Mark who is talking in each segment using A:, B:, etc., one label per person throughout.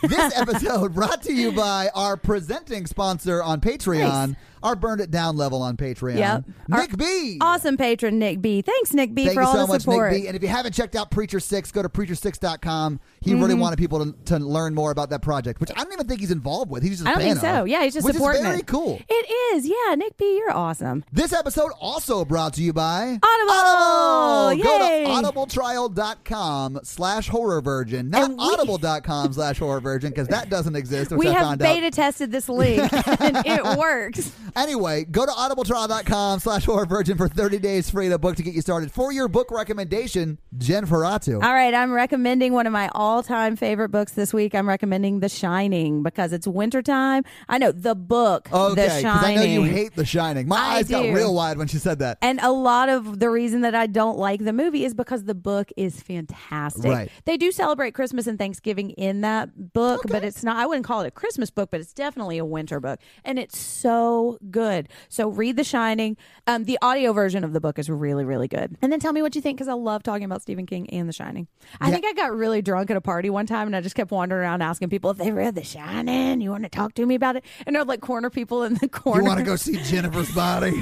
A: This episode brought to you by our presenting sponsor on Patreon,
B: Nice.
A: our Burned It Down level on Patreon,
B: Yep.
A: Nick
B: Our-
A: B.
B: Awesome patron, Nick B. Thanks, Nick B,
A: Thank
B: for
A: you
B: all
A: so
B: the
A: much,
B: support.
A: Nick B. And if you haven't checked out Preacher Six, go to preacher6.com. He really
B: Mm-hmm.
A: wanted people to, to learn more about that project, which I don't even think he's involved with. He's just a
B: I don't
A: fan
B: think so.
A: of,
B: Yeah, he's just
A: which
B: supporting
A: is very
B: it.
A: cool.
B: It is. Yeah, Nick B, you're awesome.
A: This episode also brought to you by
B: Audible!
A: Go
B: Yay!
A: to audibletrial.com slash horror virgin, not
B: And we-
A: audible.com slash horror virgin, because that doesn't exist, which
B: we
A: I
B: have
A: found
B: beta
A: out.
B: tested this link and it works.
A: Anyway, go to audibletrial.com slash horror virgin for 30 days free to book to get you started. For your book recommendation, Jen Ferratu.
B: All right, I'm recommending one of my all-time favorite books this week. I'm recommending The Shining because it's wintertime. I know the book,
A: Okay,
B: The
A: because I
B: Shining.
A: know you hate The Shining. My
B: I
A: eyes got
B: do.
A: real wide when she said that.
B: and a lot of the reason that I don't like the movie is because the book is fantastic.
A: Right.
B: They do celebrate Christmas and Thanksgiving in that book, but it's not, I wouldn't call it a Christmas book, but it's definitely a winter book. And it's so good. So read The Shining. Um, the audio version of the book is really, really good. And then tell me what you think because I love talking about Stephen King and The Shining. I think I got really drunk at a party one time and I just kept wandering around asking people if they read The Shining. You want to talk to me about it? And I'd like corner people in the corner.
A: You want to go see Jennifer's body?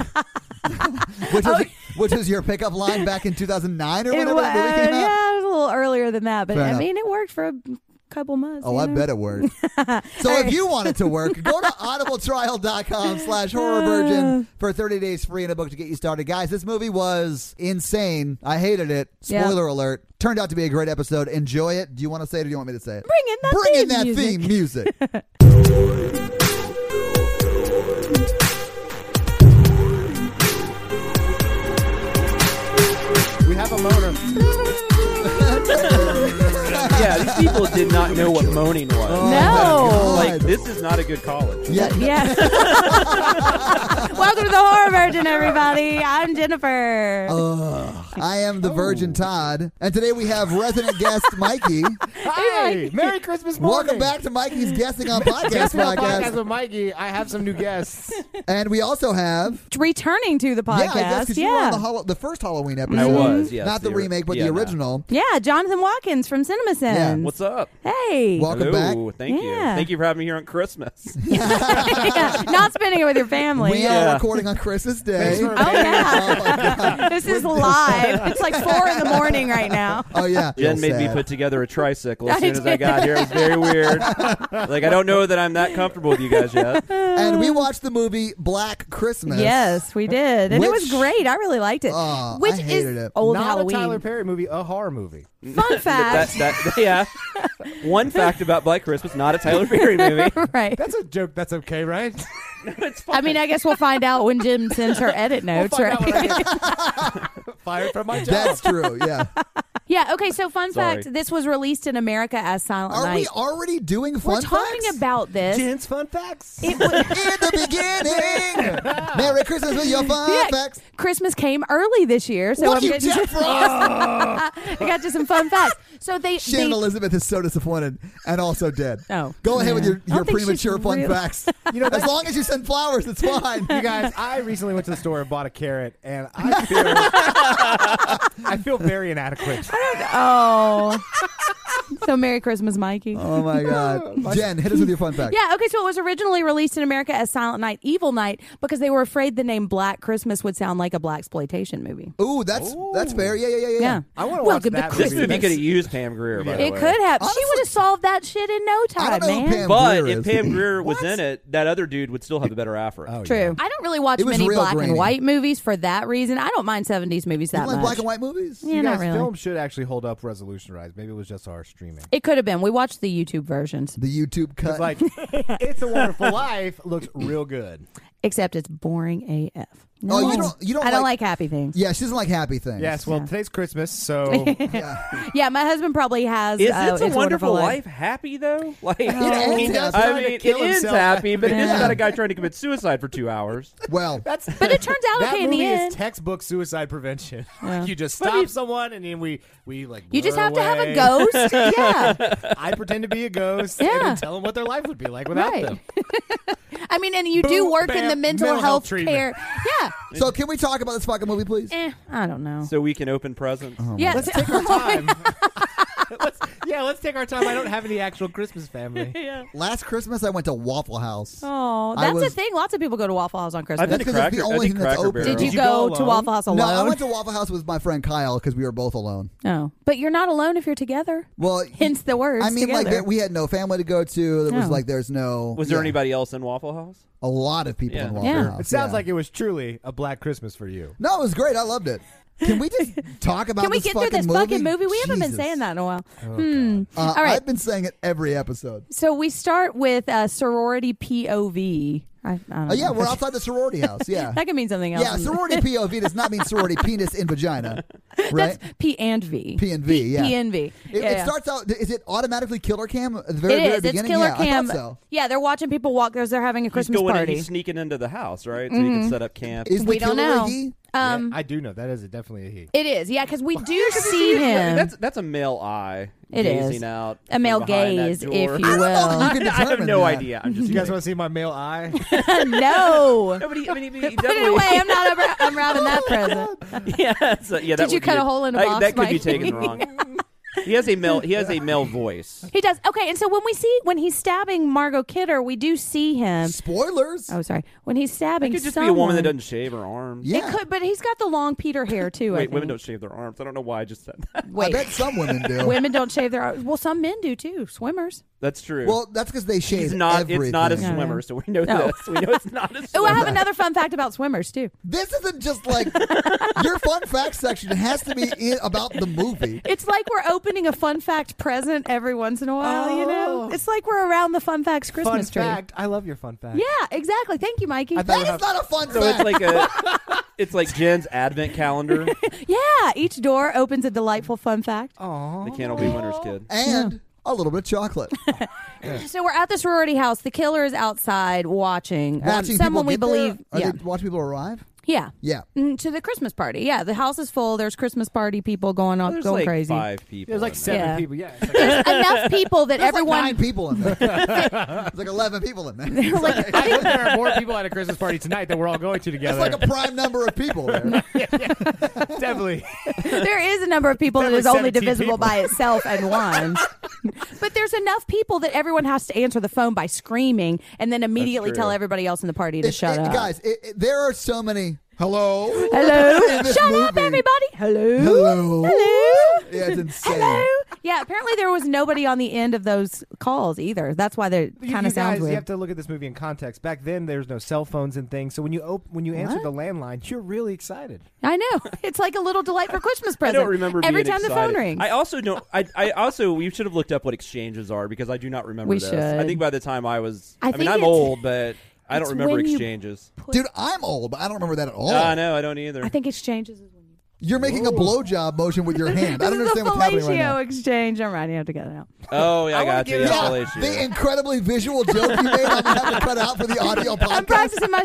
A: which, was, which was your pickup line back in 2009 or whatever
B: Oh, it was,
A: the movie came out?
B: Yeah, it was a little earlier than that, but
A: Fair
B: I
A: enough.
B: mean, it worked for a couple months.
A: Oh,
B: you
A: I
B: know?
A: bet it worked. so if you want it to work, go to audibletrial.com slash horror virgin for 30 days free and a book to get you started. Guys, this movie was insane. I hated it.
B: Yeah.
A: Spoiler alert. Turned out to be a great episode. Enjoy it. Do you want to say it or do you want me to say it?
B: Bring in that
A: Bring in
B: theme
A: that
B: music.
A: theme music.
C: We have a moaner. yeah, these people did not know what moaning was.
B: Oh,
A: Oh,
B: No.
C: Like, this is not a good college.
A: yeah.
B: Yeah. Welcome to the Horror Virgin, everybody. I'm Jennifer.
A: Uh, I am the Virgin Todd. And today we have resident guest Mikey.
C: Hi! Merry Christmas
A: Welcome
C: morning!
A: back to Mikey's Guessing on Podcast
C: Guessing on podcast
A: podcast.
C: with Mikey. I have some new guests.
A: And we also have
B: Returning to the
A: Yeah,
B: podcast.
A: I guess 'cause you were on the,
B: yeah.
A: Hol- the first Halloween episode.
C: was, yes,
A: Not the,
C: the ori-
A: remake, but
C: yeah,
A: the
C: no.
A: original.
B: Yeah, Jonathan Watkins from CinemaSins.
A: Yeah.
C: What's up?
B: hey.
A: Welcome back.
C: Hello. Thank you.
B: Yeah.
C: Thank you for having me here on Christmas.
B: Yeah, Not spending it with your family.
A: We
C: Yeah.
A: are recording on Christmas Day.
C: Thanks for
B: Oh,
A: Oh,
B: yeah.
A: my God.
B: this is live. It's like four in the morning right now.
A: Oh, yeah.
C: Jen
A: Feels
C: made me
A: sad.
C: put together a tricycle
B: I
C: as soon as I
B: did.
C: got here. It was very weird. like I don't know that I'm that comfortable with you guys yet.
A: And we watched the movie Black Christmas.
B: Yes, we did. And it was
A: Which-
B: great. I really liked it.
A: Oh, I
B: Which
A: hated
B: is
A: it.
B: old
D: not
B: Halloween.
D: a Tyler Perry movie, a horror movie.
B: Fun
C: That,
B: fact.
C: that, yeah. One fact about Black Christmas, not a Tyler Perry movie.
B: right.
D: That's a joke. That's okay, right?
C: it's fine.
B: I mean, I guess we'll find out when Jim sends her edit
D: We'll
B: notes,
D: find out
B: right?
D: when I get Fired from my job.
A: That's true, yeah.
B: yeah. Okay. So, fun
C: Sorry.
B: fact: this was released in America as Silent
A: Are we
B: Night.
A: already doing fun
B: are talking
A: facts?
B: about this.
D: Jen's fun facts.
B: It was,
A: In the beginning. Merry Christmas with your fun
B: yeah,
A: facts.
B: Christmas came early this year, so
A: what
B: I'm
A: are you,
B: getting
A: Jack Frost?
B: I got you some fun facts. So they,
A: Shannon
B: they
A: Elizabeth is so disappointed and also dead.
B: Oh,
A: Go ahead
B: yeah.
A: with your,
B: I
A: your
B: don't think she's
A: premature fun
B: real-
A: facts. You know, as long as you send flowers, it's fine.
D: You guys, I recently went to the store and bought a carrot, and I feel, I feel very inadequate.
B: oh. so Merry Christmas, Mikey.
A: Oh my God, Jen, hit us with your fun fact.
B: Yeah, okay, so it was originally released in America as Silent Night, Evil Night, because they were afraid the name Black Christmas would sound like a black exploitation movie.
A: Ooh, that's that's fair. Yeah, yeah, yeah, yeah.
B: Yeah.
D: I wanna watch
B: Welcome
D: that
B: to
D: movie.
C: this
B: Christmas.
C: movie could have used Pam Greer, by the
B: It
C: way.
B: could have.
A: Honestly-
B: she would have solved that shit in no time,
A: I don't know who
B: man.
A: Pam
C: But
A: Greer
C: if
A: is.
C: Pam Greer was in it, that other dude would still have a better afro. Oh,
B: True. I don't really watch
A: It was
B: many
A: real
B: black
A: grainy.
B: and white movies for that reason. I don't mind 70s movies
A: You
B: that
A: like
B: much.
A: black and white movies.
B: Yeah,
D: you
B: not
D: guys,
B: really.
D: film should actually hold up resolution rise. Maybe it was just our streaming.
B: It could have been. We watched the YouTube versions,
A: The YouTube cut.
D: It's like, It's a Wonderful Life looks real good.
B: except it's boring AF.
A: Oh, you
B: No.
A: don't- you don't
B: I don't
A: like-
B: like, happy things. Yeah.
A: yeah, she doesn't like happy things.
D: Yes, well, today's Christmas, so
B: my husband probably has.
C: Is
B: uh,
C: It's, a Wonderful
B: Life.
C: Life happy though? Like
A: ends
C: he does.
A: happy.
C: I
D: Trying to
C: mean, it
D: kill
C: is
D: himself.
C: happy, but it is
A: Yeah.
C: about a guy trying to commit suicide for two hours.
A: Well,
D: that's.
B: But it turns out
D: that
B: okay in
D: movie
B: the end.
D: is textbook suicide prevention.
B: Yeah.
D: you just
C: But
D: stop
C: you-
D: someone, and then we we like.
B: you just
D: blur
B: have to have a
D: away.
B: ghost. yeah.
D: I pretend to be a ghost
B: Yeah.
D: and then tell them what their life would be like without
B: Right.
D: them.
B: I mean, and you do
D: Boom,
B: work in
D: bam,
B: the mental,
D: mental health
B: health,
D: treatment.
B: care. Yeah.
A: so can we talk about this fucking movie, please?
B: Eh, I don't know.
A: Oh.
C: So we can open presents.
B: yeah.
D: Let's take our time. Let's- yeah, let's take our time. I don't have any actual Christmas family.
B: yeah.
A: Last Christmas, I went to Waffle House.
B: Oh,
A: I
B: that's
A: was-
B: the thing. Lots of people go to Waffle House on
C: I've
B: Christmas.
C: been
A: That's
C: to
A: 'cause it's
C: Cracker.
A: the
C: I
A: only
C: did
A: thing that's
C: Cracker
A: open.
C: Barrel.
B: Did you,
D: Did you
B: go,
D: go
B: to
D: alone?
B: Waffle House alone?
A: No, I went to Waffle House with my friend Kyle because we were both alone.
B: oh, but you're not alone if you're together.
A: Well,
B: Hence the words.
A: I mean,
B: together.
A: like there, we had no family to go to. There was
B: Oh.
A: like there's no.
C: Was there
A: yeah,
C: anybody else in Waffle House?
A: A lot of people
C: Yeah.
A: in Waffle
B: Yeah.
A: House.
D: It sounds
A: yeah.
D: like it was truly a black Christmas for you.
A: No, it was great. I loved it. Can we just talk about?
B: Can we
A: this
B: get through this fucking movie? We haven't been
A: Jesus.
B: saying that in a while. hmm.
A: Uh,
B: All right.
A: I've been saying it every episode.
B: So we start with uh, sorority POV. I, I don't know.
A: Uh, yeah, we're outside the sorority house. Yeah.
B: That could mean something else.
A: Yeah, sorority POV does not mean sorority penis in vagina, right?
B: That's P and V.
A: P and V, yeah.
B: P and V.
A: It,
B: Yeah,
A: it
B: yeah.
A: starts out. Is it automatically killer cam at the very,
B: It
A: very
B: is. It's
A: beginning?
B: Killer
A: yeah,
B: Cam.
A: I thought so.
B: Yeah, they're watching people walk. There's they're having a
C: He's
B: Christmas
C: going in,
B: party. Mm-hmm.
C: he's sneaking into the house, right? So he can set up camp.
A: Is the
B: we don't
A: killer a
B: know.
A: he?
B: Um,
D: Yeah, I do know that is definitely a he.
B: it is. Yeah, because we do see him.
C: That's that's a male eye
B: It is.
C: gazing out.
B: a male
C: from behind that
B: gaze, if
C: door.
B: you
A: know.
B: will.
A: can
C: I have
A: determine
C: no
A: that.
C: idea. I'm just.
D: You guys want to see my male eye?
B: no.
C: No, but he, I mean, he, he
B: Put it
C: definitely-
B: away. I'm not. unwra- unwrapping that present.
C: yeah, that's a- yeah. that
B: you
C: would
B: cut
C: be-
B: a hole in a
C: I-
B: box,
C: That could be
B: Mike?
C: taken wrong. He has a male. He has a male voice.
B: He does. Okay, and so when we see when he's stabbing Margot Kidder, we do see him.
A: Spoilers.
B: Um, Oh, sorry. When he's stabbing
C: It could just
B: someone,
C: be a woman that doesn't shave her arms.
A: yeah.
B: It could, but he's got the long Peter hair too. I
C: Wait,
B: think.
C: women don't shave their arms. I don't know why I just said that.
A: I
B: Wait,
A: bet some women do.
B: women don't shave their. Well, some men do too. Swimmers.
C: That's true.
A: Well, that's because they shave
C: He's not.
A: everything.
C: It's not a
B: Yeah.
C: swimmer, so we know
B: No.
C: this. We know it's not a
B: Oh,
C: swimmer.
B: I have another fun fact about swimmers too.
A: This isn't just like your fun fact section has to be in, about the movie.
B: It's like we're opening a fun fact present every once in a while. You know,
D: Oh.
B: it's like we're around the fun facts
D: fun
B: Christmas tree.
D: fact. I love your fun fact.
B: Yeah, exactly. Thank you, Mikey.
D: I
A: That
D: thought-
A: is not a fun
C: so
A: fact.
C: it's like a. It's like Jen's advent calendar.
B: yeah, each door opens a delightful fun fact.
A: Oh.
C: The can will be
B: Oh.
C: winner's kid.
A: and a little bit of chocolate.
B: So we're at the sorority house. The killer is outside watching, um,
A: Watching people
B: someone we
A: get there?
B: believe.
A: Are
B: yeah,
A: they watching people arrive?
B: yeah.
A: Yeah.
B: Mm, to the Christmas party. Yeah, the house is full. There's Christmas party people going on,
C: There's
B: going
C: like
B: crazy.
C: five people.
A: Oh,
D: There's like
C: in there.
D: seven
B: Yeah.
D: people. Yeah. it's like-
B: There's enough people that
A: There's
B: everyone.
A: like nine people in there. There's like eleven people in there. It's like,
D: I hope there are more people at a Christmas party tonight that we're all going to
A: it's
D: together.
A: like a prime number of people there.
D: Definitely.
B: there is a number of people that is
D: Definitely
B: only
D: 17
B: divisible by itself and one. but there's enough people that everyone has to answer the phone by screaming and then immediately
C: true.
B: tell everybody else in the party to
A: It-
B: shut
A: it-
B: up.
A: eh, Guys, it, it- there are so many. Hello.
B: Hello.
A: In this
B: Shut up,
A: movie.
B: everybody. Hello.
A: Hello.
B: Hello.
A: Yeah, it's insane.
B: Hello. Yeah, apparently there was nobody on the end of those calls either. That's why they
D: You-
B: kind
D: you
B: of sounds
D: guys, You
B: weird.
D: have to look at this movie in context. Back then, there's no cell phones and things, so when you op- when you answer
B: What?
D: the landline, you're really excited.
B: I know. It's like a little delight for Christmas
C: I
B: present.
C: don't remember
B: every
C: being
B: time the
C: excited.
B: phone rings.
C: I also don't. I, I also we should have looked up what exchanges are because I do not remember
B: We
C: this. I
B: should.
C: think by the time I was,
B: I
C: I, mean,
B: think
C: I'm
B: it's-
C: old, but I don't
B: it's
C: remember
B: when you-
C: exchanges.
A: Dude, I'm old, but I don't remember that at all.
C: I know I don't either.
B: I think exchanges is when you.
A: You're making a blowjob motion with your hand. I don't
B: this is
A: understand
B: the
A: what's happening right
B: fellatio
A: now.
B: exchange. I'm writing it together now.
C: oh yeah, I,
D: wanna
C: got you.
D: give it
C: Yeah,
A: Yeah, the
C: fellatio.
A: incredibly visual joke you made, I'm gonna have to cut out for the audio
B: I'm
A: podcast.
B: practicing my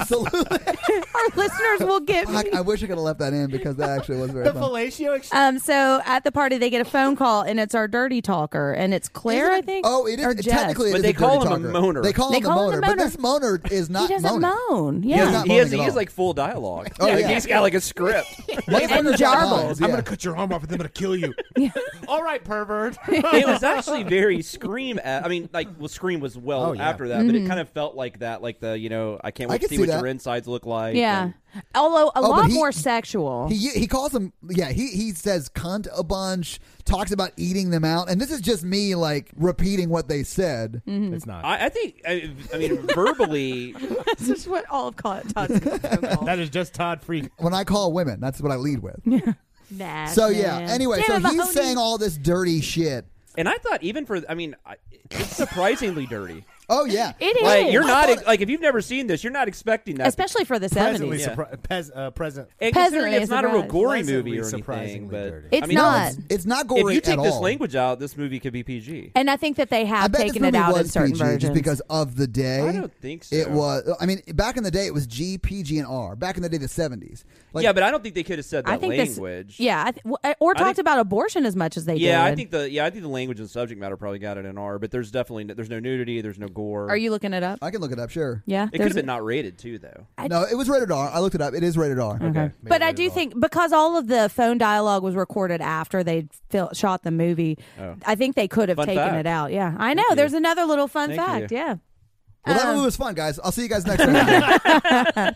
A: Absolutely.
B: Our listeners will get me.
A: I, I wish I could have left that in because that actually was very
D: The
A: fun.
D: fellatio exchange.
B: Um, so at the party, they get a phone call, and it's our dirty talker, and it's Claire, I think.
A: Oh, it
B: or
A: is
B: Jess.
A: technically. it
C: But
A: is
C: they
A: a dirty
C: call him
A: talker.
C: a moaner.
A: They call
B: They
A: him
B: call
A: a moaner,
B: him a
A: but
B: moaner.
A: this moaner is
B: He
A: not
B: doesn't
A: moaning.
B: moan.
A: does
B: Yeah.
A: not
C: He
A: moaning
C: has.
A: at
C: He
A: all.
C: has like full dialogue.
A: Oh,
C: Like,
A: yeah.
C: He's got like a script.
A: Motherfuckers
B: And
A: got
B: jarbles.
A: lines,
D: I'm
A: yeah.
D: gonna cut your arm off, and then I'm gonna kill you. All right, pervert.
C: it was actually very scream. uh, I mean, like, well, scream was well
D: Oh, yeah.
C: after that, but
B: Mm-hmm.
C: it kind of felt like that, like the you know, I can't
A: I
C: wait
A: can
C: to see,
A: see
C: what
A: that.
C: your insides look like.
B: yeah.
C: and-
B: Although a
A: Oh, but
B: lot
A: he-
B: more sexual.
A: He he calls them yeah he he says cunt a bunch talks about eating them out and this is just me like repeating what they said
B: Mm-hmm.
D: It's not.
C: I, I think, I, I mean, verbally,
B: That's just what all of Todd's
D: that is just Todd Freak.
A: when I call women that's what I lead with
B: Nah,
A: so yeah
B: man.
A: anyway
B: Damn
A: so
B: it, Mahoney.
A: he's saying all this dirty shit
C: And I thought even for, I mean, I- it's surprisingly dirty.
A: oh yeah
B: It is.
C: Like you're not like if you've never seen this, you're not expecting that.
B: especially for the
D: Presently,
B: seventies.
C: Yeah.
D: surpri- pez, uh, present.
C: and considering
B: Peasantly
C: it's not a real
B: surprised.
C: gory
D: Pleasantly
C: movie or anything,
D: surprisingly
C: but
D: dirty.
B: It's
C: I mean,
B: not.
A: it's not
C: If
A: gory
C: you take
A: at
C: this
A: all.
C: language out, this movie could be PG.
B: And I think that they have
A: I bet
B: taken
A: this
B: it
A: movie
B: out
A: was
B: in certain
A: PG
B: versions.
A: just because of the day.
C: I don't think so.
A: It was. I mean, back in the day, it was G, PG, and R. Back in the day, the seventies. Like,
C: yeah, but I don't think they could have said that
B: I think this-
C: language.
B: yeah, I th- w- or
C: I think-
B: talked about abortion as much as they did.
C: Yeah, I think the yeah, I think the language and subject matter probably got it in R, but there's definitely there's no nudity, there's no gore.
B: Are you looking it up?
A: I can look it up, sure.
B: Yeah.
C: It could
B: there's
C: have been not rated too, though.
B: I-
A: No, it was rated R. I looked it up. It is rated R.
B: Okay.
D: Maybe
B: But I
D: rated
B: do
D: R.
B: think because all of the phone dialogue was recorded after they fil- shot the movie,
C: Oh.
B: I think they could have
C: Fun
B: taken
C: fact.
B: it out. Yeah, I know.
C: you.
B: There's another little fun
C: Thank
B: fact.
C: you.
B: Yeah.
A: Well, that
B: Um,
A: movie was fun, guys. I'll see you guys next time.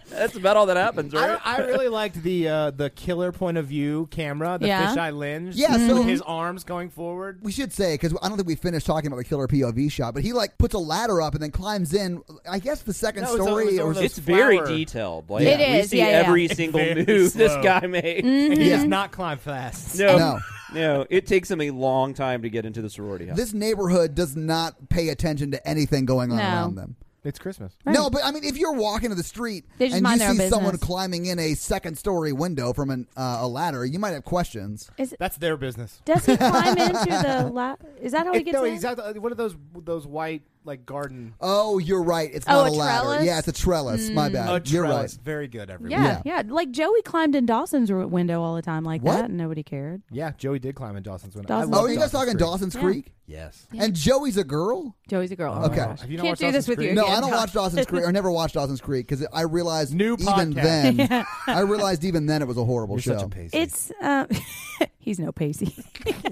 C: That's about all that happens, right?
D: I, I really liked the uh, the killer point of view camera, the
B: Yeah.
D: fisheye lens.
A: Yeah, so-
D: with his arms going forward.
A: we should say because I don't think we finished talking about the killer POV shot, but he like puts a ladder up and then climbs in. I guess the second
D: No, it was- it was
A: story,
D: one
A: or
D: of those
C: it's very
D: flower-
C: detailed. Like,
B: It
C: we
B: is,
C: see
B: yeah, Mm, yeah.
C: every single
D: Very
C: move this
D: slow.
C: guy makes.
D: And he
A: Yeah.
D: does not climb fast.
C: No,
A: No.
C: no, It takes him a long time to get into the sorority house.
A: this neighborhood does not pay attention to anything going on
B: No.
A: around them.
D: It's Christmas.
A: No, but I mean, if you're walking to the street
B: They just
A: and you
B: mind
A: see
B: their own
A: someone
B: business.
A: climbing in a second story window from an, uh, a ladder, you might have questions.
D: That's their business.
B: Does he climb into the? La- is that how he
D: It-
B: gets
D: no,
B: in?
D: exactly. uh, What are those those white like garden?
A: Oh, you're right. It's
B: Oh,
A: not a
B: a
A: ladder.
B: trellis? Hmm.
A: Yeah, it's a trellis. My bad.
D: A
A: Uh, You're
D: trellis.
A: right.
D: Very good, everyone.
B: Yeah, yeah, Like Joey climbed in Dawson's r- window all the time, like
A: What?
B: that, and nobody cared.
D: Yeah, Joey did climb in Dawson's window.
B: Dawson's
D: I love
A: Oh, are you guys talking
D: Creek.
A: Dawson's
B: Yeah.
A: Creek?
D: Yes.
A: And Joey's a girl?
B: Joey's a girl.
A: Okay.
D: Oh, have you not
B: Can't
D: watched
B: do this
D: Dawson's
B: with
D: Creek?
B: you.
A: No,
B: again,
A: I don't
B: huh?
A: watch Dawson's Creek or never watched Dawson's Creek because I realized
D: New
A: even
D: podcast.
A: then, I realized even then it was a horrible
D: You're
A: show.
D: such a pace.
B: It's um, he's no Pacey.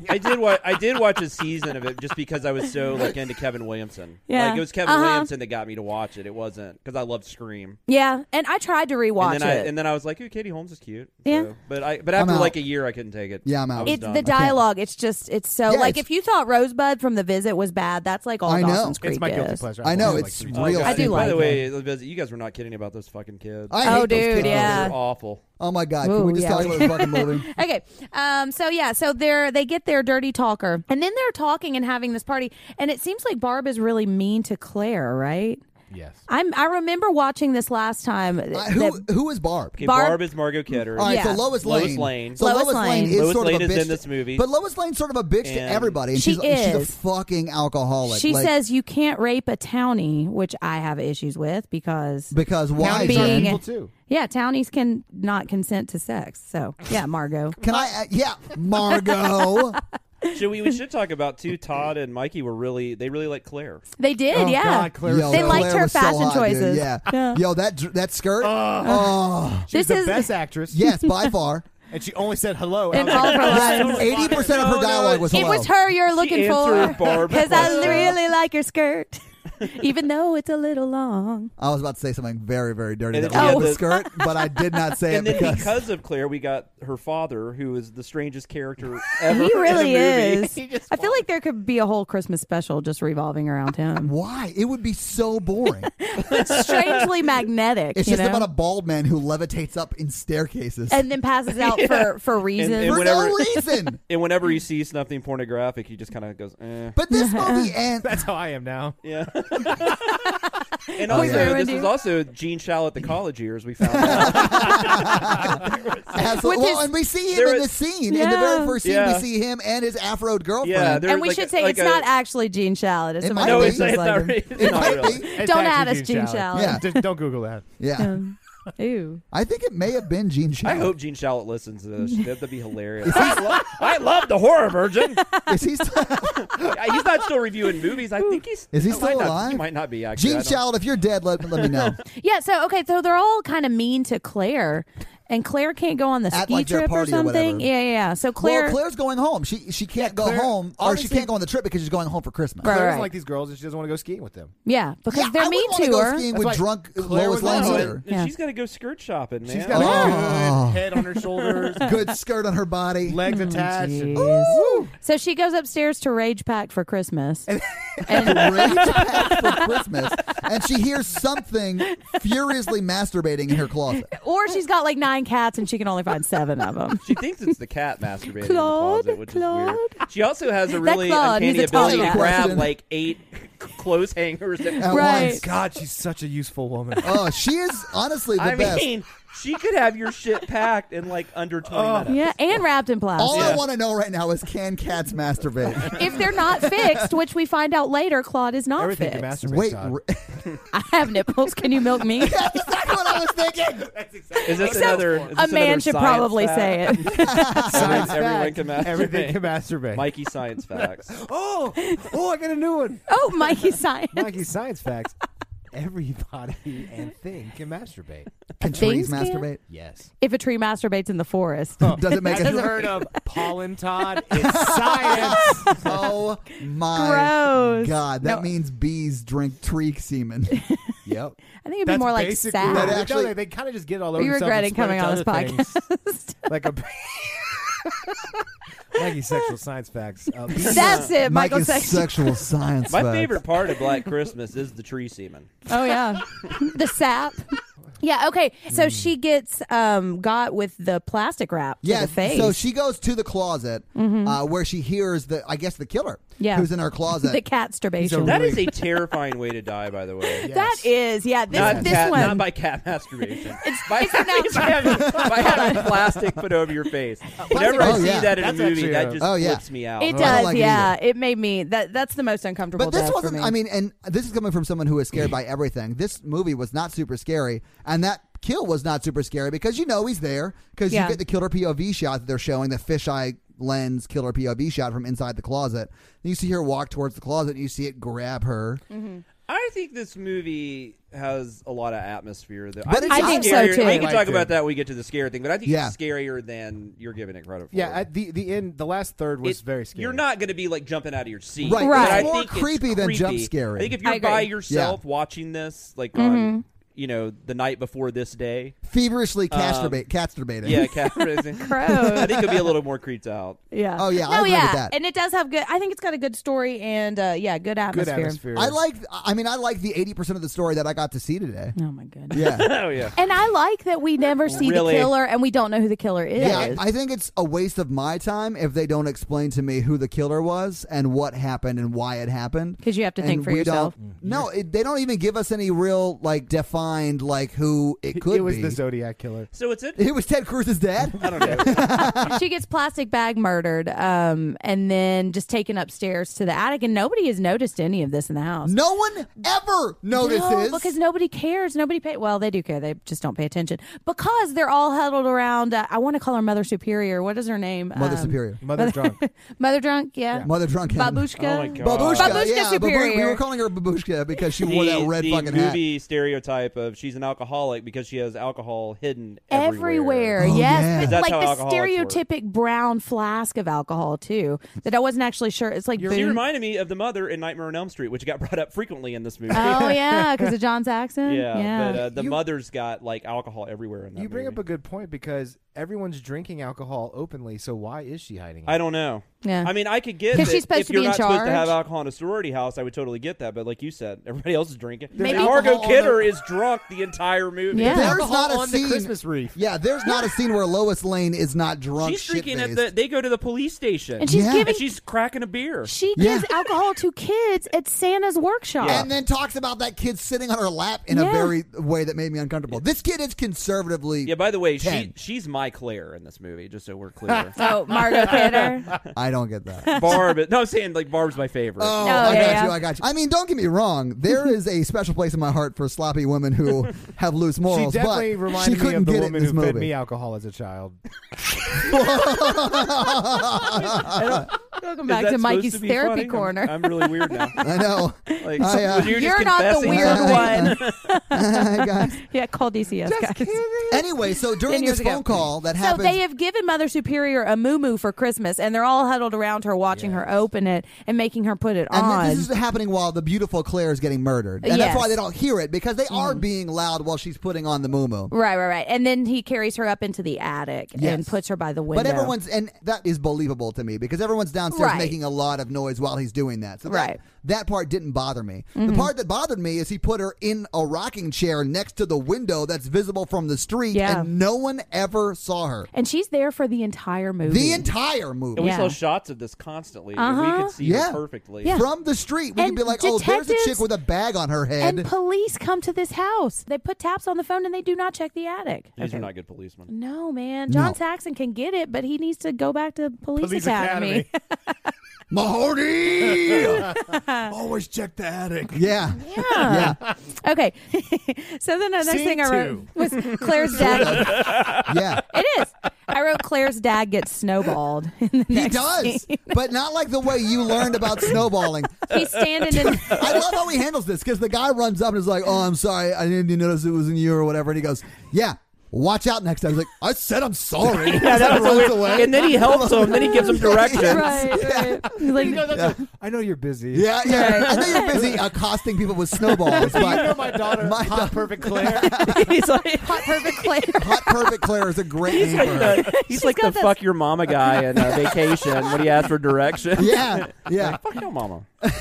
C: I did watch. I did watch a season of it just because I was so like into Kevin Williamson.
B: Yeah.
C: like it was Kevin
B: Uh-huh.
C: Williamson that got me to watch it. It wasn't because I loved Scream.
B: yeah, and I tried to rewatch
C: and then
B: it.
C: I and then I was like, "Ooh, Katie Holmes is cute."
B: Yeah.
C: So- but I but
A: I'm
C: after
A: out.
C: like a year, I couldn't take it.
A: Yeah, I'm out.
C: I was
B: it's
C: done.
B: the dialogue. It's just it's so
A: Yeah,
B: like
A: it's-
B: if you thought Rosebud from The Visit was bad, that's like all
A: I know.
B: Dawson's Creek
D: it's my guilty
B: is.
D: pleasure.
A: I know,
D: watched it,
A: it's
D: three
A: real
D: times.
C: God.
B: I do
C: By
B: like
C: the way, Elizabeth, you guys were not kidding about those fucking kids.
A: I
B: Oh,
A: hate those
B: dude,
A: kids.
B: yeah.
C: They're awful.
A: Oh my god! Can we
B: Ooh,
A: just
B: yeah.
A: talk about this fucking movie?
B: Okay, um, so yeah, so they're they get their dirty talker, and then they're talking and having this party, and it seems like Barb is really mean to Claire, right?
D: Yes.
B: I'm I remember watching this last time.
A: I-
B: that-
A: who who is Barb?
C: Okay,
B: Barb-
C: Barb, is Margot Kidder.
A: All right, so
B: Yeah.
A: Lois Lane.
C: Lois Lane.
A: So
B: Lois
A: Lois, Lane
B: Lane.
A: is
C: Lois
A: sort of
C: Lane
A: a
C: is
A: bitch
C: in this movie.
A: but Lois Lane's sort of a bitch to
C: And
A: everybody, and
B: She
A: she's, like- she's a
B: is.
A: fucking alcoholic.
B: she
A: like,
B: says you can't rape a townie, which I have issues with because
A: because why?
D: Counties are
B: being-
A: Jen?
D: people too.
B: yeah, townies can not consent to sex. So yeah, Margot.
A: Can I? Uh, yeah, Margot.
C: should we, we should talk about too. Todd and Mikey were really they really like Claire.
B: They did,
D: Oh,
B: yeah.
D: God, Claire
A: Yo,
B: they
A: Claire
B: liked her
A: was so
B: fashion
A: hot, dude.
B: choices.
A: Yeah.
B: Yeah.
A: Yo, that dr- that skirt. oh,
B: This
D: She's the
B: is-
D: best actress.
A: yes, by far.
D: And she only said hello.
B: In
D: And I
B: all
D: was
B: of her life.
A: Eighty percent of her
C: No, no,
A: dialogue
C: it-
A: was
B: It
A: hello.
B: was her you're looking
C: she
B: for.
C: answered Barb's
B: Because I
C: question.
B: really like your skirt. Even though it's a little long.
A: I was about to say something very, very dirty
C: And
A: that
C: then she
A: we had
C: had
A: the
C: the-
A: skirt, but I did not say it
C: And then
A: because,
C: because, of Claire, we got her father, who is the strangest character
B: He
C: ever. in a
B: really
C: movie.
B: is.
C: He just
B: I feel like there could be a whole Christmas special just revolving around him.
A: why? It would be so boring.
B: Strangely magnetic.
A: It's
B: you
A: just
B: know?
A: about a bald man who levitates up in staircases
B: and then passes out for, for reasons.
C: and
A: for
C: when- whenever-
A: no reason.
C: And whenever he sees something pornographic, he just kind of goes, eh.
A: But this movie ends.
D: That's how I am now.
C: yeah. and also,
A: yeah.
C: this is also Gene Shalit, the college years, we found out.
A: Has,
B: With
A: well,
B: his-
A: and we see him
C: There
A: in
C: is-
A: the scene. In the very
B: Yeah.
A: first scene,
C: Yeah.
A: we see him and his afroed girlfriend.
C: yeah. there
B: and
C: was
B: we
C: like
B: should
C: a-
B: say
C: like
B: it's
C: a-
B: not actually Gene Shalit. It's
A: It
B: somebody
A: might
C: No,
A: be.
C: it's,
B: else's
C: it's not,
B: like
C: really-
B: him.
C: it's
A: it
C: not
A: might
C: really.
A: be.
D: It's
B: Don't
D: actually
B: add us, Gene Shalit.
A: Yeah.
D: Just don't Google that.
A: Yeah.
B: Um, Ew.
A: I think it may have been Gene Shalit.
C: I hope Gene Shalit listens to this. That'd be hilarious. I, lo- I love the horror virgin.
A: Is he still,
C: Yeah, he's not still reviewing movies. I think he's.
A: Is he
C: I
A: still
C: might not-
A: alive?
C: he might not be actually.
A: Gene
C: I don't-
A: Shalit, if you're dead, let, let me know.
B: Yeah, so okay, so they're all kind of mean to Claire, and Claire can't go on the
A: At,
B: ski
A: like, their
B: trip or
A: party or
B: something.
A: whatever.
B: yeah, yeah, yeah. So Claire,
A: Well, Claire's going home. She she can't go
D: Claire-
A: home, or she
D: honestly-
A: can't go on the trip because she's going home for Christmas.
B: Right.
D: Claire doesn't like these girls, and she doesn't want to go skiing with them.
B: yeah, because
A: Yeah,
B: they're
A: I
B: mean
A: wouldn't wanna
B: to
A: go
B: her.
A: skiing
D: That's
A: with
D: why
A: drunk Lois
D: Claire was
A: Lane
D: on
C: No,
D: it.
A: either.
C: and- and
B: Yeah.
C: she's got to go skirt shopping, man.
D: She's got
A: Oh.
D: a good head on her shoulders,
A: Good skirt on her body.
D: legs
B: Mm,
D: attached. and- Oh
B: Jeez. So she goes upstairs to rage pack for Christmas, and
A: Rage packed for Christmas, and she hears something furiously masturbating in her closet.
B: or she's got like nine cats and she can only find seven of them.
C: She thinks it's the cat masturbating
B: Claude,
C: in the closet, which
B: Claude.
C: is weird. She also has a really
B: Claude, he's
C: uncanny
B: a tall
C: ability to
B: cat.
C: grab
A: Question.
C: like eight clothes hangers. At
A: At
B: Right.
A: once.
D: God, she's such a useful woman.
A: Oh, she is honestly the
C: I
A: best.
C: mean, she could have your shit packed in like under 20 minutes.
B: Yeah, and wrapped in plastic.
A: All I
C: Yeah.
A: want to know right now is can cats masturbate?
B: if they're not fixed, which we find out later, Claude is not
D: Everything can
B: fixed.
D: masturbate.
A: Wait,
D: on.
A: r-
B: I have nipples. Can you milk me?
A: that's exactly what I was thinking.
C: Is this
B: Except
C: another? Is this
B: A man
C: another
B: should
C: science
B: probably
C: fact?
B: say it.
C: Everyone,
D: Science
C: everyone
D: fact.
C: can masturbate.
D: Everything can masturbate.
C: Mikey science facts.
D: Oh, oh, I got a new one.
B: Oh, Mikey science.
D: Mikey science facts. Everybody and thing can masturbate.
A: Can trees
B: Things can?
A: masturbate?
D: Yes.
B: If a tree masturbates in the forest,
A: Does it make
D: Have you
A: a
D: Oh. heard of pollen, Todd? It's science.
A: Oh my
B: gross.
A: god! That
B: No.
A: means bees drink tree semen.
D: yep.
B: I think it'd be more like
A: that
B: sad.
A: is- actually-
D: no, they, they kind of just get all over
B: Are you
D: themselves
B: regretting
D: and spread
B: coming
D: it to
B: on this
D: other things.
B: podcast?
D: like a Mikey sexual science facts. Uh, bees-
B: That's it, Michael.
A: Mike is
B: Sex-
A: sexual science.
C: My
A: facts.
C: favorite part of Black Christmas is the tree semen.
B: Oh yeah, the sap. Yeah. Okay.
A: Hmm.
B: So she gets um got with the plastic wrap. to
A: Yeah,
B: the face. Mm-hmm.
A: so she goes to the closet uh, where she hears the, I guess, the killer.
B: Yeah.
A: who's in her closet.
B: the cat masturbation.
D: So
C: That is a terrifying way to die, by the way.
B: That is, yeah. This
C: Not,
B: this
C: cat,
B: one.
C: not by cat masturbation. It's, by,
B: it's
C: having,
B: announced.
C: by, having, by having plastic put over your face. Whenever I
A: Oh,
C: see
A: yeah.
C: that in
D: That's
C: a movie,
D: actually
C: that
D: a-
C: just
A: Oh, yeah.
C: flips me out.
B: it
A: I don't
B: does,
A: like it
B: yeah. It, made me that. That's the most uncomfortable.
A: but this
B: death for
A: wasn't.
B: me.
A: I mean, and this is coming from someone who is scared by everything. This movie was not super scary, and that kill was not super scary because you know he's there because
B: Yeah.
A: you get the killer POV shot that they're showing the fisheye lens killer POV shot from inside the closet. And you see her walk towards the closet, and you see it grab her.
B: Mm-hmm.
C: I think this movie has a lot of atmosphere. Though.
A: But
C: I
A: it's- I
C: think, it's
B: think so,
C: scarier-
B: too.
C: We can
D: Like
C: talk
D: it.
C: about that when we get to the scare thing, but I think
A: Yeah.
C: it's scarier than you're giving it credit for.
D: yeah, at the the end, the last third was
C: It-
D: very scary.
C: You're not going to be like jumping out of your seat,
A: Right.
C: but
B: Right.
C: I
B: It's
A: more
C: think it's
A: creepy than jump
C: creepy.
A: scary.
C: I think if
B: I
C: you're
B: agree. Mm-hmm.
C: by yourself watching this, like on you know the night before this day,
A: Feverishly castrobate, casturbating.
C: yeah, cat raising.
B: Gross.
C: I think you'll be a little more creeped out.
B: yeah.
A: Oh, yeah, I
B: No,
A: agree with
B: yeah.
A: that.
B: And it does have good. I think it's got a good story and uh, yeah, good atmosphere.
D: good atmosphere.
A: I like. I mean, I like the eighty percent of the story that I got to see today.
B: Oh my goodness.
A: Yeah.
C: Oh yeah.
B: And I like that we never see
C: Really?
B: the killer and we don't know who the killer is.
A: Yeah, I, I think it's a waste of my time if they don't explain to me who the killer was and what happened and why it happened.
B: 'Cause you have to
A: And
B: think for
A: we
B: yourself.
A: don't- No, it, they don't even give us any real like defined like who it could
D: it was
A: be.
D: the Zodiac killer.
C: So it's it.
A: it was Ted Cruz's dad.
C: I don't know.
B: she gets plastic bag murdered um, and then just taken upstairs to the attic and nobody has noticed any of this in the house.
A: No one ever notices.
B: No, because nobody cares. Nobody pay. Well, they do care. They just don't pay attention because they're all huddled around. Uh, I want to call her Mother Superior. What is her name?
A: Mother
B: Um,
A: Superior,
D: Mother's drunk.
B: Mother Drunk. Yeah.
A: Mother Drunken,
B: Babushka.
C: Oh my God.
A: Babushka,
B: Babushka
A: yeah, babu- we
B: Superior.
A: were calling her Babushka because she
C: The,
A: wore that red
C: the
A: fucking hat.
C: movie stereotype of she's an alcoholic because she has alcohol hidden
B: Everywhere,
A: Oh,
B: yes,
A: yeah.
B: But
C: That's
B: like
C: how
B: the
C: alcoholics work.
B: stereotypic brown flask of alcohol too. That I wasn't actually sure. It's like
C: She
B: Boone-
C: reminded me of the mother in Nightmare on Elm Street, which got brought up frequently in this movie.
B: oh yeah, because of John's accent.
C: yeah, but uh, the
D: You-
C: mother's got like alcohol everywhere in that
D: You bring up
C: movie.
D: a good point because everyone's drinking alcohol openly. So why is she hiding it?
C: I don't know.
B: Yeah.
C: I mean, I could get
B: 'Cause
C: that
B: she's supposed
C: if
B: to be
C: you're
B: in
C: not supposed to have
B: charge.
C: alcohol in a sorority house, I would totally get that. But like you said, everybody else is drinking.
B: Maybe-
C: And Margot
A: alcohol on
C: Kidder
A: the-
C: is drunk the entire movie.
B: Yeah.
A: There's
D: Alcohol
A: not a
D: on
A: scene.
D: the Christmas wreath.
A: Yeah, there's not a scene where Lois Lane is not drunk.
C: She's drinking at
A: shit-faced.
C: the. They go to the police station.
B: and she's
A: Yeah.
B: giving
C: And she's cracking a beer.
B: she
A: Yeah.
B: gives alcohol to kids at Santa's workshop.
C: Yeah.
A: and then talks about that kid sitting on her lap in a
B: Yeah.
A: very way that made me uncomfortable. This kid is conservatively.
C: Yeah. By the way, she
A: Ten.
C: she's my Claire in this movie. Just so we're clear.
B: Oh, Margot Kidder.
A: I don't get that.
C: Barb. No, I'm saying like Barb's my favorite.
A: Oh,
B: No,
A: I got
B: yeah,
A: you.
B: yeah.
A: I got you. I mean, don't get me wrong. There is a special place in my heart for sloppy women who have loose morals,
D: she definitely
A: but she
D: reminded me
A: couldn't
D: of the
A: get it in
D: woman
A: this
D: who
A: movie.
D: fed me alcohol as a child.
B: Welcome
C: Is
B: back
C: that
B: to Mikey's
C: supposed to be
B: therapy
C: funny? I'm-
B: corner.
C: I'm, really weird now.
A: I know.
C: Like,
A: I, uh,
C: would you
B: You're not
C: just
B: the
C: confessing
B: weird
C: something?
B: one.
A: Guys.
B: yeah, call DCS guys.
A: Anyway, so during
B: years
A: this
B: ago.
A: phone call that
B: So
A: happens,
B: they have given Mother Superior a moo for Christmas, and they're all huddled around her, watching her open it and making her put it
A: and
B: on.
A: then this is happening while the beautiful Claire is getting murdered, and
B: Yes. Mm-hmm.
A: that's why they don't hear it because they are being loud while she's putting on the moo moo.
B: right, right, right. And then he carries her up into the attic and
A: Yes.
B: puts her by the window.
A: But everyone's and that is believable to me because everyone's downstairs
B: Right.
A: making a lot of noise while he's doing that. So that,
B: Right. Mm-hmm.
A: that part didn't bother me. The part that bothered me is he put her in a rocking chair next to the window that's visible from the street,
B: Yeah.
A: and no one ever saw her.
B: And she's there for the entire movie.
A: The entire movie.
C: And we
B: Yeah.
C: saw shots of this constantly. And
B: Uh-huh.
C: we could see
A: Yeah.
C: it perfectly.
B: Yeah.
A: From the street, we
B: And
A: could be like, oh, there's a chick
B: detectives-
A: with a bag on her head.
B: and police come to this house. They put taps on the phone and they do not check the attic.
C: These
B: Okay.
C: are not good policemen.
B: No, man. John
A: No.
B: Saxon can get it, but he needs to go back to police,
D: Police Academy.
A: Mahoney!
D: Always check Oh, the attic.
A: yeah.
B: Yeah. Okay. so then the next
D: Scene
B: thing I
D: two.
B: wrote was Claire's dad.
A: Yeah.
B: it is. I wrote Claire's dad gets snowballed. In the
A: He
B: next
A: does,
B: scene.
A: but not like the way you learned about snowballing.
B: He's standing in.
A: I love how he handles this because the guy runs up and is like, "Oh, I'm sorry, I didn't even notice it was in you or whatever," and he goes, "Yeah." Watch out next time. He's like, I said I'm sorry. yeah,
C: that was a weird- And then he helps him. Then he gives him directions.
B: right, right. He's like,
D: I know you're busy.
A: Yeah, yeah. I know you're busy uh, accosting people with snowballs,
D: Do you know
A: but
D: my daughter,
A: My
D: Hot
A: daughter-
D: Perfect Claire?
C: he's like,
B: hot perfect Claire.
A: Hot Perfect Claire is a great name for her.
C: the, uh, he's like the
B: got this-
C: fuck your mama guy in uh, vacation when he asked for directions.
A: Yeah, yeah,
C: Like, fuck your mama.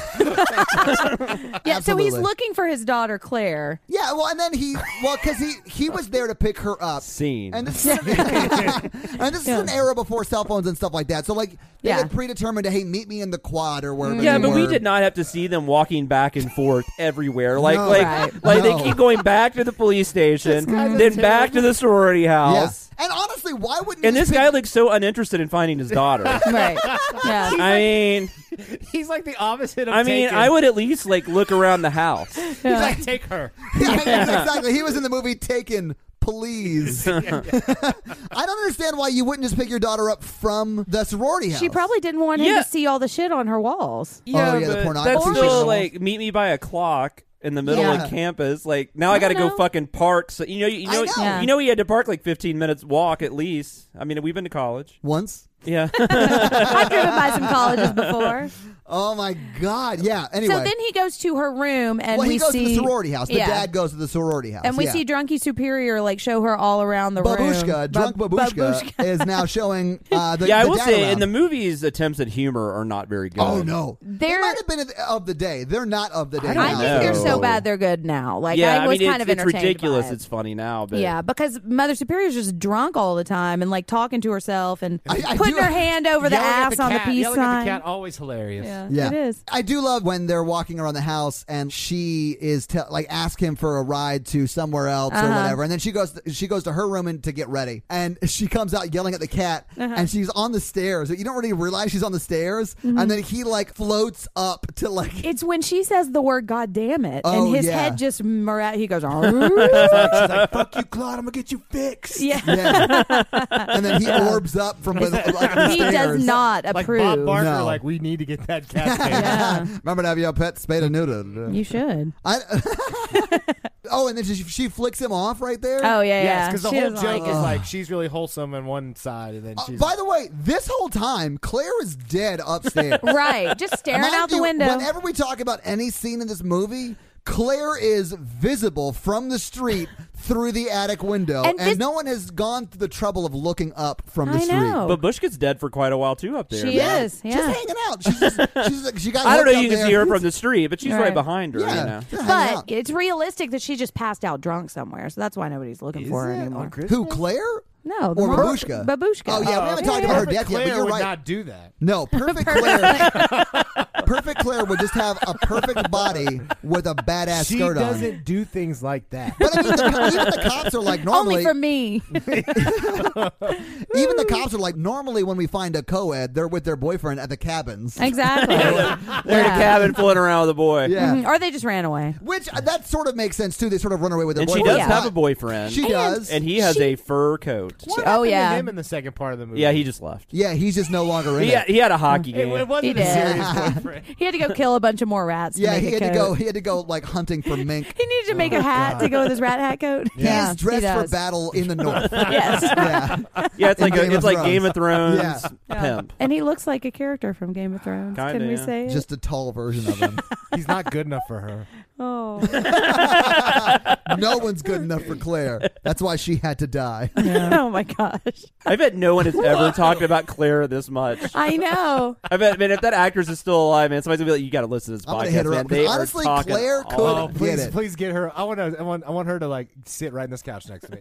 B: Yeah, so he's
A: Absolutely.
B: looking for his daughter Claire.
A: yeah. Well, and then he, well, because he he was there to pick her up,
C: Scene.
A: And this, is, and this is an era before cell phones and stuff like that. So like they
B: Yeah.
A: had predetermined, hey, meet me in the quad or wherever.
C: yeah,
A: you
C: but we
A: were.
C: did not have to see them walking back and forth everywhere. Like,
A: No.
C: like,
B: Right.
C: like
A: No.
C: they keep going back to the police station,
D: guy's
C: then
D: a
C: back to the sorority
A: Yeah.
C: house.
A: And honestly, why wouldn't
C: And
A: you
C: this
A: pick-
C: guy looks so uninterested in finding his daughter.
B: Right. Yeah.
C: I mean,
D: He's like the opposite of
C: I mean,
D: taken.
C: I would at least like look around the house.
D: He's like, take her.
A: Yeah, exactly. He was in the movie Taken. Please. I don't understand why you wouldn't just pick your daughter up from the sorority house.
B: She probably didn't want him
C: Yeah.
B: to see all the shit on her walls.
A: Oh, yeah, the
C: but
A: pornography
C: That's
B: shit.
C: still like meet me by a clock in the middle
A: Yeah.
C: of campus. Like now I
B: I
C: got to go
B: know.
C: fucking park. So you know, you
A: I
C: know,
A: know.
B: Uh-huh. Yeah.
C: you know, he had to park like 15 minutes walk at least. I mean, we've been to college.
A: once.
C: Yeah,
B: I've driven by some colleges before.
A: Oh my god. Yeah. Anyway.
B: So then he goes to her room and
A: well,
B: we
A: he goes
B: see
A: to the sorority house. The
B: Yeah.
A: dad goes to the sorority house.
B: And we
A: yeah.
B: see Drunky Superior like show her all around the
A: Babushka,
B: room.
A: drunk
B: Bab-
A: babushka, is now showing uh, the
C: yeah. I
A: the
C: will
A: dad
C: say,
A: around.
C: in the movies, attempts at humor are not very good.
A: Oh no, they
B: They're-
A: might have been of- of the day. They're not of the day.
C: don't
B: I
A: now.
B: think
C: No.
B: they're so bad they're good now. Like
C: Yeah,
B: I was
C: mean, it's-
B: kind of
C: it's,
B: entertained by
C: ridiculous.
B: it.
C: It's funny now, but
B: yeah, because Mother Superior's just drunk all the time and like talking to herself and
A: I- I
B: putting
A: do-
B: her hand over the
D: Yelling at
B: ass on
D: cat.
B: the peace
D: Yelling at
B: sign.
D: the cat, always hilarious.
B: Yeah,
A: Yeah.
B: it is.
A: I do love when they're walking around the house and she is te- like ask him for a ride to somewhere else or
B: Uh-huh.
A: whatever, and then she goes she goes to her room and to get ready, and she comes out yelling at the cat,
B: Uh-huh.
A: and she's on the stairs. You don't really realize she's on the stairs,
B: Mm-hmm.
A: and then he like floats up to like
B: It's when she says the word "God damn it"
A: Oh,
B: and his
A: yeah.
B: head just mira- he goes, "Arr."
D: She's like, fuck you, Claude. I'm gonna get you fixed.
B: yeah.
A: yeah, and then he orbs up from the, like, the
B: He
A: stairs.
B: does not
D: Like
B: approve.
D: Bob Barker,
A: No.
D: like we need to get that cat. taken.
B: Yeah.
A: Remember to have your pet spayed and neutered.
B: you should.
A: I, oh, and then she, she flicks him off right there.
B: Oh yeah,
D: Yes,
B: yeah.
D: because the
B: She
D: whole
B: doesn't
D: joke
B: like
D: is
B: it.
D: like she's really wholesome on one side, and then
A: Uh,
D: she's
A: by the way, this whole time, Claire is dead upstairs.
B: right, just staring
A: Mind
B: out the
A: you,
B: window.
A: Whenever we talk about any scene in this movie, Claire is visible from the street through the attic window, and,
B: And this-
A: no one has gone through the trouble of looking up from the
B: I
A: street.
B: know.
C: But Bush gets dead for quite a while too up there.
B: She
A: Yeah,
B: is,
A: She's
B: yeah.
A: hanging out. She's just, she's like, she got
C: I don't know.
A: hooked
C: You
A: up
C: can
A: there.
C: see her from the street, but she's right,
B: Right.
C: behind her.
A: Yeah,
C: You know.
A: just hanging
B: But it's realistic that she just passed out drunk somewhere, so that's why nobody's looking
D: Is
B: for her
D: it
B: anymore.
D: on
A: out.
D: Christmas?
A: who Claire?
B: No, the
A: Or
B: mom-
A: Babushka.
B: Babushka.
A: Oh
C: Uh,
A: yeah, we haven't talked
D: Oh, okay.
A: about her
D: Perfect
A: death yet,
D: Claire
A: but you're
D: would
A: right.
D: not do that.
A: No, perfect Claire. perfect Claire would just have a perfect body with a badass
D: she
A: skirt on.
D: doesn't do things like that.
A: But I mean, the, even the cops are like normally.
B: Only for me.
A: even the cops are like normally when we find a co-ed, they're with their boyfriend at the cabins.
B: exactly.
C: They're in a
B: Yeah.
C: cabin floating around with a boy.
A: Yeah,
B: Mhm. Or they just ran away.
A: which uh, that sort of makes sense too. They sort of run away with their
C: And she
A: boyfriend.
C: does
B: Yeah.
C: have a
A: But
C: boyfriend.
A: She does,
C: and he has
B: she-
C: a fur coat.
D: What
B: She-
D: happened
B: oh, yeah.
D: to him in the second part of the movie.
C: Yeah, he just left.
A: yeah, he's just no longer in
C: He
A: it.
C: had, he had a hockey
D: It, it
C: game.
B: He
D: wasn't a
B: did.
D: serious boyfriend.
B: He had to go kill a bunch of more rats. to
A: Yeah,
B: make
A: he
B: a
A: had to
B: coat.
A: go. He had to go like hunting for mink.
B: He needed to make a hat to go with his rat hat coat. Yeah,
A: He's dressed
B: he
A: for
B: does.
A: battle in the north.
B: Yes.
A: yeah,
C: Yeah, it's
A: In
C: like a,
A: Game of
C: it's like
A: Thrones.
C: Game of Thrones
A: Yeah.
C: pimp.
B: And he looks like a character from Game of Thrones.
C: Kinda,
B: Can we
C: yeah.
B: say it?
A: just a tall version of him.
D: He's not good enough for her.
B: Oh,
A: no one's good enough for Claire. That's why she had to die.
B: oh my gosh.
C: I bet no one has ever talked about Claire this much.
B: I know.
C: I bet, man, if that actress is still alive, man, somebody's gonna be like, "You gotta listen to this
A: I'm
C: podcast."
A: gonna hit her
C: man.
A: up, 'cause
C: They are
A: honestly,
C: talking
A: Claire could-
C: all-
D: Oh, please,
A: Get it.
D: please get her. I want to. I want. I want her to like sit right in this couch next to me.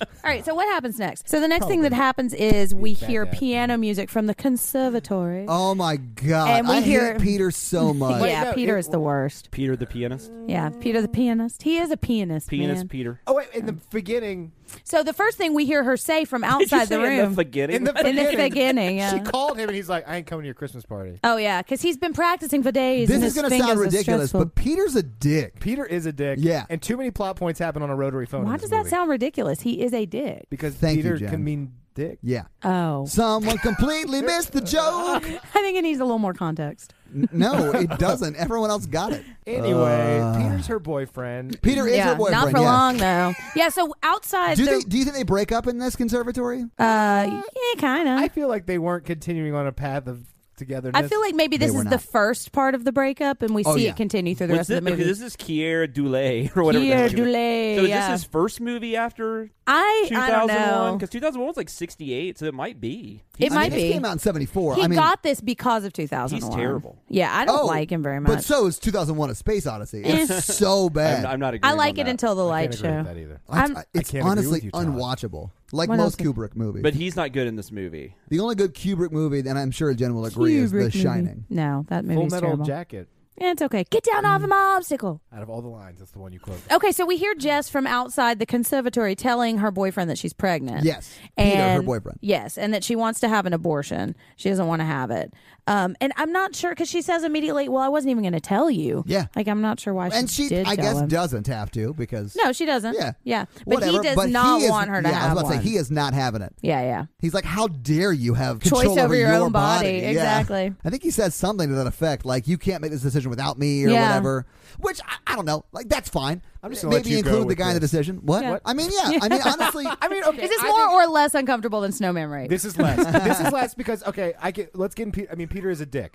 B: All right, so what happens next? So the next thing that happens is we
D: Bad
B: hear
D: dad.
B: piano music from the conservatory.
A: Oh my god!
B: And we
A: I
B: hear-
A: hate Peter so much.
B: yeah,
D: Wait, Oh, no,
B: Peter
D: it-
B: is the worst.
C: Peter the pianist.
B: Yeah, Peter the pianist. He is a pianist.
C: Pianist
B: man.
C: Peter.
D: Oh wait, in the beginning,
B: so the first thing we hear her say from
C: Did you
B: outside the
C: say in
B: room
C: beginning?
D: in the
B: in
D: beginning,
B: the beginning.
D: she
B: Yeah.
D: called him and he's like, "I ain't coming to your Christmas party."
B: Oh yeah, because he's been practicing for days.
A: This
B: and
A: is
B: his
A: gonna sound
B: fingers are
A: ridiculous,
B: stressful.
A: but Peter's a dick.
D: Peter is a dick.
A: Yeah.
D: and too many plot points happen on a rotary phone.
B: why
D: in this
B: does that
D: movie.
B: sound ridiculous? He is a dick.
D: Because
A: Thank you,
D: Peter
A: Jen.
D: can mean dick.
A: Yeah.
B: Oh,
A: Someone completely missed the joke.
B: I think it needs a little more context.
A: N- No, it doesn't. Everyone else got it.
D: Anyway,
A: Uh.
D: Peter's her boyfriend.
A: Peter is
B: yeah,
A: her boyfriend.
B: not for
A: yeah.
B: long though. Yeah, so outside
A: Do
B: the
A: they? Do you think they break up in this conservatory?
B: uh, yeah, kind of.
D: I feel like they weren't continuing on a path of togetherness.
B: I feel like maybe this
A: They were
B: is the
A: not.
B: first part of the breakup, and we
A: Oh,
B: see
A: yeah.
B: it continue through the
C: What's
B: rest of the
C: this-
B: movie.
C: This is Kier Dulé or whatever. the
B: Pierre
C: hell his name is.
B: Dulé,
C: So is
B: yeah.
C: this his first movie after
B: I I don't
C: 2001?
B: know.
C: Because 2001 was like 68, so it might be.
B: It
A: I
B: might
A: mean,
B: be.
A: This came out in '74.
B: He
A: I mean,
B: got this because of 2001.
C: He's terrible.
B: Yeah, I don't
A: oh,
B: like him very much.
A: But so is 2001: A Space Odyssey.
B: Eh.
A: It's so bad.
C: I'm, I'm not.
B: I
C: agreeing
B: like
C: on
B: it
C: that.
B: until the
D: I
B: light
D: can't agree
B: show.
D: with that either.
A: I-
B: I'm-
A: I- it's
D: I can't agree
A: honestly
D: with you, Todd.
A: unwatchable, like
B: What else
A: most
B: can-
A: Kubrick movies.
C: But he's not good in this movie.
A: the only good Kubrick movie that I'm sure Jen will agree is
B: Kubrick
A: The
B: movie.
A: Shining.
B: No, that
D: Full
B: movie's
D: Metal
B: terrible.
D: Jacket.
B: Yeah, it's okay. Get down off of my obstacle.
D: Out of all the lines, that's the one you quote.
B: Okay, so we hear Jess from outside the conservatory telling her boyfriend that she's pregnant.
A: Yes,
B: And,
A: Peter, her boyfriend.
B: Yes, and that she wants to have an abortion. She doesn't want to have it. Um, and I'm not sure because she says immediately, "Well, I wasn't even going to tell you."
A: Yeah.
B: like I'm not sure why
A: and she,
B: she, did
A: I
B: tell
A: guess,
B: him.
A: doesn't have to because
B: no, she doesn't.
A: Yeah.
B: yeah, but
A: whatever.
B: he does
A: but
B: not
A: he is-
B: want her to
A: yeah,
B: have
A: I was about
B: one.
A: to say he is not having it.
B: yeah, yeah.
A: He's like, "How dare you have
B: Choice
A: control
B: over your
A: your
B: own body."
A: Yeah.
B: Exactly.
A: I think he says something to that effect, like, "You can't make this decision without me" or
B: Yeah.
A: whatever. Which I, I don't know. Like that's fine. I'm
D: just gonna
A: maybe
D: let you go
A: include the
D: with
A: guy in the
D: this.
A: decision. What?
B: Yeah. What?
A: I mean, yeah. I mean, honestly,
D: I mean, okay.
B: Is this
D: I
B: more
D: think
B: or less uncomfortable than snowman rape?
D: This is less. this is less because okay, I get. Let's get. In Pe- I mean, Peter is a dick.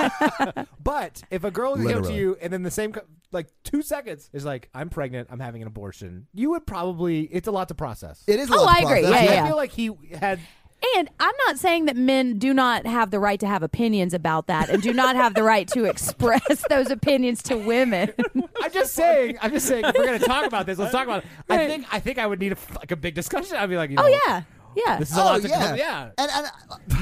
D: but if a girl is up to
A: Literally.
D: you and then the same, co- like two seconds is like, I'm pregnant. I'm having an abortion. You would probably. It's a lot to process.
A: it is. a
B: Oh,
A: lot
B: I
A: to
B: agree.
A: process.
B: Yeah, yeah,
D: I feel like he had.
B: and I'm not saying that men do not have the right to have opinions about that and do not have the right to express those opinions to women.
D: I'm just saying. I'm just saying. If we're gonna talk about this, let's talk about it. I think. I think I would need a, like a big discussion. I'd be like, you know,
B: Oh yeah, yeah.
D: This is a
A: Oh
D: lot to
A: yeah,
D: come- yeah.
A: And, and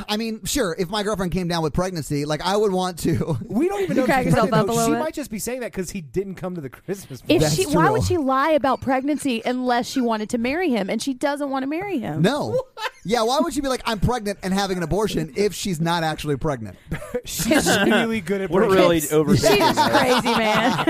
A: I mean, sure. If my girlfriend came down with pregnancy, like I would want to.
D: We don't even know. if
B: crack
D: she's
B: yourself
D: pregnant,
B: up a
D: though.
B: little
D: she
B: bit.
D: might just be saying that because he didn't come to the Christmas. party.
B: If
A: That's
B: she, why would
A: true.
B: she lie about pregnancy unless she wanted to marry him and she doesn't want to marry him?
A: No. Yeah, why would she be like, I'm pregnant and having an abortion if she's not actually pregnant?
D: She's really good at.
C: We're
D: breaking-
C: really
B: she's
C: overthinking.
B: just
C: that.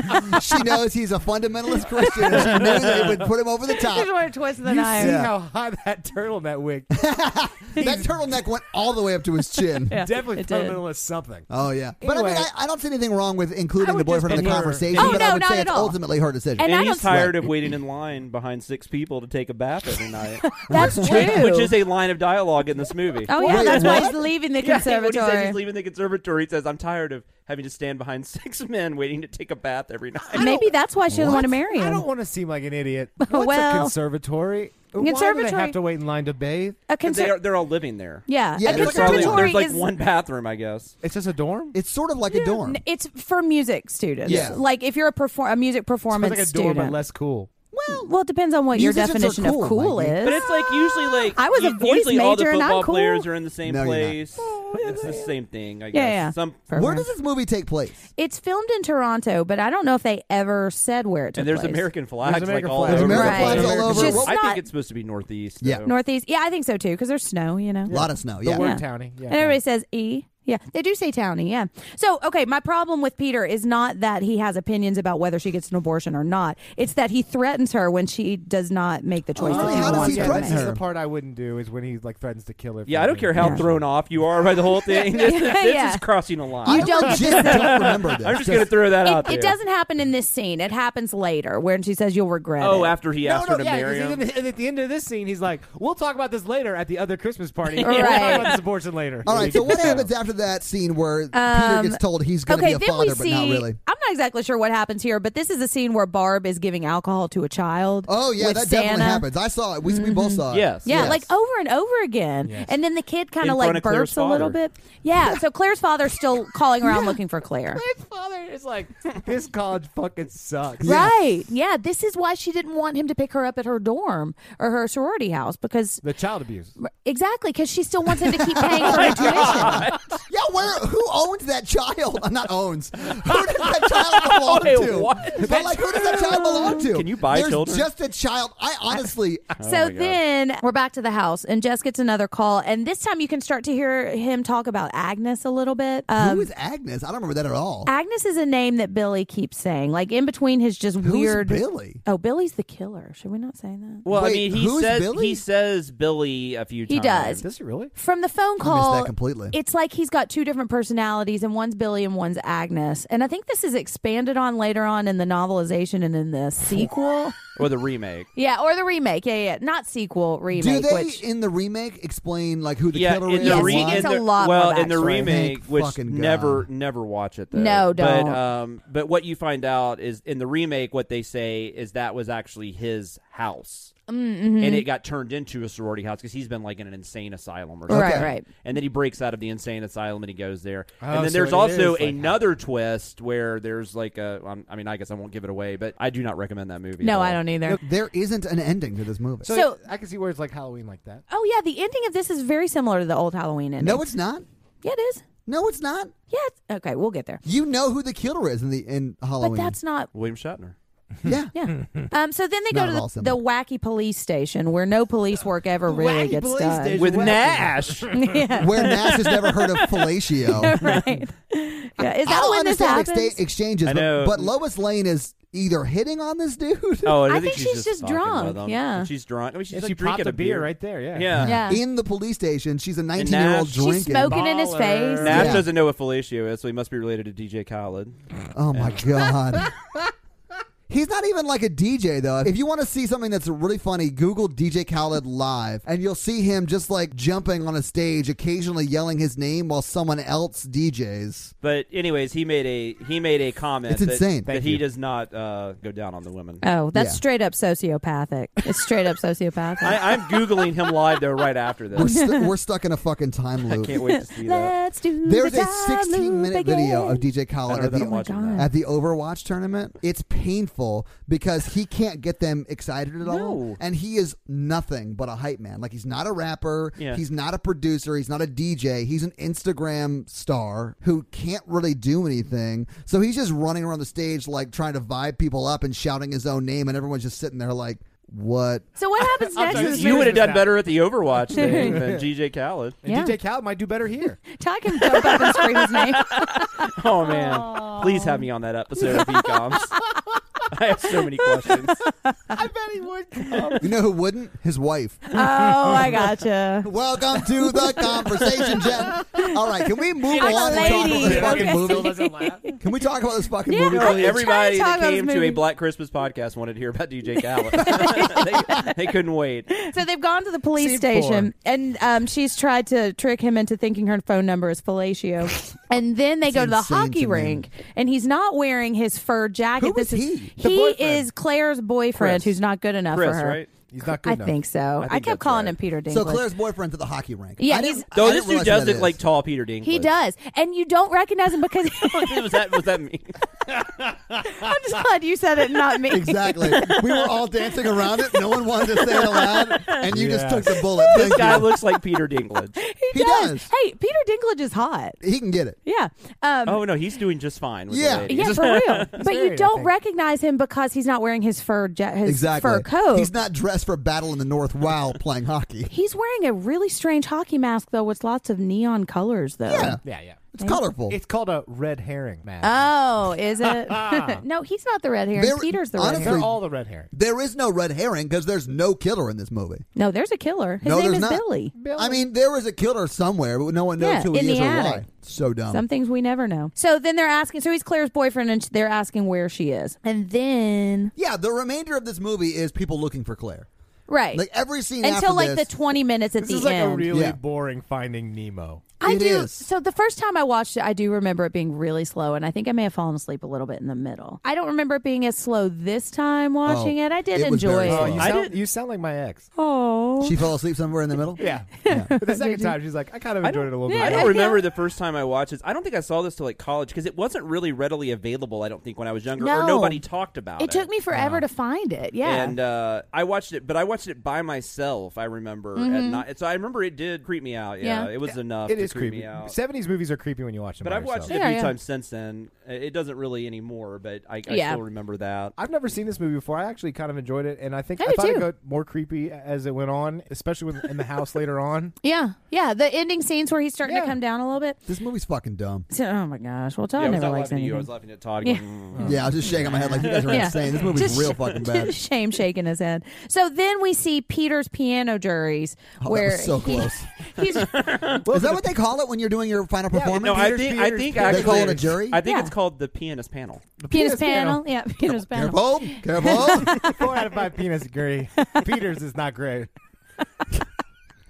B: crazy, man.
A: She knows he's a fundamentalist Christian and she knew that it would put him over the
B: She's
A: top.
B: one twist the
D: You see
B: knife.
A: Yeah.
D: how high that turtleneck wig
A: That turtleneck went all the way up to his chin.
D: definitely
B: it did.
D: fundamentalist something.
A: Oh, yeah. But I
D: Anyway.
A: mean, I, I don't see anything wrong with including
D: I
A: the
D: would just
A: boyfriend in the
D: prefer-
A: conversation,
B: Oh,
A: but
B: no,
A: I would
B: not
A: say
B: at
A: it's
B: all.
A: ultimately her decision.
B: And
C: And,
B: I
C: he's
B: don't-
C: tired of waiting in line behind six people to take a bath every night,
B: That's true.
C: which is a line of dialogue in this movie.
B: oh yeah,
A: Wait,
B: that's why
A: what?
B: he's leaving the
C: Yeah, when he says
B: conservatory.
C: he's leaving the conservatory, he says, "I'm tired of having to stand behind six men waiting to take a bath every night."
B: Maybe that's why she doesn't want to marry
D: I
B: him.
D: don't want to seem like an idiot. What's
B: Well-
D: a conservatory? Why do
B: Conservatory-
D: they have to wait in line to bathe?
B: a
C: And they
B: conser-
C: are, they're all living there.
B: yeah,
A: Yeah,
B: a
A: And
C: There's, probably,
B: conservatory
C: there's like
B: is
C: one bathroom, I guess.
D: It's just a dorm.
A: It's sort of like a dorm.
B: n- It's for music students.
A: Yeah.
B: Like if you're a perform a music performance
D: Sounds like a dorm,
B: student.
D: but less cool.
B: well, well, it depends on what your
A: Musicians are
B: definition
A: cool,
B: of cool
A: Mikey.
B: is.
C: But it's like usually like
B: I was a
C: u-
B: voice
C: usually all the
B: major and I'm
C: football
B: cool. Oh,
C: players are in the same
A: No, you're not.
C: place. it's the same thing, I guess.
B: yeah.
C: Some
A: Where does this movie take place?
B: It's filmed in Toronto, but I don't know if they ever said where it took
C: and there's
B: place.
C: American flags
D: There's
C: like
D: American
C: all
D: flags.
C: over.
A: There's American
C: the
B: flags
C: place.
B: all Right. over. It's just
C: I
B: not-
C: think it's supposed to be northeast.
A: Yeah.
C: though.
B: Northeast. Yeah, I think so too, because there's snow, you know.
A: A lot of snow, yeah.
D: The word
B: Yeah.
D: townie. Yeah.
B: And everybody says E. Yeah, they do say townie. Yeah. So, okay, my problem with Peter is not that he has opinions about whether she gets an abortion or not. It's that he threatens her when she does not make the choice that
A: really?
B: she
A: Oh, How does
B: wants.
A: he
B: to
D: yeah, this
A: threaten
B: make.
D: is
A: her?
D: the part I wouldn't do is when he like threatens to kill her.
C: Yeah, I don't care how
B: Yeah.
C: thrown off you are by the whole thing. This, this
B: Yeah.
C: is crossing a line.
B: You
A: I
B: don't get
A: legit don't remember this.
C: I'm just going to throw that out
B: It,
C: there.
B: it doesn't happen in this scene. It happens later, when she says you'll regret
C: Oh,
B: it.
C: after he
D: No,
C: asked
D: no,
C: her to
D: yeah,
C: marry
D: 'cause
C: him.
D: even at the end of this scene, he's like, "We'll talk about this later at the other Christmas party.
B: Right.
D: We'll talk about this abortion later."
A: All right, so what happens after that scene where Peter
B: Um,
A: gets told he's going to
B: okay,
A: be a
B: then we
A: father, but
B: see.
A: not really.
B: I'm not exactly sure what happens here, but this is a scene where Barb is giving alcohol to a child.
A: Oh yeah,
B: with
A: that
B: Santa. Mm-hmm.
A: definitely happens. I saw it. We, we both saw it.
C: Yes.
B: Yeah,
A: Yes.
B: like over and over again.
D: Yes.
B: And then the kid kind of
C: In front
B: like
C: of Claire's
B: burps a little
C: father.
B: bit. Yeah, so Claire's father's still calling around looking for Claire.
D: His father is like, this college fucking sucks.
A: Yeah.
B: Right. Yeah, this is why she didn't want him to pick her up at her dorm or her sorority house because
D: The child abuse.
B: exactly because she still wants him to keep paying
C: Oh
B: for her tuition.
A: Yeah, where who owns that child? Uh, Not owns. Who does that child belong
C: Hey,
A: to?
C: what?
A: But like, who does that child belong to?
C: Can you buy
A: There's
C: children?
A: Just a child. I honestly,
B: so
C: Oh my God.
B: then we're back to the house, and Jess gets another call, and this time you can start to hear him talk about Agnes a little bit. Um,
A: who is Agnes? I don't remember that at all.
B: Agnes is a name that Billy keeps saying, like in between his just
A: Who's
B: weird.
A: Billy?
B: Oh, Billy's the killer. Should we not say that?
C: Well,
A: Wait,
C: I mean, he
A: who's
C: says
A: Billy?
C: he says Billy a few
B: He
C: times.
B: does.
D: Does he really?
B: From the phone
A: I missed
B: call,
A: that completely.
B: it's like he's got two different personalities, and one's Billy and one's Agnes. And I think this is expanded on later on in the novelization and in the sequel.
C: Or the remake.
B: yeah, or the remake. Yeah, yeah, not sequel remake.
A: Do they
B: which
A: in the remake explain like who the
C: yeah,
A: killer
C: in
A: is?
C: the
B: Yes,
C: re-
B: he
A: why?
B: gets
C: in
B: a
C: the-
B: lot more
C: well, in the
B: backstory.
C: remake,
A: Thank
C: which
A: fucking God.
C: never never watch it. Though.
B: No, don't.
C: But um, but what you find out is in the remake, what they say is that was actually his house,
B: Mm, mm-hmm.
C: and it got turned into a sorority house because he's been like in an insane asylum or something.
B: Right,
A: Okay.
B: right.
C: And then he breaks out of the insane asylum and he goes there.
D: Oh,
C: and then
D: so
C: there's
D: it
C: also
D: is, like,
C: another twist where there's like a. um, I mean, I guess I won't give it away, but I do not recommend that movie. at
B: No,
C: all.
B: I don't e- either.
A: There isn't an ending to this movie.
D: So,
B: So-
D: I can see where it's like Halloween like that.
B: Oh yeah, the ending of this is very similar to the old Halloween ending.
A: no, it's not.
B: yeah, it is.
A: No, it's not.
B: Yeah, it's, okay, we'll get there.
A: You know who the killer is in the in
B: But
A: Halloween.
B: that's not.
C: William Shatner.
A: yeah.
B: Yeah.
D: Mm-hmm.
B: Um. So then they
A: Not
B: go
A: at all
B: to the, the
A: similar.
B: wacky police station where no police work ever really
D: Wacky
B: gets
D: police
B: done.
D: station.
C: With
D: wacky.
C: Nash.
B: yeah.
A: Where Nash has never heard of fellatio.
B: right. Yeah. Is
A: I
B: that
A: don't
B: when this
A: understand
B: happens?
A: exta- exchanges,
C: I
A: but,
C: know.
A: but Lois Lane is either hitting on this dude
C: Oh, I,
B: I think she's just
C: fucking
B: drunk,
C: with him.
B: yeah.
C: she's drunk. I mean, she's
D: And
C: like
D: she
C: drinking
D: popped a beer, right there. Yeah.
B: Yeah.
C: Yeah.
A: in the police station. She's a 19
C: Nash-
A: year old
C: She's
A: drinking.
B: smoking in his
D: Baller.
B: face.
D: Nah.
C: Nash
A: Yeah.
C: doesn't know what fellatio is, so he must be related to DJ Khaled.
A: Oh my god. He's not even like a DJ though. If you want to see something that's really funny, Google DJ Khaled live, and you'll see him just like jumping on a stage, occasionally yelling his name while someone else DJs.
C: But anyways, he made a he made a comment.
A: It's
C: that,
A: insane.
C: that
D: Thank
C: he
D: you.
C: does not uh, go down on the women.
B: Oh, that's
A: Yeah.
B: straight up sociopathic. It's straight up sociopathic.
C: I, I'm googling him live though right after
A: We're,
C: this.
A: st- we're stuck in a fucking time loop.
C: Can't wait to see that.
B: Let's do
A: There's
B: the
A: a
B: time
A: 16 minute
B: loop again.
A: video of DJ
C: I don't
A: Khaled
C: know
A: at
C: that I'm
A: the,
C: watching
B: God.
C: that.
A: at the Overwatch tournament. It's painful because he can't get them excited at all,
C: No.
A: and he is nothing but a hype man. Like he's not a rapper,
C: Yeah.
A: he's not a producer, he's not a DJ. He's an Instagram star who can't really do anything. So he's just running around the stage like trying to vibe people up and shouting his own name, and everyone's just sitting there like, "What?"
B: So what happens
D: I'm
B: next
D: sorry,
B: is
D: this
C: You
D: is-
C: would have done
D: Yeah.
C: better at the Overwatch thing than DJ Khaled.
D: And
B: Yeah.
D: DJ Khaled might do better here.
B: Ty can jump up and scream his name.
C: Oh man, please have me on that episode of Ecoms. I have so many questions.
D: I bet he would.
A: You know who wouldn't? His wife.
B: Oh, I gotcha.
A: Welcome to the conversation, Jen. All right, can we move
B: I'm a
A: on and talk
B: lady.
A: about this
B: Yeah,
A: fucking
B: okay.
A: movie?
D: Still doesn't laugh.
A: Can we talk about this fucking
B: Yeah.
A: movie?
B: No.
A: please?
B: trying
C: Everybody
B: to talk
C: that
B: about
C: came
B: this
C: to a
B: movie.
C: Black Christmas podcast wanted to hear about DJ Khaled. they, they couldn't wait.
B: So they've gone to the police
D: Scene
B: station, and um, she's tried to trick him into thinking her phone number is fellatio. and then they
A: It's
B: go to the
A: insane
B: hockey
A: to me.
B: rink, and he's not wearing his fur jacket.
A: Who
B: this
A: is
B: is
A: he?
B: he
A: The boyfriend.
B: is Claire's boyfriend,
C: Chris.
B: who's not good enough
C: Chris,
B: for her.
C: right?
D: He's not good
B: I
D: enough.
B: think so. I,
C: think
B: kept
C: that's
B: calling
C: right.
B: him Peter Dinklage.
A: So Claire's boyfriend's at the hockey rink.
B: Yeah,
A: I didn't-
B: he's-
A: I
C: Though
A: didn't
C: this dude
A: realize who that
C: does look
A: is.
C: like tall Peter Dinklage.
B: he does, and you don't recognize him because
C: what was that? What that mean?
B: I'm just glad you said it, not me.
A: Exactly. We were all dancing around it. No one wanted to say it aloud, and you just
D: Yeah.
A: took the bullet.
C: This
A: Thank
C: guy
A: you.
C: looks like Peter Dinklage.
A: He does.
B: Hey, Peter Dinklage is hot.
A: He can get it.
B: Yeah. Um,
C: Oh no, he's doing just fine. With
A: Yeah.
C: the ladies.
B: Yeah, for real. but
D: married,
B: you
D: I
B: don't
D: think.
B: recognize him because he's not wearing his fur ja- his
A: Exactly.
B: fur coat.
A: He's not dressed for battle in the north while playing hockey.
B: He's wearing a really strange hockey mask though, with lots of neon colors though.
A: Yeah,
D: Yeah, yeah.
A: it's colorful.
D: It's called a red herring, man.
B: Oh, is it? no, he's not the red hair.
A: There-
B: Peter's the red
A: honestly-
B: hair.
D: They're all the red herring.
A: There is no red herring because there's no killer in this movie.
B: No, there's a killer. His
A: no,
B: name
A: there's
B: is
A: not.
B: Billy.
A: I mean, there was a killer somewhere, but no one knows
B: Yeah,
A: who he
B: in the
A: is or
B: attic.
A: why. So dumb.
B: Some things we never know. So then they're asking. So he's Claire's boyfriend, and they're asking where she is. And then
A: yeah, the remainder of this movie is people looking for Claire.
B: right
A: Like every scene
B: until
A: after
B: like
A: this,
B: the 20 minutes at
D: This
B: the
D: is like
B: end.
D: a really
A: Yeah.
D: boring Finding Nemo.
B: I
A: It
B: do.
A: is.
B: So the first time I watched it, I do remember it being really slow, and I think I may have fallen asleep a little bit in the middle. I don't remember it being as slow this time watching
A: Oh,
B: it. I did
A: it was
B: enjoy
A: very
D: Oh,
A: slow.
B: it.
D: you
C: I
D: sound,
C: didn't-
D: you sound like my ex.
B: Oh,
A: She fell asleep somewhere in the middle.
D: Yeah. But the second time, she's like, I kind of
C: I
D: enjoyed it a little
C: I
D: bit.
C: don't remember the first time I watched this. I don't think I saw this till like college because it wasn't really readily available. I don't think when I was younger,
B: No.
C: or nobody talked about it.
B: it took me
A: Um,
B: forever to find it. Yeah.
C: And uh, I watched it, but I watched it by myself. I remember at night, so I remember it did creep me out. Yeah,
B: Yeah.
C: it was enough.
D: It
C: to
D: is
C: creep
D: creepy.
C: me out.
D: 70s movies are creepy when you watch them.
C: But
D: by
C: I've watched it a
D: yourself.
B: Yeah,
C: few
B: yeah.
C: times since then. It doesn't really anymore, but I, I
B: Yeah.
C: still remember that.
D: I've never seen this movie before. I actually kind of enjoyed it, and I think
B: I
D: I
B: do
D: thought
B: too.
D: it got more creepy as it went on, especially when, in the house later on.
B: yeah, yeah. The ending scenes where he's starting
D: Yeah.
B: to come down a little bit.
A: This movie's fucking dumb.
B: So, oh my gosh. Well, Todd
C: yeah, I was
B: never
C: not
B: likes
C: laughing at you.
B: anything.
C: I was laughing at Todd.
B: Yeah.
C: going, "Mm."
A: Yeah, I was just shaking my head like you guys are insane. This movie's
B: Just-
A: real fucking bad.
B: just shame shaking his head. So then we see Peter's piano juries,
A: Oh, that
B: where
A: was so
B: he-
A: close.
B: he's
A: Is that what they call it when you're doing your final
D: Yeah,
A: performance?
C: No, I
D: Peter's
C: think I
D: Peter's
C: think
D: Peter's.
A: they call it a
C: actually
A: jury.
C: I think
B: Yeah.
C: it's called the pianist panel.
D: The
B: penis panel. Yeah, penis panel.
A: Careful, careful.
D: Four out of five penis agree. Peter's is not great.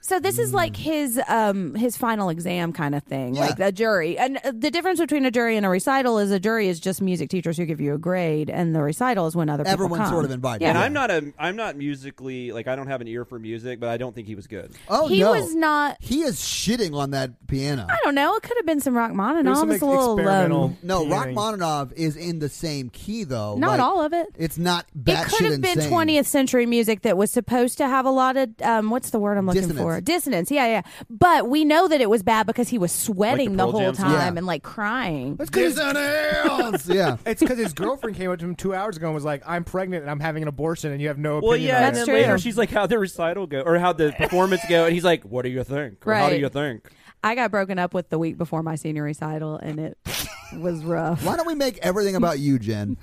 B: So this is like his um his final exam kind of thing,
A: Yeah.
B: like a jury. And uh, the difference between a jury and a recital is a jury is just music teachers who give you a grade, and the recital is when other people
A: Everyone's
B: come.
A: sort of invited.
B: Yeah.
C: And I'm not a I'm not musically like I don't have an ear for music, but I don't think he was good.
A: oh
B: he
A: no,
B: was not.
A: he is shitting on that piano.
B: I don't know. It could have been some
D: There's
B: Rachmaninoff.
D: some
B: It's
D: ex-
B: a little
D: experimental.
B: um,
A: No,
D: pianing.
A: Rachmaninoff is in the same key though.
B: not
A: Like,
B: all of it.
A: It's not
B: It
A: batshit
B: could have been
A: insane.
B: 20th century music that was supposed to have a lot of um, what's the word I'm looking
A: Dissonance.
B: for? Dissonance. Yeah, yeah. But we know that it was bad because he was sweating
C: Like
B: the,
C: the Pearl
B: whole
C: Jam song?
B: time
A: Yeah.
B: and like crying.
A: Dissonance. yeah.
D: It's because his girlfriend came up to him two hours ago and was like, "I'm pregnant and I'm having an abortion, and you have no opinion."
C: Well, yeah,
D: on
C: and
D: it."
B: That's
C: then
B: true.
C: later she's like, "How the recital go, or how the performance go?" And he's like, "What do you think? Or How do
B: Right.
C: you think?"
B: I got broken up with the week before my senior recital, and it was rough.
A: Why don't we make everything about you, Jen?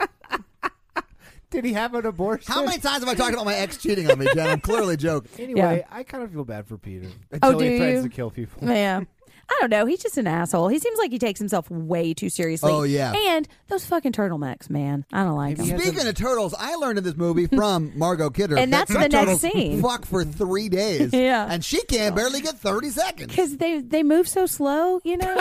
D: Did he have an abortion?
A: How many times have I talked about my ex cheating on me, Jen? I'm clearly joking.
D: Anyway, I kind of feel bad for Peter until
B: do
D: he threatens
B: you?
D: to kill people.
B: Yeah. I don't know. He's just an asshole. He seems like he takes himself way too seriously.
A: Oh, yeah.
B: And those fucking turtlenecks, man. I don't like
D: Maybe
B: them.
D: he
A: Speaking of turtles, I learned in this movie from Margot Kidder,
B: And
A: that
B: that's the
A: some
B: next
A: turtles
B: scene.
A: Fuck for three days,
B: Yeah.
A: and she can barely get thirty seconds.
B: Because they, they move so slow, you know?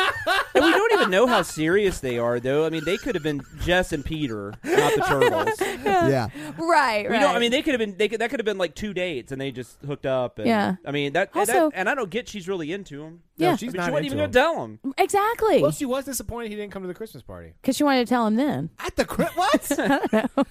C: And we don't even know how serious they are, though. I mean, they could have been Jess and Peter, not the turtles.
A: Yeah,
B: right, right.
C: We don't. I mean, they could have been. They could, that could have been like two dates, and they just hooked up. And,
B: Yeah.
C: I mean that.
B: Also-
C: that- and I don't get she's really into him.
B: Yeah.
D: No, she's
C: I mean,
D: not
C: she wasn't
D: into
C: even
D: him.
C: gonna tell him.
B: exactly.
D: Well, she was disappointed he didn't come to the Christmas party.
B: Because she wanted to tell him then.
A: at the cri- what?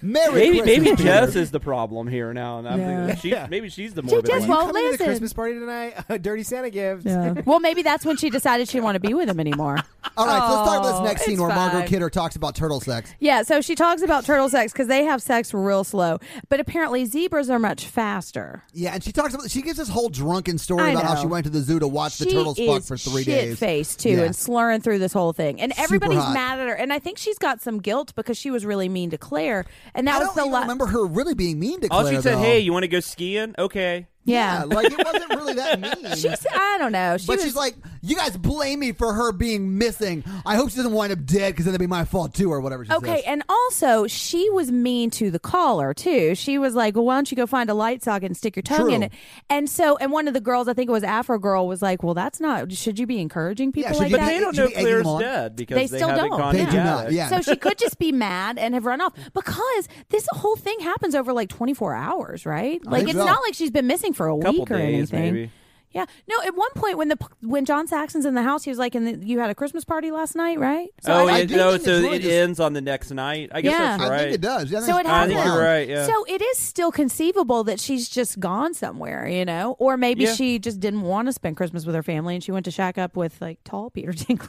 A: Merry
C: Maybe
A: Christmas,
C: maybe
A: Peter.
C: Jess is the problem here now, and I'm thinking that she,
D: Yeah.
C: maybe she's the
B: She
C: morbid
B: just
C: one.
D: You
B: won't
D: coming to the
B: listen.
D: Christmas party tonight? Dirty Santa gives.
B: well, maybe that's when she decided she didn't want to be with him anymore.
A: All right, so let's talk about
B: Oh,
A: this next scene
B: it's
A: where Margot
B: fine.
A: Kidder talks about turtle sex.
B: Yeah, so she talks about turtle sex because they have sex real slow. But apparently, zebras are much faster.
A: Yeah, and she talks about she gives this whole drunken
B: I
A: story about how
B: know.
A: she went to the zoo to watch the
B: she
A: turtles
B: is
A: fuck for three days.
B: Face too,
A: Yeah.
B: and slurring through this whole thing, and
A: Super
B: everybody's
A: hot.
B: mad at her. And I think she's got some guilt because she was really mean to Claire, and that
A: I
B: was
A: don't
B: the
A: even
B: la-
A: remember her really being mean to
C: All
A: Claire.
C: she said,
A: though.
C: "Hey, you want to go skiing? Okay."
B: Yeah,
A: like it wasn't really that mean.
B: she said, I don't know. She
A: but
B: was,
A: she's like, you guys blame me for her being missing. I hope she doesn't wind up dead because then it'd be my fault too, or whatever. She
B: Okay,
A: says.
B: and also she was mean to the caller too. She was like, "Well, why don't you go find a light socket and stick your tongue in
A: True.
B: it?" And so, and one of the girls, I think it was Afro Girl, was like, "Well, that's not. Should you be encouraging people
A: should
B: like
A: you
C: But
B: that?"
C: they don't
A: should
C: know
A: we egg
C: Claire's
A: them on?
C: dead because
B: They
C: they,
B: still
C: haven't
B: don't.
C: gone
A: They
C: to
A: do
C: the
A: not,
C: attic.
A: yeah.
B: So she could just be mad and have run off because this whole thing happens over like 24 hours, right? Like
A: think
B: it's
A: so.
B: not like she's been missing for a
C: Couple
B: week or
C: days,
B: anything.
C: maybe.
B: Yeah. No, at one point when the when John Saxon's in the house, he was like, "And the- you had a Christmas party last night, right?" So
C: oh,
A: I- I
C: it,
A: do
C: no,
A: think
C: so
A: it's really
C: it
A: just-
C: ends on the next night. I guess
B: Yeah.
C: that's
A: I
C: right.
A: think it does. Yeah, I
B: So
A: think
B: it
A: it's-
C: I
B: happened.
C: think you're right. Yeah.
B: So it is still conceivable that she's just gone somewhere, you know, or maybe
C: Yeah.
B: she just didn't want to spend Christmas with her family and she went to shack up with like tall Peter Dinklage.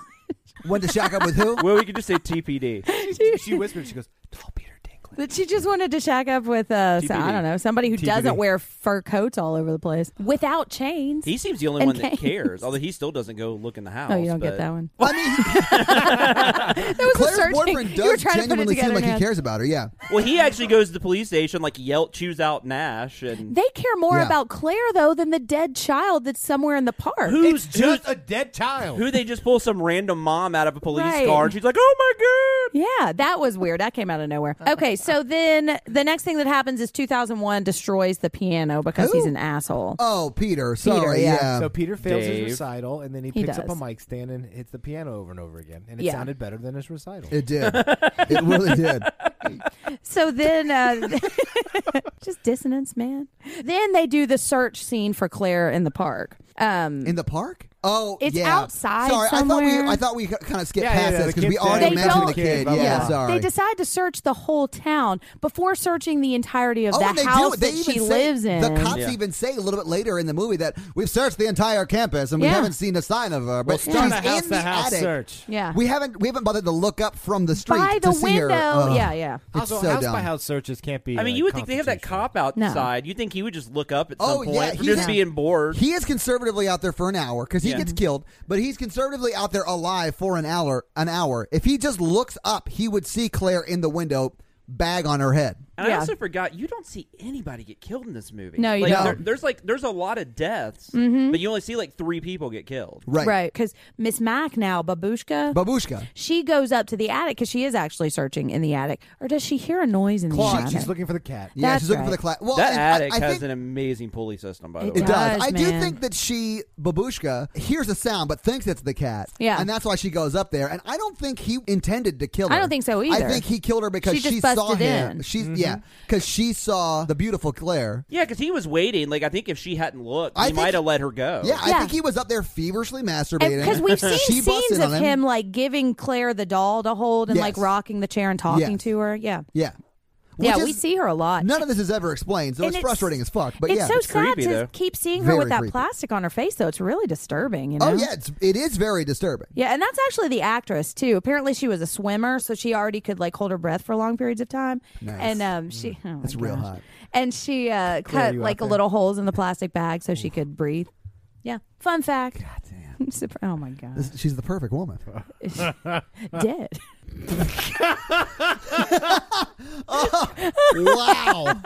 A: Went to shack up with who?
C: well, we could just say TPD.
D: She whispered, she goes, "Tall Peter Dinklage."
B: That she just wanted to shack up with, uh, so, I
C: TBD.
B: don't know, somebody who
D: TBD.
B: doesn't wear fur coats all over the place without chains.
C: He seems the only
B: And
C: one
B: Kane.
C: that cares, although he still doesn't go look in the house.
B: oh, you don't get
C: but-
B: that one.
A: Well, I mean,
B: That was a
A: Claire's
B: searching-
A: boyfriend
B: you were
A: does
B: trying to put it
A: genuinely
B: together.
A: seem like
B: in your
A: he
B: head.
A: cares about her. Yeah,
C: Well, he actually goes to the police station, like yells, chews out Nash, and
B: They care more
A: Yeah.
B: about Claire though than the dead child that's somewhere in the park.
C: who's who,
D: Just a dead child.
C: who they just pull some random mom out of a police
B: Right.
C: car, and she's like, "Oh my god!"
B: Yeah, that was weird. That came out of nowhere. Okay, so then the next thing that happens is 2001 destroys the piano because
A: Who?
B: he's an asshole.
A: Oh, Peter. Sorry.
B: yeah.
A: yeah.
D: So Peter fails
C: Dave.
D: his recital, and then he,
B: He
D: picks up
B: does.
D: a mic stand and hits the piano over and over again, and it
B: Yeah.
D: sounded better than his recital.
A: It did. it really did.
B: So then, uh, just dissonance, man. Then they do the search scene for Claire in the park. Um,
A: In the park? Oh,
B: It's
A: yeah.
B: outside
A: Sorry,
B: somewhere.
A: I thought we I thought we kind of skipped
D: Yeah, yeah,
A: past
D: yeah,
A: this
D: the
A: because we
D: kid's
A: already
B: dead. They
A: mentioned the
B: don't-
A: kid.
D: Blah,
A: yeah,
D: blah, blah.
A: sorry.
B: They decide to search the whole town before searching the entirety of
A: Oh, and
B: the
A: they
B: house
A: do. They
B: that
A: even
B: she
A: say,
B: lives in.
A: The cops
C: Yeah.
A: even say a little bit later in the movie that we've searched the entire campus and we
B: Yeah.
A: haven't seen a sign of her. But she's
D: start a
A: in the
D: house-to-house
A: attic.
D: search.
B: yeah,
A: We haven't we haven't bothered to look up from the street
B: by the
A: to see
B: window.
A: her. Ugh.
B: yeah, yeah.
A: It's
D: also,
A: so
D: house
A: dumb.
D: by house searches can't be.
C: I mean,
D: uh,
C: you would think they have that
D: constitutional.
C: cop outside. You think he would just look up at some
A: Oh
C: point
A: yeah,
C: from
A: he's-
C: just being bored.
A: He is conservatively out there for an hour because he
C: Yeah.
A: gets killed, but he's conservatively out there alive for an hour. An hour. If he just looks up, he would see Claire in the window, bag on her head.
C: and I
B: Yeah.
C: also forgot you don't see anybody get killed in this movie.
B: No, you
C: like,
B: don't. Mm-hmm.
C: there- there's like there's a lot of deaths, but you only see like three people get killed.
A: Right.
B: Right, because Miss Mac now, Babushka,
A: Babushka.
B: she goes up to the attic because she is actually searching in the attic. Or does she hear a noise in
A: Claude,
B: the attic?
D: She- She's looking for the cat.
A: Yeah,
B: That's
A: she's looking
B: right.
A: for the class. Well,
C: That
A: and I-
C: attic
A: I,
C: has
A: think
C: an amazing pulley system, by the
B: It
C: way.
A: it does.
B: Does,
A: I do
B: man.
A: think that she Babushka hears a sound but thinks it's the cat.
B: Yeah.
A: and that's why she goes up there. And I don't think he intended to kill her.
B: I don't think so either.
A: I think he killed her because
B: She just
A: saw
B: busted
A: him.
B: in.
A: She's
C: Mm-hmm.
A: yeah, because she saw the beautiful Claire.
C: Yeah, because he was waiting. Like I think if she hadn't looked,
A: I
C: he
A: think-
C: might have let her go.
A: Yeah, I
B: Yeah.
A: think he was up there feverishly masturbating
B: because we've seen
A: She busted
B: scenes of
A: on him.
B: him. like giving Claire the doll to hold and like
A: Yes.
B: rocking the chair and talking
A: Yes.
B: to her. Yeah,
A: Yeah,
B: yeah,
A: Which
B: we
A: is-
B: see her a lot.
A: None of this is ever explained, so
B: And
A: it's,
B: it's-
A: frustrating as fuck. But
B: it's
A: yeah,
B: so sad
C: creepy,
B: to
C: though.
B: keep seeing her
A: Very
B: with that
A: creepy.
B: plastic on her face, though. It's really disturbing, you know.
A: oh yeah, it's, it is very disturbing.
B: Yeah, and that's actually the actress too. Apparently, she was a swimmer, so she already could like hold her breath for long periods of time.
A: Nice. Mm.
B: And um, she oh my
A: That's real
B: gosh.
A: hot.
B: And she uh,
D: Claire,
B: cut
D: you out
B: like
D: there?
B: little holes in the plastic bag so she could breathe. Yeah, fun fact. Surpri- Oh my god,
A: This- She's the perfect woman.
B: dead.
A: wow.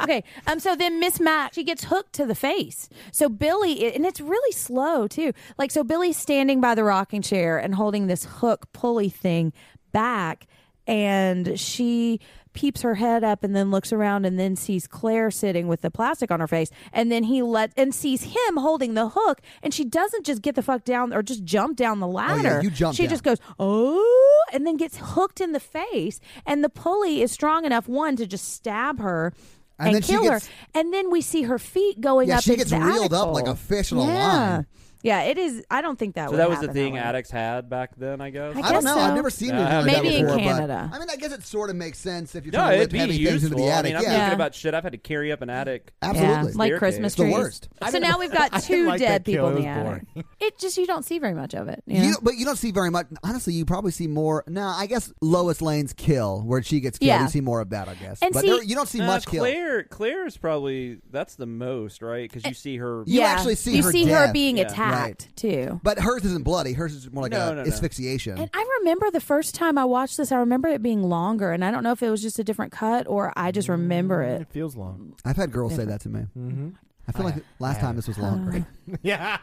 B: Okay, um, so then Miss Mac she gets hooked to the face. So Billy, and it's really slow too. Like so, Billy's standing by the rocking chair and holding this hook pulley thing back, and she peeps her head up and then looks around and then sees Claire sitting with the plastic on her face, and then he let and sees him holding the hook, and she doesn't just get the fuck down or just jump down the
A: Oh, yeah,
B: ladder.
A: you jump
B: She
A: down.
B: just goes oh, and then gets hooked in the face, and the pulley is strong enough one to just stab her
A: And
B: and,
A: then she
B: kill
A: gets-
B: her. And then we see her feet going
A: Yeah,
B: up.
A: she
B: into
A: gets
B: the
A: reeled up
B: attic
A: like a
B: hole.
A: fish in a
B: yeah.
A: line.
B: Yeah, it is. I don't think that.
C: So
B: would
C: that was
B: happen
C: the
B: that
C: thing
B: way.
C: addicts had back then, I guess.
B: I
A: I don't
B: guess
A: know. I've
B: so.
A: never seen anything
C: Yeah, I
A: like
C: haven't
A: that
B: Maybe in
A: before, but-
B: Canada.
A: I mean, I guess it sort of makes sense if you're
C: No,
A: trying to
C: it'd
A: lift
C: be
A: heavy things into
C: useful.
A: the
C: I
A: attic.
C: mean, I'm
A: yeah,
C: thinking
B: Yeah.
C: about shit I've had to carry up an attic.
A: absolutely.
B: Yeah, like
C: Staircase.
B: Christmas
C: It's
A: the
B: trees.
A: worst.
B: So now we've got two
D: like that
B: dead
D: kill.
B: people
D: It
B: in the
D: was
B: attic. It just you don't see very much of it.
A: You
B: You know?
A: but you don't see very much. Honestly, you probably see more. No, I guess Lois Lane's kill, where she gets killed.
B: Yeah.
A: You see more of that, I guess.
B: And
A: but
B: see-
A: there, you don't see
C: Uh,
A: much kill.
C: Claire, Claire is probably that's the most right because you see her.
A: you
B: yeah.
A: actually see
B: you
A: her
B: see
A: death.
B: her being
C: Yeah.
B: attacked too.
A: But hers isn't bloody. Hers is more like
C: No,
A: a
C: no, no.
A: asphyxiation.
B: And I remember the first time I watched this, I remember it being longer, and I don't know if it was just a different cut or I just remember it.
D: It feels long.
A: I've had girls say that to me. Mm-hmm. I
B: Oh,
A: feel like last time this was
B: Uh,
A: longer.
D: Yeah.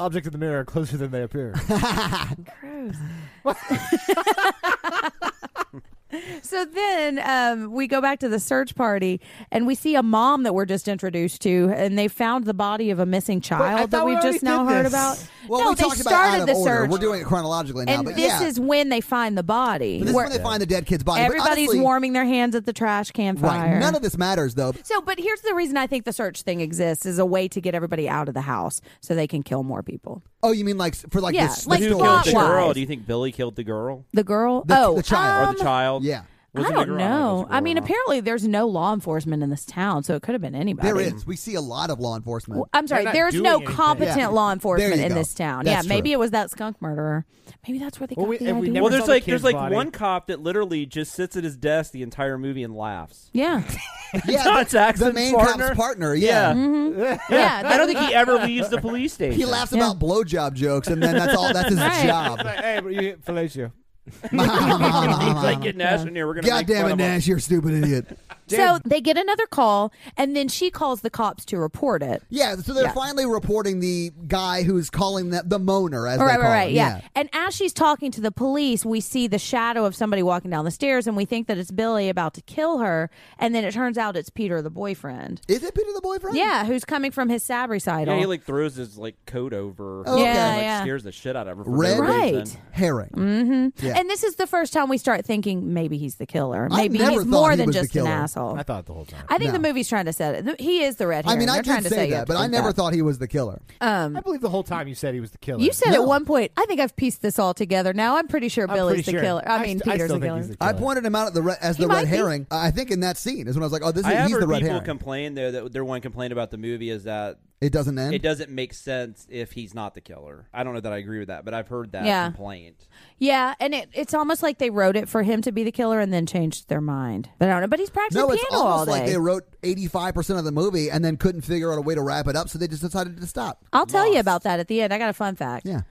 D: Objects in the mirror are closer than they appear.
B: So then um, we go back to the search party and we see a mom that we're just introduced to, and they found the body of a missing
D: I
B: child that
D: thought we
B: we've
D: already
B: just now
D: did
B: heard
D: this.
B: about.
A: well,
B: no,
A: we
B: they
A: talked
B: started
A: about out of
B: the
A: order.
B: search,
A: We're doing it chronologically now.
B: and
A: but
B: this
A: yeah.
B: is when they find the body.
A: But this is
B: Where
A: when they find the dead kid's body. But
B: everybody's
A: honestly-
B: warming their hands at the trash can fire.
A: Right. None of this matters though.
B: so, but here's the reason I think the search thing exists is a way to get everybody out of the house so they can kill more people.
A: Oh, you mean like s- for like
B: Yeah,
A: this?
B: like
A: this
C: who
A: story?
C: killed the
B: plot-wise.
C: girl? Do you think Billy killed the girl
B: The girl,
A: The-
B: oh,
A: the child.
B: um,
C: or the child?
A: Yeah.
C: Was
B: I
C: it the
B: don't
C: girl? it was
B: know.
C: the
B: I mean,
C: girl, huh?
B: apparently there's no law enforcement in this town, so it could have been anybody.
A: There is. We see a lot of law enforcement.
B: Well, I'm sorry.
D: They're not
B: There's
D: doing
B: no
D: anything.
B: competent
A: Yeah.
B: law enforcement
A: There you
B: in
A: go.
B: this town.
A: That's
B: yeah, maybe
A: true.
B: it was that skunk murderer. Maybe that's where they
D: Well,
B: got
D: we-
B: the
D: and we
B: idea.
D: never
C: Well,
D: saw
C: there's
D: the
C: like there's
D: kid's
C: like
D: body.
C: one cop that literally just sits at his desk the entire movie and laughs.
B: yeah,
A: yeah,
C: John
A: the, the
C: Saxon's
A: main
C: partner.
A: cop's partner. Yeah.
B: yeah.
C: I don't think he ever leaves the police station.
A: He laughs about blowjob jokes, and then that's all. That's his
B: Right.
A: job.
D: It's like, hey, but you hit fellatio.
C: He's like, get Nash in here. We're gonna
A: God
C: make
A: damn
C: fun
A: it,
C: of him."
A: Nash, you're a stupid idiot.
B: So they get another call, and then she calls the cops to report it.
A: Yeah, so they're
B: Yeah.
A: finally reporting the guy who's calling the, the moaner, as
B: All
A: they
B: right,
A: call
B: right, right.
A: him.
B: Yeah. And as she's talking to the police, we see the shadow of somebody walking down the stairs, and we think that it's Billy about to kill her. And then it turns out it's Peter, the boyfriend.
A: Is it Peter the boyfriend?
B: Yeah, who's coming from his sad recital.
C: Yeah, he like throws his like coat over. her
A: Okay.
C: and,
A: Yeah,
C: like,
B: yeah.
C: scares the shit out of her. For
A: Oh. Red?
C: no
B: Right.
C: reason.
A: Herring.
B: Mm,
A: Yeah.
B: And this is the first time we start thinking maybe he's the killer.
A: I
B: Maybe
A: never
B: he's
A: thought
B: more
A: he
B: than
A: was the
B: just an
A: killer.
B: asshole.
D: I thought the whole time.
B: I think
A: No.
B: the movie's trying to set it. th- He is the red
A: I
B: herring.
A: mean, I
B: They're trying
A: did
B: to
A: say
B: you have
A: that,
B: to Uh,
A: but I
B: think
A: never
B: that.
A: thought he was the killer.
D: I believe the whole time you said he was the killer.
B: Um, You said
A: No.
B: at one point, I think I've pieced this all together. Now I'm pretty sure
D: I'm
B: Billy's the
D: pretty sure.
B: killer. I, mean,
D: st- I
B: Peter's
D: still
B: the
D: think
B: killer.
D: he's the
A: I
D: killer.
A: pointed him out at the re- as
B: He
A: the
B: might
A: red
B: be.
A: herring. I think in that scene is when I was like, "Oh, this is
C: I have
A: he's
C: heard
A: the red
C: people
A: herring."
C: complain though that their one complaint about the movie is that
A: it doesn't end.
C: it doesn't make sense if he's not the killer. I don't know that I agree with that, but I've heard that
B: Yeah.
C: complaint.
B: Yeah, and it, it's almost like they wrote it for him to be the killer and then changed their mind. But I don't know. But he's practicing
A: no, it's
B: piano all
A: almost
B: day.
A: like they wrote eighty-five percent of the movie and then couldn't figure out a way to wrap it up, so they just decided to stop.
B: I'll tell you about that at the end. I got a fun fact.
A: Yeah.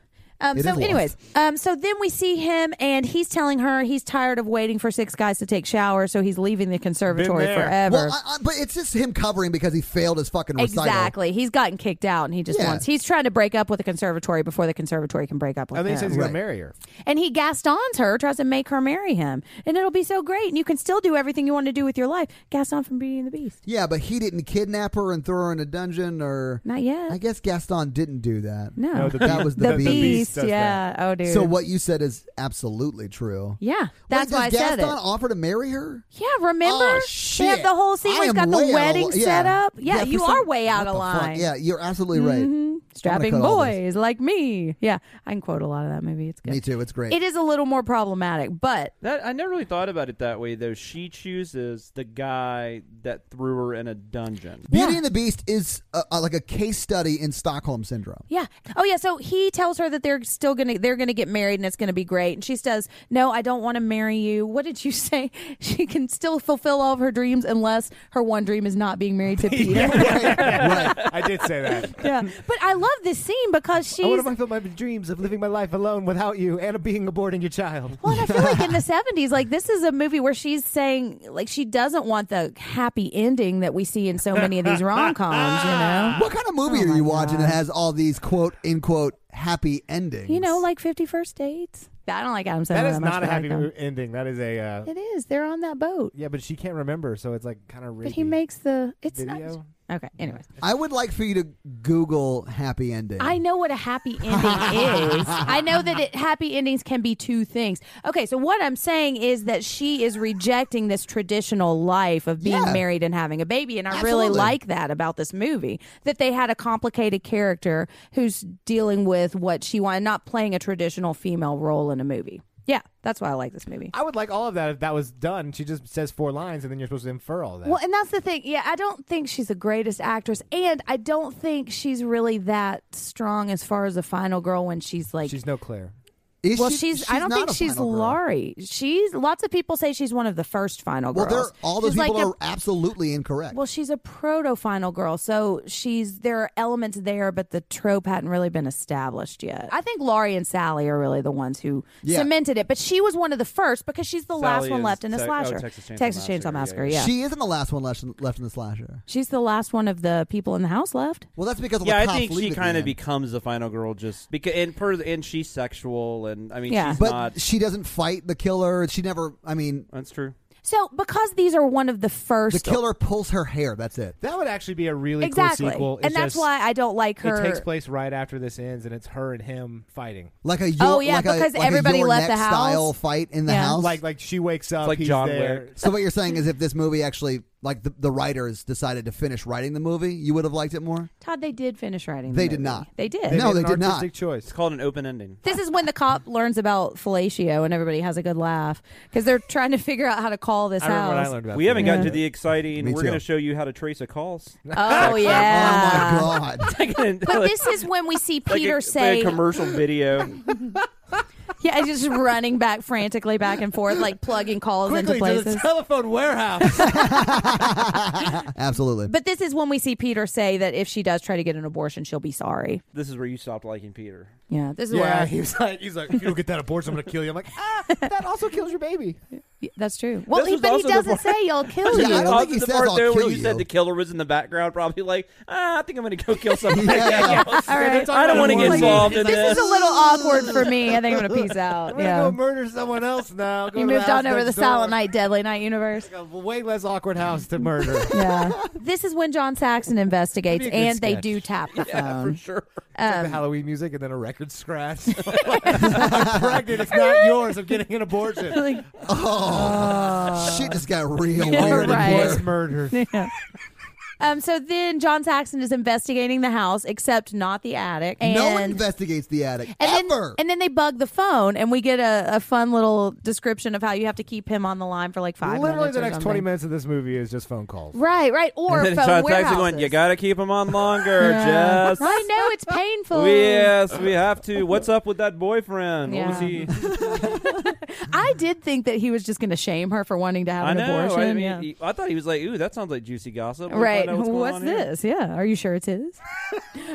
B: Um,
A: It
B: so,
A: is lost.
B: anyways, um, so then we see him, and he's telling her he's tired of waiting for six guys to take showers, so he's leaving the conservatory
D: there.
B: forever.
A: Well, I, I, but it's just him covering because he failed his fucking recital.
B: exactly. He's gotten kicked out, and he just
A: Yeah.
B: wants. He's trying to break up with the conservatory before the conservatory can break up with
D: I think he
B: him.
D: says he's
A: Right.
D: gonna marry her.
B: And he Gaston's her, tries to make her marry him, and it'll be so great, and you can still do everything you want to do with your life. Gaston from Beauty and the Beast.
A: Yeah, but he didn't kidnap her and throw her in a dungeon, or
B: Not yet.
A: I guess Gaston didn't do that.
B: No.
D: No, the
A: That
D: beast-
A: was the
B: the,
A: beast.
B: beast.
D: The beast does
B: yeah. Oh, dude.
A: So what you said is absolutely true.
B: Yeah. That's
A: Wait,
B: why I
A: does
B: said
A: Gaston
B: it.
A: offer to marry her?
B: yeah, remember?
A: Oh,
B: They
A: shit.
B: have the whole scene
A: I
B: where he's
A: am
B: got the
A: way out of
B: wedding
A: li- yeah.
B: set up. Yeah,
A: Yeah, for
B: you
A: some-
B: are way
A: What
B: out of
A: the fuck?
B: line. Mm-hmm.
A: Yeah, you're absolutely right.
B: Strapping
A: cut all this.
B: boys like me. Yeah, I can quote a lot of that movie. It's good.
A: Me too. It's great.
B: It is a little more problematic, but
C: That I never really thought about it that way though. She chooses the guy that threw her in a dungeon.
A: Beauty
B: Yeah.
A: and the Beast is uh uh like a case study in Stockholm syndrome.
B: Yeah. Oh yeah. So he tells her that they're still gonna they're gonna get married and it's gonna be great. And she says, "No, I don't want to marry you." What did you say? She can still fulfill all of her dreams unless her one dream is not being married to Peter.
D: I did say that.
B: yeah. But I love this scene because she's.
D: I want to fulfill my dreams of living my life alone without you and of being aborting your child.
B: well, and I feel like in the 70s, like this is a movie where she's saying, like, she doesn't want the happy ending that we see in so many of these rom coms, you know?
A: What kind of movie
B: Oh
A: are you
B: my
A: watching
B: God.
A: that has all these quote unquote happy endings?
B: You know, like 51st Dates. I don't like Adam Sandler.
D: That is
B: much,
D: not a
B: but I
D: happy
B: like them.
D: mo- ending. That is a uh,
B: It is. They're on that boat.
D: yeah, but she can't remember, so it's like kind of.
B: But he makes the it's
D: video.
B: not okay. Anyways,
A: I would like for you to Google happy ending.
B: I know what a happy ending is. I know that it, happy endings can be two things. Okay, so what I'm saying is that she is rejecting this traditional life of being
A: Yeah.
B: married and having a baby, and I really
A: Absolutely.
B: like that about this movie that they had a complicated character who's dealing with what she wanted, not playing a traditional female role in a movie. Yeah, that's why I like this movie.
D: I would like all of that if that was done. She just says four lines, and then you're supposed to infer all that.
B: Well, and that's the thing. Yeah, I don't think she's the greatest actress, and I don't think she's really that strong as far as the final girl when she's like.
D: She's no Claire.
A: Is
B: well,
A: she-
B: she's, I don't
A: not
B: think
A: a
B: she's
A: final girl.
B: Laurie. She's lots of people say she's one of the first final
A: Well,
B: girls.
A: they're, all those
B: She's
A: people
B: like a-
A: are absolutely incorrect.
B: well, she's a proto final girl, so she's there are elements there, but the trope hadn't really been established yet. I think Laurie and Sally are really the ones who
A: Yeah.
B: cemented it, but she was one of the first because she's the last
C: Sally
B: one
C: is
B: left in the
C: Tex- oh,
B: slasher,
C: Texas Chainsaw
B: Chainsaw
C: Massacre,
B: Massacre.
C: yeah,
B: Yeah,
A: She isn't the last one left, left in the slasher.
B: she's the last one of the people in the house left.
A: Well, that's because all
C: Yeah,
A: the
C: I
A: cops
C: think
A: leave
C: she
A: at the
C: kind of
A: end.
C: becomes the final girl just because and per and she's sexual and I mean
B: Yeah.
C: she's
A: But
C: not
A: she doesn't fight the killer. She never. I mean,
C: that's true.
B: So, because these are one of the
A: the
B: first,
A: killer pulls her hair. That's it.
D: That would actually be a really
B: exactly,
D: cool sequel. It's
B: and that's
D: just-
B: why I don't like her.
D: it takes place right after this ends, and it's her and him fighting.
A: Like a
B: Oh,
A: your-
B: yeah,
A: like
B: because
A: a, like
B: everybody
A: a your
B: left the
A: neck
B: house.
A: style fight in the
B: Yeah.
A: house.
D: Like like she wakes up,
C: like
D: he's
C: John
D: there.
C: Wick.
A: so what you're saying is if this movie actually like the, the writers decided to finish writing the movie, you would have liked it more.
B: Todd, they did finish writing. the
A: They did
B: movie.
A: not.
B: They did.
A: No,
D: made
A: they
D: an
A: did not.
D: artistic Choice.
C: It's called an open ending.
B: This is when the cop learns about fellatio, and everybody has a good laugh because they're trying to figure out how to call this
D: I remember when I
B: house.
D: learned about.
C: We haven't
D: that.
C: gotten to the exciting.
A: Me
C: We're going
A: too.
C: to show you how to trace a calls.
B: Oh yeah.
A: Oh my god.
B: But this is when we see
C: like
B: Peter
C: a,
B: say,
C: like a commercial video.
B: "Yeah, he's just running back frantically back and forth, like plugging calls into places."
D: telephone warehouse.
A: Absolutely.
B: But this is when we see Peter say that if she does try to get an abortion, she'll be sorry.
C: this is where you stopped liking Peter.
B: Yeah, this is where
D: yeah,
B: I-
D: he was like, he's like, if you don't get that abortion, I'm gonna kill you. I'm like, ah, that also kills your baby.
B: That's true. Well,
C: This
E: he,
C: was
E: but he
C: also the
E: doesn't
C: part-
E: say "I'll kill
A: Yeah, I
E: you."
A: don't think he
C: Also, Uh, the
A: says,
C: part
A: "I'll
C: there
A: kill
C: when you said
A: you."
C: the killer was in the background, probably like, ah, I think I'm going to go kill somebody.
A: Yeah.
B: all
D: they're
B: right.
D: talking
C: I don't
D: about
C: want to get
D: Mormons.
C: involved in
B: This
C: this.
B: is a little awkward for me. I think I'm gonna peace out.
D: I'm gonna
B: Yeah.
D: go murder someone else now. Go
B: You
D: to
B: moved
D: the house
B: on over the
D: next
B: Silent
D: door.
B: Night, Deadly Night universe.
D: A way less awkward house to murder.
B: Yeah. this is when John Saxon investigates,
D: That'd be a good
B: and they
D: sketch.
B: do tap the
C: yeah, for
B: phone.
C: sure.
D: It's like
B: Um,
D: the Halloween music and then a record scratch. I'm pregnant. It's not yours. I'm getting an abortion.
B: Like,
A: Oh, shit just got real
B: Yeah,
A: weird. in
B: right.
A: here.
D: Was murder.
B: um, so then John Saxon is investigating the house, except not the attic. And
A: no one investigates the attic
B: and
A: ever.
B: Then, and then they bug the phone, and we get a, a fun little description of how you have to keep him on the line for like five
D: Literally,
B: minutes.
D: the
B: or
D: next
B: something.
D: 20 minutes of this movie is just phone calls.
B: Right, right. Or
C: And then
B: phone
C: John
B: warehouses.
C: Saxon went, you got to keep him on longer,
B: Yeah.
C: Jess.
B: I know it's painful.
C: We- Yes, we have to. What's up with that boyfriend? What was
B: Yeah.
C: he?
B: I did think that he was just going to shame her for wanting to have
C: I
B: an
C: know.
B: abortion.
C: I, mean,
B: yeah.
C: he- I thought he was like, ooh, that sounds like juicy gossip. Let me
B: Right.
C: find out What's, going on here."
B: this? Yeah. Are you sure it's his?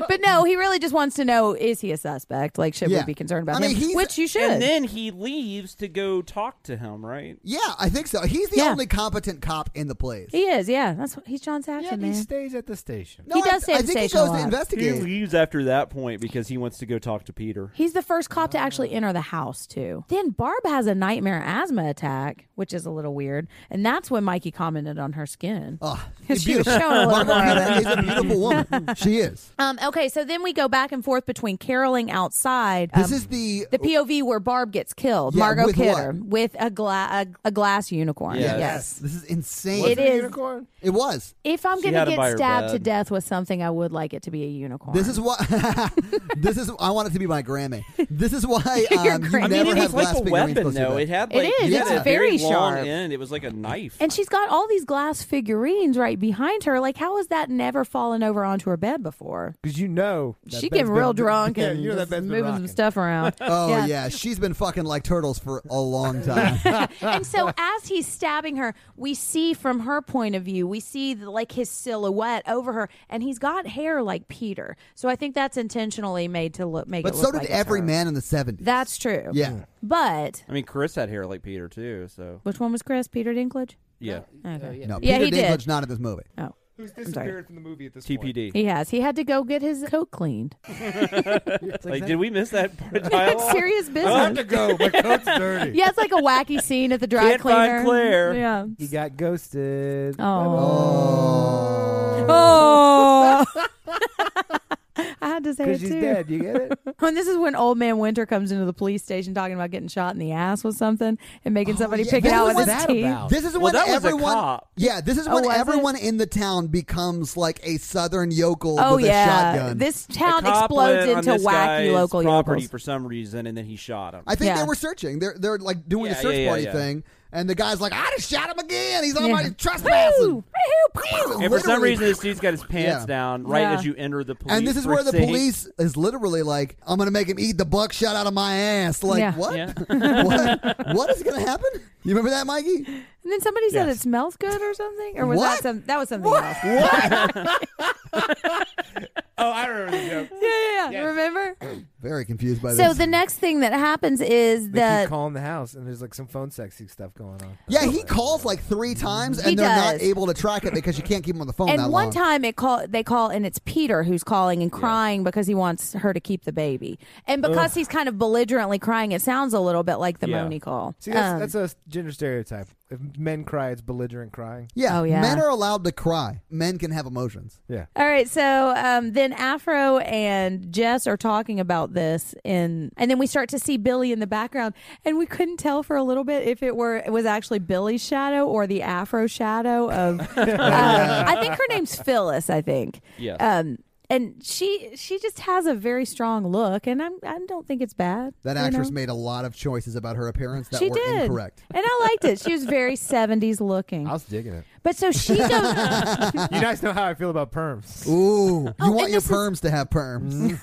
B: but no, he really just wants to know is he a suspect? Like, should
A: Yeah.
B: we be concerned about
A: I mean,
B: him?
A: he's-
B: Which you should.
C: And then he leaves to go talk to him, right?
A: yeah, I think so. He's the
B: Yeah.
A: only competent cop in the place.
B: he is. Yeah. That's what, he's John Saxon,
D: Yeah, he
B: man.
D: stays at the station.
A: No,
B: He
A: I-
B: does stay
A: I,
B: at the
A: think he
B: station a
A: goes to
B: lot.
C: He
A: investigate.
C: leaves after that point because he wants to go talk to Peter.
B: He's the first cop to
A: Uh.
B: actually enter the house, too. Then Barb has a nightmare asthma attack, which is a little weird. And that's when Mikey commented on her skin.
A: Oh,
B: Because she was
A: beautiful.
B: showing a little more of it.
A: Barbara Hannah is a beautiful woman. She is.
B: Um, okay, so then we go back and forth between caroling outside.
A: This
B: um,
A: is the.
B: the POV where Barb gets killed.
A: Yeah,
B: Margot
A: with
B: Kidder
A: what?
B: with a, gla- a, a glass unicorn.
C: Yes.
B: yes.
A: This is insane. It,
B: It
D: Wasn't a
B: is-
D: Unicorn?
A: was.
B: If I'm
C: She
B: going
C: had
B: to
C: him by
B: get
C: her
B: stabbed to
C: bed.
B: death with something, I would like it to be a unicorn.
A: This is why. this is. I want it to be my Grammy. This is why. Um,
B: Your
A: you
B: Grammy.
A: never
C: I mean, it
A: have
C: was like
A: glass
C: a
A: figurines
C: weapon,
A: close to your
C: though.
A: bed.
C: It had
B: It
C: like
B: is.
C: it
A: It's
C: had a very,
B: very
C: long
B: sharp.
C: end. It was like a knife.
B: and she's got all these glass figurines right behind her. Like, how has that never fallen over onto her bed before?
D: Because you know. that
B: She
D: bed's
B: getting real
D: been-
B: drunk
D: Yeah,
B: and
D: you know that
B: just
D: bed's been
B: moving some
D: rocking.
B: stuff around.
A: Oh
B: Yeah.
A: yeah. she's been fucking like turtles for a long time.
B: and so as he's stabbing her, we see from her point of view, we see the, like his silhouette over her, and he's got hair like Peter. So I think that's intentionally made to look make
A: but
B: it.
A: so
B: look
A: did
B: like it's
A: every
B: her.
A: man in the seventies.
B: That's true.
A: yeah.
B: But
C: I mean, Chris had hair like Peter too, so
B: which one was Chris? Peter Dinklage.
C: yeah,
B: Okay.
A: No,
B: Yeah,
A: Peter
B: he did.
A: Dinklage's not in this movie.
B: Oh,
D: Who's
B: sorry.
D: disappeared from the movie at this point?
C: TPD.
B: he has. He had to go get his coat cleaned.
C: Like, did we miss that part of
B: That's
C: dialogue?
B: serious
D: I have
B: business.
D: to go. My coat's dirty.
B: Yeah, it's like a wacky scene at the dry
C: Can't
B: cleaner.
C: find Claire.
B: Yeah.
D: He got ghosted.
B: Oh. Oh. I had to say it
D: Because she's
B: too.
D: dead. You get it?
B: And this is when Old Man Winter comes into the police station talking about getting shot in the ass with something and making somebody
A: Oh, yeah.
B: pick it
A: What
B: out
A: was
B: with his
D: that
B: teeth.
D: about?
A: This is
C: Oh. Well,
A: when
C: that was a
A: everyone.
C: cop.
A: Yeah, this is
B: Oh,
A: when
B: was it?
A: everyone in the town becomes like a southern yokel
B: Oh
A: with
B: yeah,
A: a shotgun.
B: this
C: The
B: town
C: cop
B: explodes
C: went on
B: into
C: this
B: wacky
C: guy's
B: local
C: property
B: yokels.
C: for some reason, and then he shot him.
A: I think
B: Yeah.
A: they were searching. They're they're like doing
C: Yeah,
A: the search
C: yeah, yeah,
A: party
C: yeah.
A: thing, and the guy's like, "I just shot him again. He's already
B: Yeah.
A: trespassing."
B: Woo! Woo!
C: and for some
A: Literally-
C: reason, this dude's got his pants
A: Yeah.
C: down right
B: Yeah.
C: as you enter the police.
A: And this is where the
C: precinct.
A: police is literally like, "I'm gonna make him eat the buckshot out of my ass." Like,
B: Yeah.
A: what?
C: Yeah.
A: what? What is gonna happen? You remember that, Mikey?
B: And then somebody said
D: Yes.
B: it smells good or something, or was that
A: What?
B: some? That was something else.
D: Oh, I remember the joke.
B: Yeah, yeah, yeah. Remember?
A: Very confused by
B: So
A: this.
B: the next thing that happens is
D: They keep
B: that
D: calling the house, and there's like some phone sexy stuff going on.
A: yeah, he calls like three times, and
B: He
A: they're
B: does.
A: not able to track it because you can't keep him on the phone.
B: and
A: that
B: one
A: long.
B: time it call they call and it's Peter who's calling and crying because he wants her to keep the baby, and because he's kind of belligerently crying, it sounds a little bit like the
C: Yeah.
B: Moni call.
D: See, that's,
B: Um,
D: that's a gender stereotype. If men cry, it's belligerent crying.
A: yeah,
B: Oh, yeah.
A: men are allowed to cry. Men can have emotions.
D: Yeah.
B: All right, so um, then Afro and Jess are talking about this, and and then we start to see Billy in the background, and we couldn't tell for a little bit if it were it was actually Billy's shadow or the Afro shadow of. uh, I think her name's Phyllis. I think.
C: Yes.
B: Um, and she she just has a very strong look, and I'm I don't think it's bad.
A: That
B: you
A: actress
B: know?
A: made a lot of choices about her appearance that
B: she
A: were
B: did
A: incorrect.
B: and I liked it. She was very '70s looking.
D: I was digging it.
B: But so she goes.
D: You guys know how I feel about perms.
A: Ooh, you
B: Oh, and
A: want your
B: this is-
A: perms to have perms.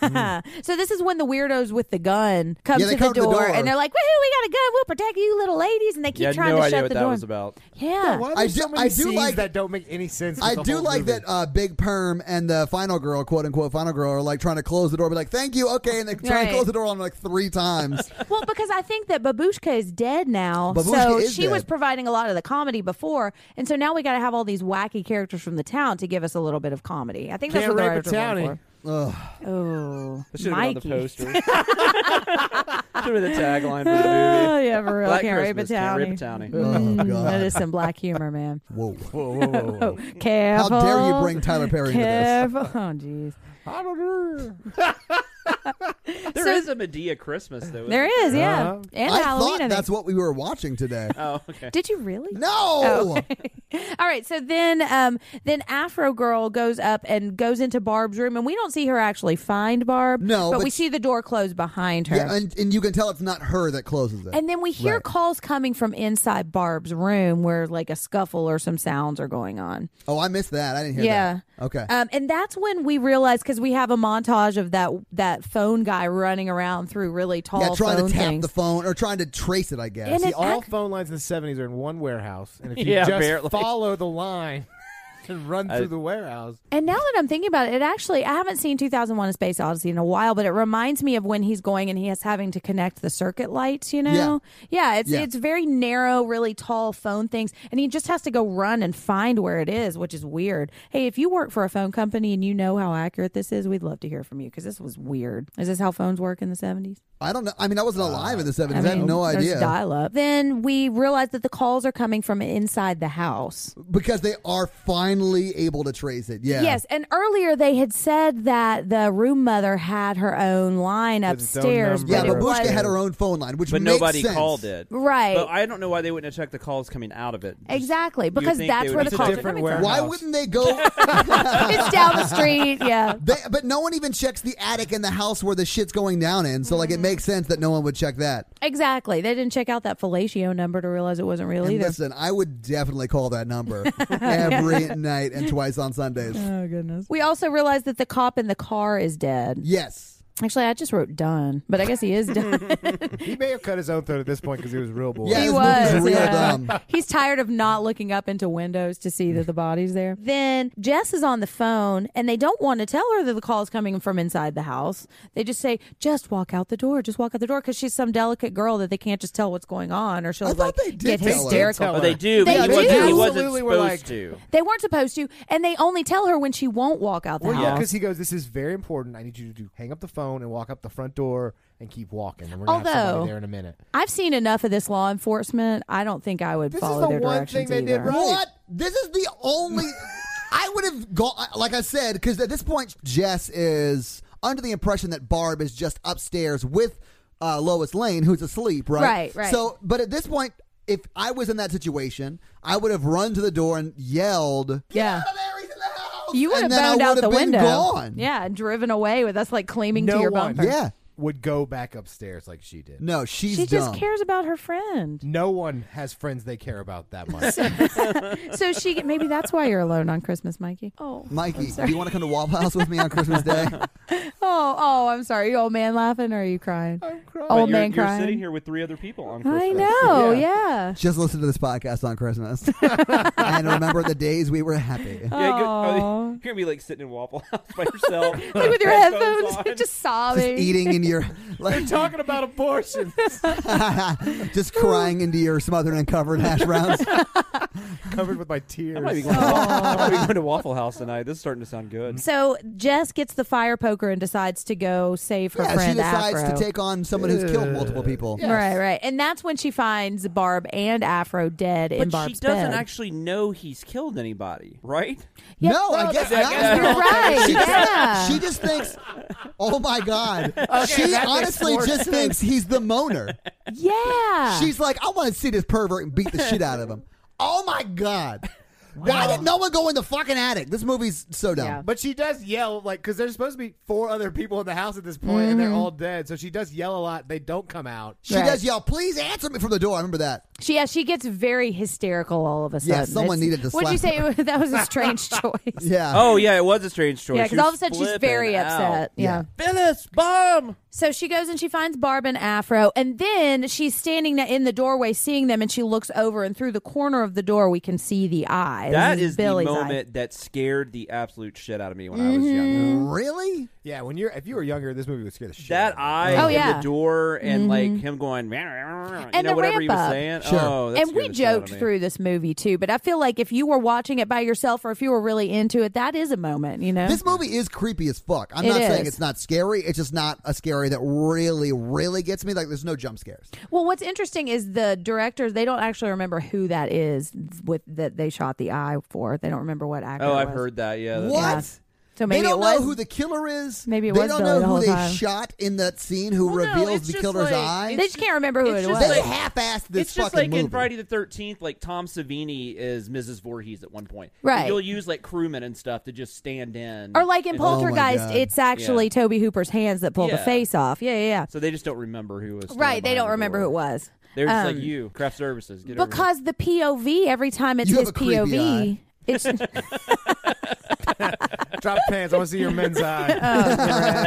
B: so this is when the weirdos with the gun come,
A: Yeah,
B: to,
A: they
B: the
A: come to the
B: door,
A: door.
B: and they're like, "Woohoo, we got a gun. We'll protect you, little ladies." And they keep
C: yeah,
B: trying
C: no
B: to
C: idea
B: shut
C: what
B: the
C: that
B: door.
C: was about.
B: Yeah.
D: Why are
A: I
D: there
A: do-
D: so many
A: I do
D: scenes
A: like-
D: that don't make any sense. with
A: I
D: the
A: do
D: whole
A: like
D: movie?
A: that uh, Big Perm and the final girl, quote unquote final girl, are like trying to close the door, be like, "Thank you, okay," and they try and
B: Right.
A: close the door on like three times.
B: well, because I think that Babushka is dead now.
A: Babushka
B: so
A: is
B: she was
A: dead.
B: providing a lot of the comedy before. And so now we got to have all these wacky characters from the town to give us a little bit of comedy. I think that's
D: Can't
B: what the
D: rape
B: writers
D: a
B: were going
D: townie.
B: for. Oh,
C: That should have been on the
B: Mikey.
C: poster. should have been the tagline for the movie.
B: Oh, yeah, for real.
C: Black
B: Can't rape a
C: Christmas, can't rape a
B: townie.
C: townie.
A: oh
B: Mm, that
A: god,
B: is some black humor, man.
A: whoa!
D: Whoa, whoa, whoa, whoa.
B: Oh, careful.
A: How dare you bring Tyler Perry into this?
B: Careful. Oh, jeez.
D: I don't know.
C: There
B: So-
C: is a Medea Christmas though. isn't
B: There is, yeah.
D: Uh-huh.
B: And
A: I
B: Halloween. I
A: thought
B: think.
A: that's what we were watching today.
C: Oh, okay.
B: Did you really?
A: No,
B: Oh, All right, so then um then Afro Girl goes up and goes into Barb's room and we don't see her actually find Barb.
A: No,
B: But,
A: but
B: we
A: sh-
B: see the door close behind her.
A: yeah, and, and you can tell it's not her that closes it.
B: and then we hear
A: Right.
B: calls coming from inside Barb's room where like a scuffle or some sounds are going on.
A: oh, I missed that. I didn't hear
B: Yeah.
A: that. Okay.
B: Um, and that's when we realize because we have a montage of that that phone guy running around through really tall
A: yeah, trying
B: phone
A: to tap
B: things.
A: the phone or trying to trace it, I guess.
B: And
D: See,
B: it
D: all
B: ac-
D: phone lines in the 70s are in one warehouse. And if you
C: Yeah,
D: just
C: barely.
D: follow the line and run
C: I-
D: through the warehouse,
B: And now that I'm thinking about it, it actually I haven't seen 2001: A Space Odyssey in a while, but it reminds me of when he's going and he is having to connect the circuit lights. You know, yeah, it's
A: Yeah.
B: it's very narrow, really tall phone things, and he just has to go run and find where it is, which is weird. Hey, if you work for a phone company and you know how accurate this is, we'd love to hear from you because this was weird. Is this how phones work in the 70s?
A: I don't know. I mean, I wasn't alive in
D: Uh,
A: the 70s. I,
B: mean,
A: have no
B: there's
A: idea.
B: Dial up. Then we realize that the calls are coming from inside the house.
A: because they are finally able to trace it. Yeah.
B: Yes, and earlier they had said that the room mother had her own line
D: With its own
B: upstairs.
D: number.
A: Yeah,
B: but it
A: Babushka
B: was-
A: had her own phone line, which
C: But
A: makes
C: nobody
A: sense.
C: called it.
B: Right.
C: But I don't know why they wouldn't have checked the calls coming out of it. Just-
B: Exactly,
C: you
B: because
C: think
B: that's
C: they
B: where
C: would-
B: the
D: It's a
B: calls are
D: different
B: coming from.
D: warehouse.
A: Why
D: House.
A: wouldn't they go?
B: It's down the street. Yeah.
A: they, but no one even checks the attic in the house where the shit's going down in. So like, it makes sense that no one would check that.
B: Exactly. They didn't check out that fellatio number to realize it wasn't real
A: And
B: either.
A: listen, I would definitely call that number every night and twice on Sundays.
B: Oh goodness. We also realized that the cop in the car is dead.
A: Yes.
B: Actually, I just wrote done, but I guess he is done.
D: he may have cut his own throat at this point because he was real bored.
A: Yeah,
B: he
A: this
B: was.
A: movie's real
B: yeah.
A: dumb.
B: He's tired of not looking up into windows to see that the body's there. Then Jess is on the phone, and they don't want to tell her that the call is coming from inside the house. They just say, "Just walk out the door. Just walk out the door," because she's some delicate girl that they can't just tell what's going on, or she'll
A: I thought
B: like
A: they did
B: get
A: tell her.
B: hysterical.
D: They did
C: Oh, they do.
B: They
C: but he
B: do.
C: wasn't, he wasn't
D: Absolutely were
C: supposed
D: like-
C: to.
B: They weren't supposed to, and they only tell her when she won't walk out the
D: Well, yeah,
B: house.
D: because he goes, "This is very important. I need you to do, hang up the phone and walk up the front door and keep walking." And we're gonna have
B: Although-
D: somebody there in a minute.
B: I've seen enough of this law enforcement. I don't think I would
D: This is
B: follow
D: the
B: their
D: one
B: directions
D: thing they did
B: either.
D: wrong. Right.
A: What? This is the only. I would have gone, like I said, because at this point, Jess is under the impression that Barb is just upstairs with uh, Lois Lane, who's asleep, right?
B: Right, right.
A: So, but at this point, if I was in that situation, I would have run to the door and yelled, "Get
B: Yeah.
A: out of there! He's in the house!"
B: You
A: and
B: would have
A: then I
B: boned out
A: would
B: the
A: have been
B: window.
A: Gone.
B: Yeah, and driven away with us like claiming
D: No
B: to your
D: one.
B: bumper.
A: Yeah.
D: Would go back upstairs like she did.
A: No, she's
B: She
A: dumb.
B: just cares about her friend.
D: No one has friends they care about that much.
B: So she maybe that's why you're alone on Christmas, Mikey. Oh.
A: Mikey, do you want to come to Waffle House with me on Christmas Day?
B: Oh, oh, I'm sorry. You old man laughing or are you crying? I'm crying.
C: But
B: Old
C: you're,
B: man
C: you're
B: crying.
C: sitting here with three other people on Christmas.
B: I know,
D: Yeah.
B: yeah.
A: Just listen to this podcast on Christmas and remember the days we were happy.
C: Yeah, go- oh,
B: Aw.
C: you're gonna be like sitting in Waffle House by yourself,
B: Like with your
C: headphones on.
B: headphones, just sobbing.
A: Just eating in your like
D: Talking about abortion.
A: just crying into your smothered and covered hash browns.
D: covered with my tears.
C: I might be going to Waffle- I might be going to Waffle House tonight. This is starting to sound good.
B: So Jess gets the fire poker and decides to go save her
A: yeah,
B: friend
A: she decides
B: Afro.
A: to take on someone who's killed multiple people.
D: Yeah.
B: Right, right. And that's when she finds Barb and Afro dead in
C: But she
B: Barb's
C: doesn't
B: bed.
C: actually know he's killed anybody, right?
A: No, I guess
C: that-
A: not.
C: that-
B: You're right.
A: She just,
B: yeah.
A: she just thinks, oh my god. she
D: that makes
A: honestly
D: more
A: just thinks he's the moaner.
B: yeah. Ah.
A: She's like, I want to see this pervert and beat the shit out of him. Oh my god. Why did no one go in the fucking attic? This movie's so dumb.
B: Yeah.
D: But she does yell, like, because there's supposed to be four other people in the house at this point, and they're all dead. So she does yell a lot. They don't come out.
A: She
B: Right.
A: does yell, "Please answer me from the door." I remember that.
B: She yeah, she gets very hysterical all of a sudden.
A: Yeah, someone needed to
B: Would you
A: slap
B: say that was a strange choice?
A: Yeah.
C: Oh yeah, it was a strange choice.
B: Yeah,
C: She
B: because all of a
C: was
B: sudden she's
C: flipping
B: very
C: out.
B: upset. yeah.
C: Phyllis, bomb.
B: So she goes and she finds Barb and Afro, and then she's standing in the doorway, seeing them, and she looks over, and through the corner of the door, we can see the eye.
C: That
B: This
C: is
B: Billy's
C: the
B: eye.
C: moment that scared the absolute shit out of me when I was young.
D: Oh.
B: Mm-hmm.
A: Really?
D: Yeah, when you're if you were younger, this movie would scare the shit.
C: That
D: out
C: eye
D: of
B: Oh,
C: in
B: yeah. Mm-hmm.
C: the door and like him going, "Meow, meow, meow," you
B: And
C: know
B: the
C: whatever he was
B: ramp up.
C: saying.
A: Sure.
C: Oh, that
B: And
C: scared
B: we
C: the shit out of
B: joked
C: me.
B: through this movie too, but I feel like if you were watching it by yourself or if you were really into it, that is a moment, you know?
A: This movie is creepy as fuck. I'm
B: It
A: not saying
B: is.
A: it's not scary. It's just not a scary that really, really gets me. Like, there's no jump scares.
B: well, what's interesting is the directors, they don't actually remember who that is with that they shot the eye for. They don't remember what actor.
C: Oh,
B: it
C: I've
B: was.
C: heard that. Yeah. that's-
A: What?
B: Uh, Yeah. So maybe
A: they don't
B: it was
A: know who the killer is.
B: Maybe it
A: they
B: was
A: don't
B: Billy
A: know
B: the
A: who
B: whole
A: they
B: time.
A: shot in that scene who
C: Well, no,
A: reveals
C: it's
A: the
C: just
A: killer's
C: like-
A: eye.
B: They just can't remember who
C: it's
B: it
C: just
B: was.
A: They
C: like-
A: half-assed this
C: it's just
A: fucking
C: like
A: movie.
C: in Friday the Thirteenth, like Tom Savini is Mrs. Voorhees at one point.
B: Right.
C: And you'll use like crewmen and stuff to just stand in,
B: Or like in
C: and-
A: Oh my
B: Poltergeist,
A: God.
B: it's actually
C: Yeah.
B: Toby Hooper's hands that pull the
C: Yeah.
B: face off. Yeah, yeah, yeah.
C: So they just don't remember who was. standing
B: Right, they
C: behind
B: don't
C: the
B: remember who
C: door.
B: it was.
C: They were just
B: Um,
C: like you, craft services. Get over here."
B: Because the POV, every time it's
A: You have
B: his
A: a creepy
B: POV,
A: eye.
B: it's
D: me. Drop pants. I want to see your men's eye.
B: Oh.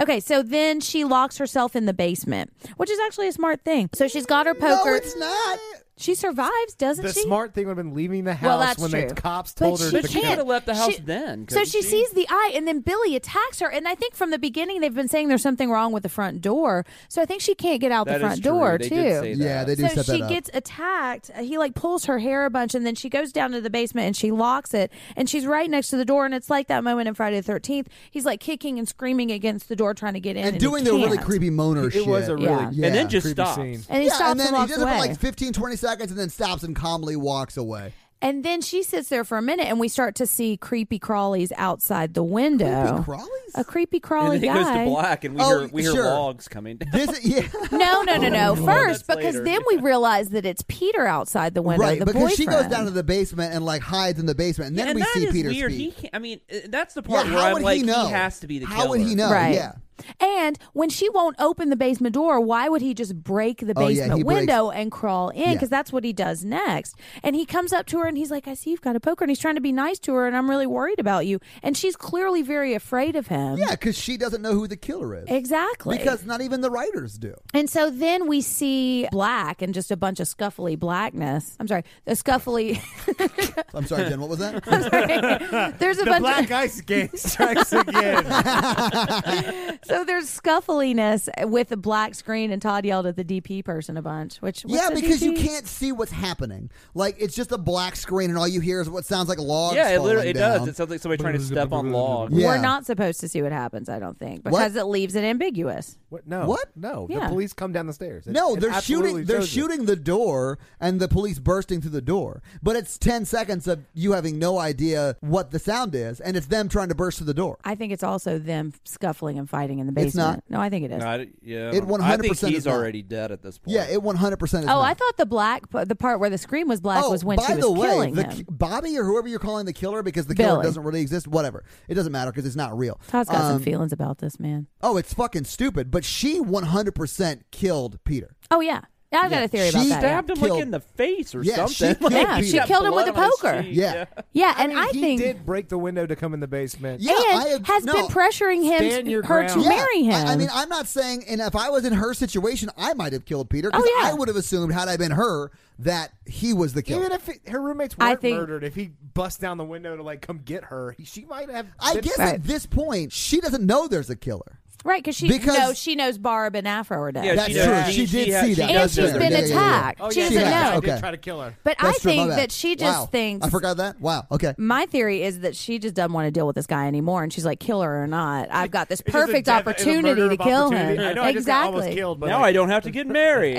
B: okay. So then she locks herself in the basement, which is actually a smart thing. So she's got her poker.
A: No, it's not.
B: she survives, doesn't
D: The
B: she?
D: smart thing would have been leaving the house
B: Well, that's
D: when the
B: true.
D: cops
B: But
D: told her
B: she
D: to
C: But she
B: can't-
C: could
D: go.
C: have left the
B: She-
C: house then.
B: So
C: couldn't
B: she sees the eye, and then Billy attacks her. And I think from the beginning they've been saying there's something wrong with the front door. So I think she can't get out
C: That
B: the
C: is
B: front
C: true.
B: door
C: They
B: too.
C: did say
A: Yeah,
C: that.
A: they do
B: so
A: set that
B: she
A: up.
B: gets attacked. Uh, He like pulls her hair a bunch, and then she goes down to the basement and she locks it. And she's right next to the door, and it's like that moment in Friday the Thirteenth. He's like kicking and screaming against the door, trying to get in,
A: and
B: he
A: doing the really
B: can't.
A: creepy moaner
D: It
A: shit.
D: was a really
B: Yeah.
A: Yeah.
C: and then just
D: creepy
C: stops.
D: scene.
B: And he
A: yeah, and
B: stops and,
A: then he
B: walks
A: does
B: away.
A: it for like 15, 20 seconds, and then stops and calmly walks away.
B: and then she sits there for a minute, and we start to see creepy crawlies outside the window.
A: Creepy crawlies?
B: a creepy
C: And
B: crawly
C: then it goes to
B: guy.
C: black, and we
A: Oh,
C: hear we hear
A: sure.
C: logs coming down.
A: This is, yeah,
B: No, no, no, no. First,
C: Oh, that's
B: because
C: later.
B: then we realize that it's Peter outside the window.
A: right.
B: the
A: Because she goes
B: boyfriend.
A: down to the basement and like hides in the basement, and then
C: and
A: we
C: that
A: see
C: is
A: Peter
C: weird.
A: speak.
C: He can't, I mean, uh, that's the
A: yeah,
C: part where
A: how
C: I'm
A: would
C: like,
A: he know?
C: has to be the
A: How
C: killer.
A: would he know?
B: Right.
A: Yeah.
B: And when she won't open the basement door, why would he just break the
A: Oh, yeah,
B: basement
A: he breaks-
B: window and crawl in?
A: Yeah.
B: Because that's what he does next. And he comes up to her and he's like, I see you've got a poker. And he's trying to be nice to her. And I'm really worried about you. And she's clearly very afraid of him.
C: Mm-hmm.
A: Yeah, because she doesn't know who the killer is.
B: Exactly.
A: Because not even the writers do.
B: and so then we see black and just a bunch of scuffly blackness. I'm sorry, the scuffly.
A: I'm sorry, Jen. What was that?
B: there's a
D: The
B: bunch.
D: black
B: of,
D: ice gang strikes again.
B: so there's scuffliness with a black screen. And Todd yelled at the DP person a bunch, which what's
A: yeah,
B: the
A: because you
B: DP?
A: can't see what's happening. Like it's just a black screen, and all you hear is what sounds like logs.
C: Yeah, it
A: falling
C: literally it does.
A: down.
C: It sounds like somebody trying to step on logs.
A: Yeah.
B: We're not supposed to see what happens, I don't think, because it leaves it ambiguous.
D: what? No.
A: What?
D: No.
B: Yeah.
D: The police come down the stairs. It-
A: no,
D: it
A: they're
D: absolutely
A: shooting. They're
D: shows it.
A: shooting the door, and the police bursting through the door. But it's ten seconds of you having no idea what the sound is, and it's them trying to burst through the door.
B: I think it's also them scuffling and fighting in the basement.
A: It's not.
B: No, I think it is.
C: No, I, d- yeah, I
A: It
C: don't-
A: 100%
C: I think
A: is
C: he's
A: not.
C: already dead at this point.
A: Yeah, it 100 percent.
B: oh, I thought the black, the part where the scream was black, was when
A: Oh, by
B: she was
A: the way,
B: killing
A: the,
B: him.
A: ki- Bobby or whoever you're calling the killer because the killer
B: Billy.
A: doesn't really exist. Whatever, it doesn't matter because it's not real.
B: Todd's got some
A: Um,
B: feelings about this man.
A: Oh, it's fucking stupid. But she 100 percent killed Peter.
B: Oh yeah, Yeah, I've got a theory about
A: She
B: that.
C: stabbed him like
A: Killed-
C: in the face or
A: Yeah, she
C: something.
A: killed
C: Like,
A: Yeah,
C: he's
A: she
C: got
B: killed him with
C: blood
B: a
C: on his
B: poker.
C: cheek.
A: Yeah.
B: yeah,
D: I
B: and
D: mean,
B: I
D: he
B: think
D: did break the window to come in the basement.
A: Yeah, I have-
B: and has
A: no.
B: been pressuring him,
D: Stand your
B: her to
D: ground.
A: Yeah.
B: marry him.
A: I, I mean, I'm not saying, and if I was in her situation, I might have killed Peter because
B: Oh, yeah.
A: I would have assumed, had I been her, that he was the killer.
D: Even if it- her roommates
B: I
D: weren't
B: think-
D: murdered, if he bust down the window to like come get her, he- she might have.
A: I
D: been-
A: guess
B: Right.
A: at this point, she doesn't know there's a killer.
B: right? Cause she
A: because-
B: knows she knows Barb and Afro are dead.
C: Yeah,
A: That's
C: she
A: true.
C: does.
A: She,
C: She-
A: did
C: she had-
A: see
C: she
A: that.
C: had-
B: and
A: That's
B: she's
A: true.
B: been
A: Yeah, yeah, yeah, yeah.
B: attacked.
D: Oh
B: she
D: yeah,
B: doesn't
A: yeah,
B: know.
D: I did
A: Okay.
D: try to kill her.
B: But I
A: That's true. My
B: think
A: bad.
B: that she just
A: Wow.
B: thinks
A: I forgot that. Wow. Okay.
B: my theory is that she just doesn't want to deal with this guy anymore, and she's like, kill her or not. I've got this
D: It's just a
B: perfect
D: death- it's a
B: opportunity
D: murder
B: to
D: of
B: kill
D: opportunity.
B: him.
D: I know I just got
B: exactly.
D: almost killed, but
C: Now I
D: like,
C: don't have to get married.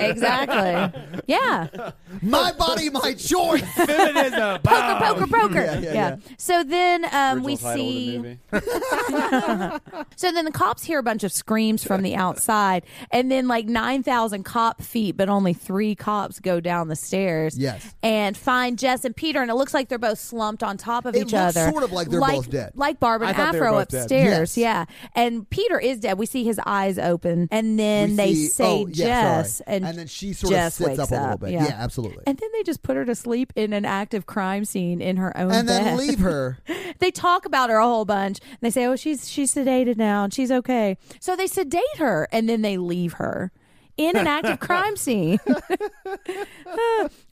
B: Exactly. yeah.
A: My body, my choice.
D: feminism.
B: Poker, poker,
D: Poker,
B: poker. Yeah.
A: Yeah, yeah, yeah.
B: So then um, we
C: Original title of the
B: see.
C: movie.
B: So then the cops hear about bunch of screams from the outside, and then like nine thousand cop feet, but only three cops go down the stairs.
A: Yes.
B: and find Jess and Peter, and it looks like they're both slumped on top of
A: It
B: each
A: looks
B: other,
A: sort of like they're both dead.
B: like Barb
D: I
B: and
D: thought they were
B: Afro
D: both dead.
B: upstairs.
A: Yes.
B: Yeah, and Peter is dead. We see his eyes open, and then
A: We
B: they
A: see-
B: say
A: oh, yeah,
B: Jess,
A: sorry.
B: and
A: then she sort
B: Jess
A: of sits
B: wakes
A: up a little
B: up,
A: bit.
B: yeah.
A: Yeah, absolutely.
B: and then they just put her to sleep in an active crime scene in her own
A: And then
B: bed.
A: leave her.
B: they talk about her a whole bunch. And they say, "Oh, she's she's sedated now and she's okay." So they sedate her and then they leave her in an active crime scene.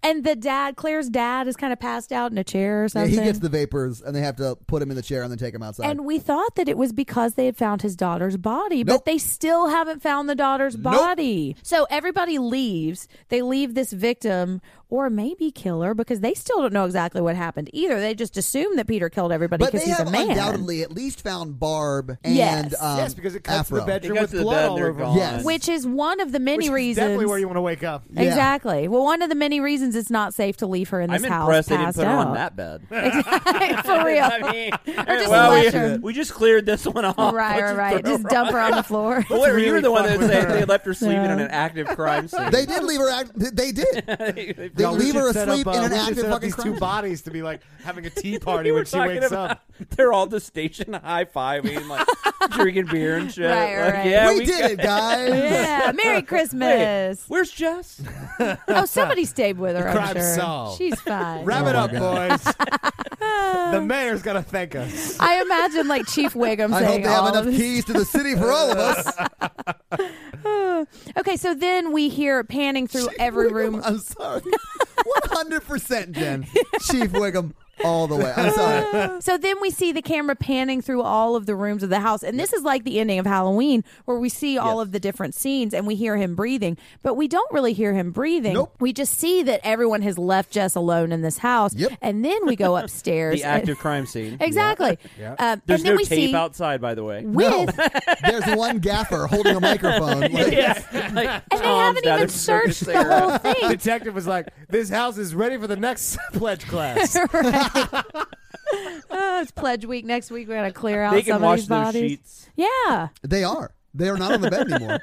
B: and the dad, Claire's dad, is kind of passed out in a chair or
A: Yeah,
B: something.
A: he gets the vapors, and they have to put him in the chair and then take him outside.
B: and we thought that it was because they had found his daughter's body,
A: Nope.
B: but they still haven't found the daughter's body. So everybody leaves. They leave this victim or maybe killer because they still don't know exactly what happened either. They just assume that Peter killed everybody
A: but
B: because
A: they
B: he's
A: have
B: a man.
A: undoubtedly at least found Barb and
B: Yes.
A: um,
D: yes, because it cuts to
A: Afro.
D: the bedroom
C: cuts
D: with
C: to the
D: blood
C: bed and
D: all
C: they're
D: over.
C: gone.
D: it.
A: Yes.
B: which is one of the many
D: Which is
B: reasons.
D: definitely where you want to wake up.
A: Yeah.
B: Exactly. Well, one of the many reasons it's not safe to leave her in this
C: I'm
B: house.
C: impressed they didn't
B: passed
C: put her on
B: out.
C: that bed.
B: for real.
C: I mean,
B: just
C: well,
B: let
C: we,
B: her-
C: we just cleared this one off.
B: right, right, right. Just dump her on the floor.
C: But wait, you were
D: really
C: the one
D: fuck
C: that
D: with
C: said
D: her.
C: they left her sleeping
B: No.
C: in an active crime scene.
A: They did leave her. Act- they did. They
D: we
A: leave
D: should
A: her
D: set
A: asleep
D: up,
A: in
D: uh,
A: an
D: we should
A: active
D: set up
A: fucking
D: these
A: crime.
D: two bodies to be like having a tea party
C: We
D: when
C: were
D: she
C: talking
D: wakes
C: about-
D: up.
C: They're all the station high fiving, like drinking beer and shit.
B: Right, right,
C: Like,
B: right.
C: Yeah,
A: we,
C: we
A: did
C: got-
A: it, guys.
B: yeah. Merry
C: Hey,
B: Christmas.
C: where's Jess?
B: oh, somebody stayed with her. I'm
D: Crime
B: sure.
D: solved.
B: She's fine.
D: Wrap it
A: my
D: up, boys. Oh, the mayor's gonna thank us.
B: I imagine like Chief Wiggum
A: I hope
B: saying
A: they have
B: all
A: enough
B: of this.
A: keys to the city for all of us.
B: Okay, so then we hear panning through every
A: Wiggum,
B: room.
A: I'm sorry. 100% Jen. Chief Wiggum all the way. I'm sorry.
B: So then we see the camera panning through all of the rooms of the house. And this is like the ending of Halloween, where we see all
C: Yes.
B: of the different scenes and we hear him breathing, but we don't really hear him breathing.
A: Nope.
B: We just see that everyone has left Jess alone in this house.
A: Yep.
B: And then we go upstairs.
C: The
B: and-
C: active crime scene.
B: exactly.
D: Yeah.
B: Um,
C: There's
B: and then
C: no
B: we
C: tape
B: see
C: outside, by the way.
B: with.
A: No. There's one gaffer holding a microphone. Like,
C: Like,
B: And they
C: Tom's
B: haven't
C: down
B: even
C: at Circus
B: searched the
C: Singer.
B: whole thing.
D: Detective was like, "This house is ready for the next pledge class."
B: Right. Oh, it's pledge week next week. We're gonna clear out
C: They can
B: some of
C: wash
B: these
C: those
B: bodies.
C: sheets.
B: Yeah.
A: They are. They are not on the bed anymore.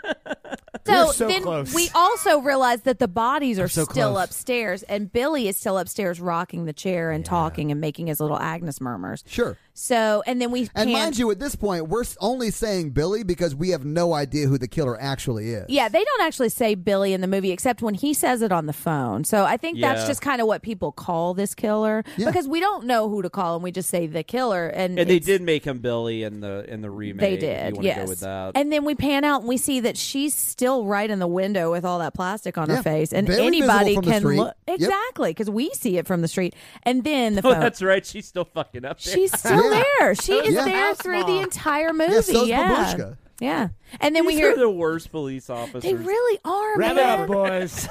B: So,
D: We're so
B: then
D: close.
B: we also realize that the bodies are
D: so
B: still
D: close.
B: upstairs, and Billy is still upstairs rocking the chair and talking and making his little Agnes murmurs.
A: Sure.
B: So, and then we
A: And
B: pan-
A: mind you, at this point, we're s- only saying Billy because we have no idea who the killer actually is.
B: yeah, they don't actually say Billy in the movie except when he says it on the phone. So I think that's
C: Yeah.
B: just kind of what people call this killer
A: Yeah.
B: because we don't know who to call him. We just say the killer, and,
C: And they
B: it's-
C: did make him Billy in the in the remake.
B: They
C: If you
B: did,
C: want
B: yes.
C: to go with that.
B: And then we pan out and we see that she's still right in the window with all that plastic on her
A: Yeah.
B: face, and
A: Very visible
B: anybody
A: from the
B: can
A: street.
B: look
A: Yep.
B: exactly because we see it from the street. And then the
C: oh,
B: phone.
C: that's right. She's still fucking up there.
B: She's still
A: Yeah.
B: there. She is
A: Yeah.
B: there
D: House
B: through the
D: mom.
B: entire movie.
A: so's
B: yeah.
A: Babushka.
B: Yeah. And then we
C: These
B: hear
C: are the worst police officers.
B: they really are.
D: Wrap it
B: man.
D: up, boys.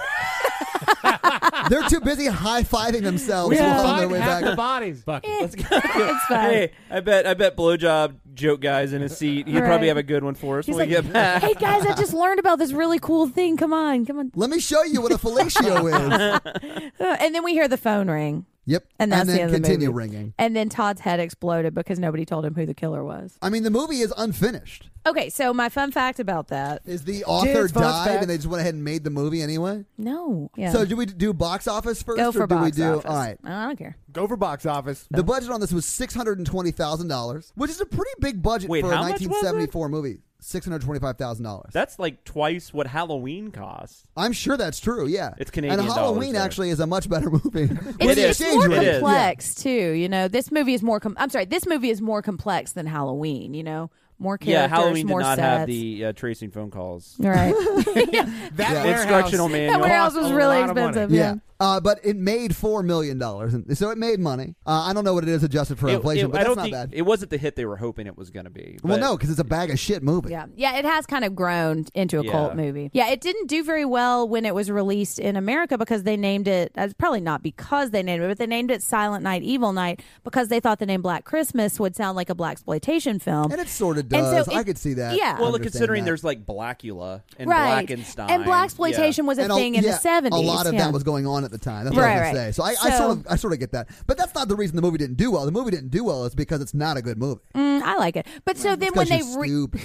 A: They're too busy high fiving themselves
D: We
A: while
D: will
A: on their
D: find
A: way
D: half
A: back.
D: the bodies.
B: it's fine.
C: Hey, I bet I bet blowjob joke guys in his seat. He'd
B: Right.
C: probably have a good one for us
B: He's like,
C: when we get back.
B: hey guys, I just learned about this really cool thing. Come on, come on.
A: Let me show you what a fellatio is.
B: Uh, And then we hear the phone ring,
A: Yep.
B: and that's
A: then
B: the end of the
A: continue
B: movie.
A: ringing.
B: And then Todd's head exploded because nobody told him who the killer was.
A: I mean, the movie is unfinished.
B: Okay, so my fun fact about that.
A: Is the author
D: Dude, fun
A: died
D: fact.
A: and they just went ahead and made the movie anyway?
B: No. Yeah.
A: So do we do box office first,
B: go
A: or
B: for
A: do
B: box
A: we do?
B: office.
A: All right.
B: I don't care.
D: Go for box office.
A: The budget on this was six hundred and twenty thousand dollars, which is a pretty big budget
C: Wait,
A: for a
C: how much was
A: nineteen seventy four movie. Six hundred twenty five thousand dollars.
C: That's like twice what Halloween costs.
A: I'm sure that's true. Yeah,
C: It's Canadian
A: And
C: dollars,
A: Halloween
C: though.
A: actually is a much better movie.
B: It's,
A: With the
B: it's
A: exchange
B: more
A: rate.
C: It is.
B: complex too. You know, this movie is more. Com- I'm sorry, this movie is more complex than Halloween. You know, more characters,
C: yeah, Halloween did
B: more
C: not
B: sets.
C: have the uh, tracing phone calls.
B: right.
D: That
A: Yeah.
D: warehouse-
C: Instructional
B: that
C: manual.
B: warehouse
D: cost
B: was
D: a
B: really
D: lot of money.
B: expensive.
A: Yeah.
B: Yeah.
A: Yeah. Uh, but it made four million dollars, and so it made money. Uh, I don't know what it is adjusted for
C: It-
A: inflation,
C: it-
A: but
C: I
A: that's
C: don't
A: not
C: think
A: bad.
C: it wasn't the hit they were hoping it was going to be.
A: well,
C: but-
A: no, because it's a bag of shit movie.
B: Yeah. Yeah, it has kind of grown into a
C: Yeah.
B: cult movie. Yeah, it didn't do very well when it was released in America because they named it, uh, probably not because they named it, but they named it Silent Night, Evil Night because they thought the name Black Christmas would sound like a black exploitation film.
A: and it sort of
B: so
A: does. I
B: it-
A: could see that.
B: yeah.
C: Well,
A: Understand
C: considering
A: that.
C: there's like Blackula and
B: right.
C: Blackenstein
B: And black exploitation was a
A: And
B: thing in
A: yeah,
B: the 70s.
A: A lot of
B: yeah.
A: that was going on at the time. That's
B: Right,
A: what I was gonna
B: right.
A: say. So I, I
B: So-
A: sort of I sort of get that, but that's not the reason the movie didn't do well. The movie didn't do well is because it's not a good movie.
B: Mm, I like Hmm, it. But so then when
A: 'Cause
B: they
A: you're
B: re-
A: stupid.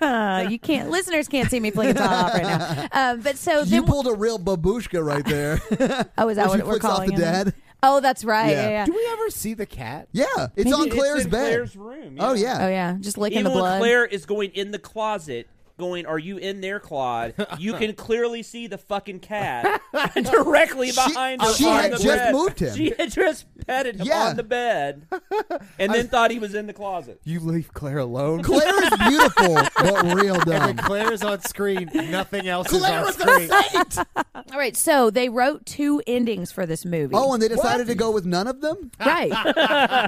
B: Uh, you can't. listeners can't see me flicking Todd off right now. Uh, but so
A: You
B: then,
A: pulled a real babushka right there.
B: oh, is that
A: where she
B: what we're
A: flicks off
B: calling
A: the
B: it?
A: dad?
B: Oh, that's right.
A: Yeah.
B: Yeah, yeah.
D: Do we ever see the cat?
A: yeah, it's on Claire's
C: in
A: bed.
C: Claire's room.
A: Oh yeah.
B: Oh yeah, just licking
C: Even
B: the
C: when
B: blood.
C: Claire is going in the closet, going, "Are you in there, Claude?" You can clearly see the fucking cat directly
A: She-
C: behind her.
A: she
C: on
A: had
C: the
A: just
C: bed.
A: moved him.
C: She had just petted him
A: Yeah.
C: on the bed, and then thought he was in the closet.
D: You leave Claire alone.
B: Oh,
A: Claire is beautiful but real dumb.
D: and Claire's on screen. Nothing else
A: Claire was
D: is on
A: gonna
D: screen.
A: say it.
B: All right, so they wrote two endings for this movie.
A: Oh, and they decided to go with none of them.
B: Right.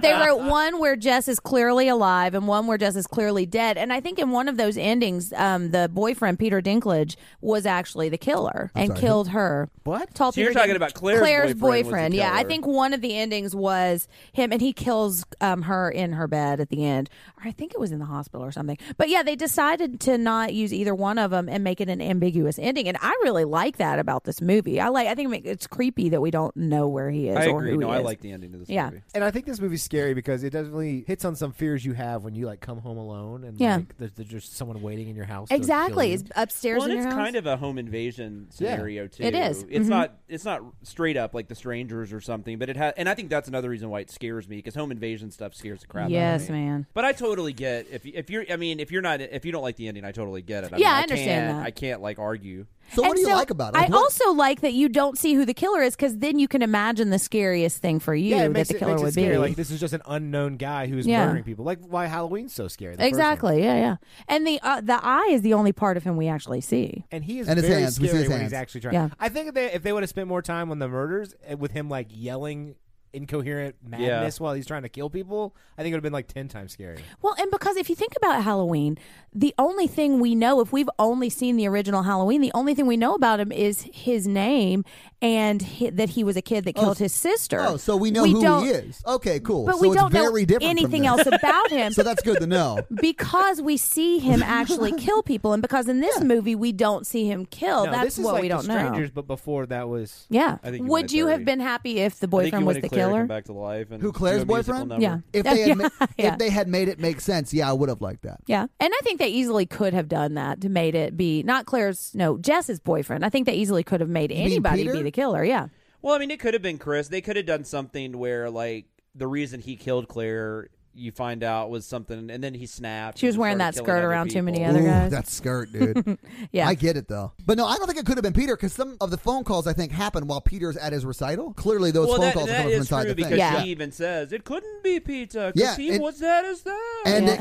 B: they wrote one where Jess is clearly alive and one where Jess is clearly dead. And I think in one of those endings, um, the boyfriend, Peter Dinklage, was actually the killer and
A: sorry,
B: killed her.
D: What?
B: Tall
C: So you're
B: Peter
C: talking
B: Dink-
C: about Claire's boyfriend was the
B: yeah, I
C: killer.
B: think one of the endings was him and he kills um, her in her bed at the end. Or I think it was in the hospital or something. But yeah, they decided to not use either one of them and make it an ambiguous ending. And I really like that about this movie. I like. I think it make- it's creepy that we don't know where he is
C: I
B: or
C: agree.
B: who
C: No,
B: he
C: I
B: is.
C: like the ending to this
B: Yeah.
C: movie.
D: And I think this movie's scary because it definitely hits on some fears you have when you like come home alone and
B: Yeah.
D: like there's, there's just someone waiting in your house. to kill
B: Exactly.
D: you.
B: It's upstairs
C: Well,
B: in
C: and
B: your
C: it's
B: house.
C: kind of a home invasion
D: Yeah.
C: scenario too.
B: It is. Mm-hmm.
C: It's not. It's not straight up like the strangers or something. But it has, and I think that's another reason why it scares me because home invasion stuff scares the crap. out
B: yes,
C: of me.
B: man.
C: But I totally get if if you're. I mean, if you're not if you don't like the ending, I totally get it. I
B: Yeah,
C: mean,
B: I understand
C: can't,
B: that.
C: I can't like argue.
A: So what
B: And
A: do you
B: so
A: like about it?
B: I
A: Like, what-
B: also like that you don't see who the killer is because then you can imagine the scariest thing for you
D: yeah, it
B: that
D: makes
B: the
D: it,
B: killer
D: makes it
B: would
D: scary.
B: be.
D: Like this is just an unknown guy who's
B: Yeah.
D: murdering people. Like why Halloween's so scary. the first one.
B: exactly. Yeah, yeah. And the uh, the eye is the only part of him we actually see.
D: And he is
A: And his
D: very
A: hands. We see
D: scary
A: his
D: when
A: hands.
D: he's actually trying.
B: Yeah.
D: I think if they, if they would have spent more time on the murders uh, with him like yelling incoherent madness while he's trying to kill people, I think it would have been like ten times scarier.
B: Well, and because if you think about Halloween, the only thing we know, if we've only seen the original Halloween, the only thing we know about him is his name and hi that he was a kid that killed his sister.
A: oh, so we know who
B: don't,
A: he is. Okay, cool.
B: But
A: so
B: we
A: it's
B: don't
A: very
B: know
A: different from
B: anything
A: this.
B: else about him.
A: So that's good to know.
B: because we see him actually kill people, and because in this movie we don't see him kill,
D: no,
B: that's
D: this is
B: what
D: like
B: we
D: The
B: don't know.
D: strangers, but before that was
B: Yeah,
C: I think you
B: would
C: went
B: you have
C: 30.
B: been happy if the
C: I think you
B: boyfriend was
C: wanted
B: the
C: Claire to
B: killer?
C: come back to life and
A: Who, Claire's
C: do a musical
A: boyfriend?
C: number.
B: Yeah.
A: If they had, ma-
B: Yeah.
A: if they had made it make sense, yeah, I would have liked that.
B: Yeah, and I think they easily could have done that to made it be not Claire's, no Jess's boyfriend. I think they easily could have made
A: mean
B: anybody be
A: Peter?
B: the killer. Yeah,
C: Well, I mean, it could have been Chris. They could have done something where like the reason he killed Claire. You find out was something, and then he snapped.
B: She
C: and
B: was
C: just
B: wearing
C: started
B: that
C: killing
B: skirt
C: other
B: around too many
C: people.
B: Other
A: Ooh,
B: guys?
A: that skirt, dude.
B: yeah.
A: I get it though, but no, I don't think it could have been Peter because some of the phone calls I think happened while Peter's at his recital. Clearly, those
C: well,
A: phone
C: that,
A: calls are
C: that
A: coming from
C: is
A: inside
C: true
A: the
C: because
A: thing.
B: Yeah.
C: she even says it couldn't be pizza
A: Yeah,
C: because he
A: and-
C: was that as that.
A: And,
B: Yeah.
A: it-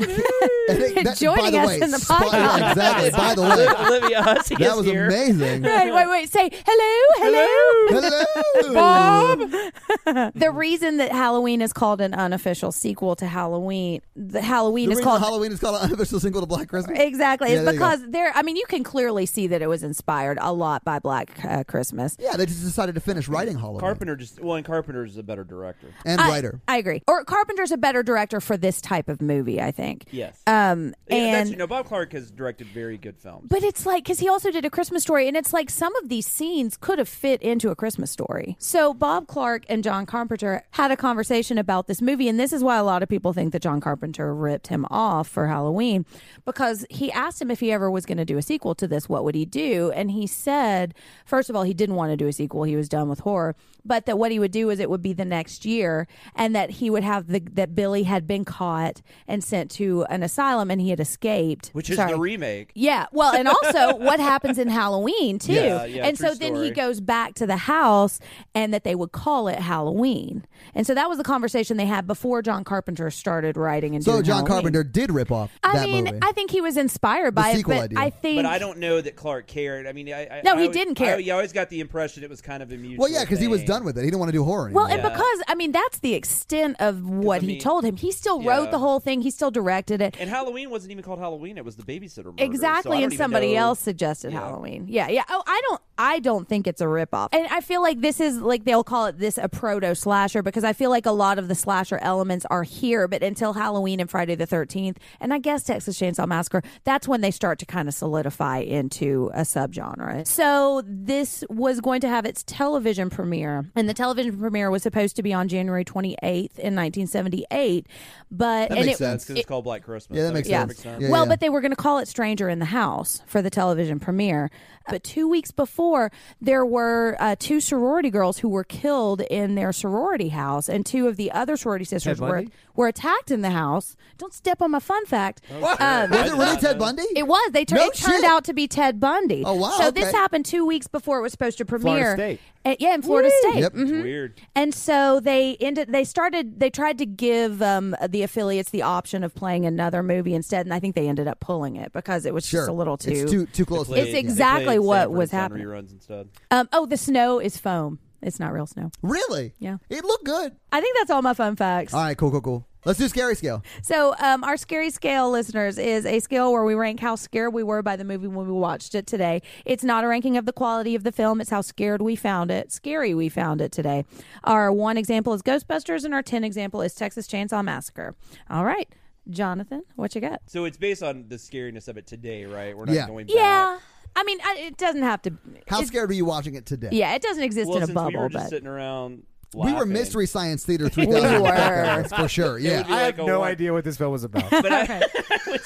A: and it- that- by
B: Joining
A: the
B: us
A: way,
B: in the
A: spot- yeah,
B: podcast.
A: exactly. By the way,
C: Olivia Hussey is
A: that was
C: here.
A: amazing.
B: Right, wait, wait. Say hello, hello.
A: Hello,
B: The reason that Halloween is called an unofficial sequel to Halloween, the Halloween
A: The
B: is
A: reason
B: called
A: Halloween is called an unofficial single to Black Christmas.
B: Exactly.
A: Yeah,
B: it's
A: there you go.
B: because there, I mean, you can clearly see that it was inspired a lot by Black uh, Christmas.
A: Yeah, they just decided to finish writing Halloween
C: Carpenter just well, and Carpenter is a better director.
A: and
B: I-
A: writer.
B: I, agree. Or Carpenter's a better director for this type of movie, I think.
C: Yes,
B: Um,
C: Yeah, that's,
B: and
C: you know Bob Clark has directed very good films.
B: But it's like because he also did a Christmas story, and it's like some of these scenes could have fit into a Christmas story. So Bob Clark and John Carpenter had a conversation about this movie, and this is why a lot of people think that John Carpenter ripped him off for Halloween because he asked him if he ever was going to do a sequel to this, what would he do? And he said, first of all, he didn't want to do a sequel; he was done with horror. But that what he would do is it would be the next year, and that he would have the that Billy had been caught and sent to an asylum, and he had escaped,
C: which is
B: Sorry.
C: the remake.
B: Yeah. Well, and also what happens in Halloween too.
C: Yeah, yeah,
B: and
C: true
B: so then he
C: story.
B: goes back to the house and that they would call it Halloween. And so that was the conversation they had before John Carpenter started writing and
A: So
B: doing
A: John
B: Halloween.
A: Carpenter did rip off
B: I
A: that
B: mean,
A: movie.
B: I think he was inspired by it,
A: sequel
B: but
A: idea.
B: I think
C: But I don't know that Clark cared. I mean, I, I
B: No,
C: I
B: he
C: always-
B: didn't care.
C: I, you always got the impression it was kind of a mutual.
A: well, yeah, because he was
C: thing.
A: done with it. He didn't want to do horror anymore.
B: Well, and because I mean that's the extent of what he
C: mean-
B: told him. He still
C: Yeah.
B: wrote the whole thing. He still directed it.
C: And Halloween wasn't even called Halloween; it was the babysitter. Murders, so I
B: Exactly,
C: don't
B: and
C: even
B: somebody
C: know-
B: else suggested
C: Yeah.
B: Halloween. Yeah, yeah. Oh, I don't, I don't think it's a ripoff, and I feel like this is like they'll call it this a proto slasher because I feel like a lot of the slasher elements are here, but it until Halloween and Friday the 13th. And I guess Texas Chainsaw Massacre, that's when they start to kind of solidify into a subgenre. So this was going to have its television premiere. And the television premiere was supposed to be on January 28th in 1978. But,
A: That
B: and
A: makes
B: it,
A: sense.
C: because it's called Black Christmas.
A: Yeah, that makes
B: yeah.
A: sense. Yeah,
B: well,
A: yeah.
B: but they were going to call it Stranger in the House for the television premiere. But two weeks before, there were uh, two sorority girls who were killed in their sorority house, and two of the other sorority sisters were,
D: Bundy?
B: were attacked in the house. Don't step on my fun fact.
A: Oh.
B: Um,
A: Was it really Ted Bundy?
B: it was. They tur-
A: No
B: it turned
A: shit.
B: out to be Ted Bundy.
A: Oh, wow,
B: So
A: okay.
B: this happened two weeks before it was supposed to premiere.
D: State.
B: Uh, yeah, in Florida State.
A: Yep.
C: It's weird.
B: And so they ended. They started. They tried to give um, the affiliates the option of playing another movie instead, and I think they ended up pulling it because it was
A: sure.
B: just a little too.
A: It's too too close.
C: They played- they
B: exactly
C: played
B: what
C: Sanford
B: was
C: and Son
B: happening.
C: Reruns instead.
B: um, oh, the snow is foam. It's not real snow.
A: Really?
B: Yeah.
A: It looked good.
B: I think that's all my fun facts.
A: All right. Cool. Cool. Cool. Let's do scary scale.
B: So, um, our scary scale, listeners, is a scale where we rank how scared we were by the movie when we watched it today. It's not a ranking of the quality of the film, it's how scared we found it, scary we found it today. Our one example is Ghostbusters, and our 10 example is Texas Chainsaw Massacre. All right, Jonathan, what you got?
C: So it's based on the scariness of it today, right? We're not
A: Yeah.
C: going back.
B: Yeah. I mean, I, it doesn't have to.
A: How
B: it's-
A: scared were you watching it today?
B: Yeah, it doesn't exist
C: Well,
B: in a
C: since we
B: bubble,
C: were just
B: but.
C: sitting around,
A: We were
C: laughing.
A: Mystery Science Theater 3000
B: We were.
A: backgrounds, for sure.
C: It would
A: Yeah.
C: be
D: I
C: like
D: have
C: a
D: no
C: one-
D: idea what this film was about.
C: But I,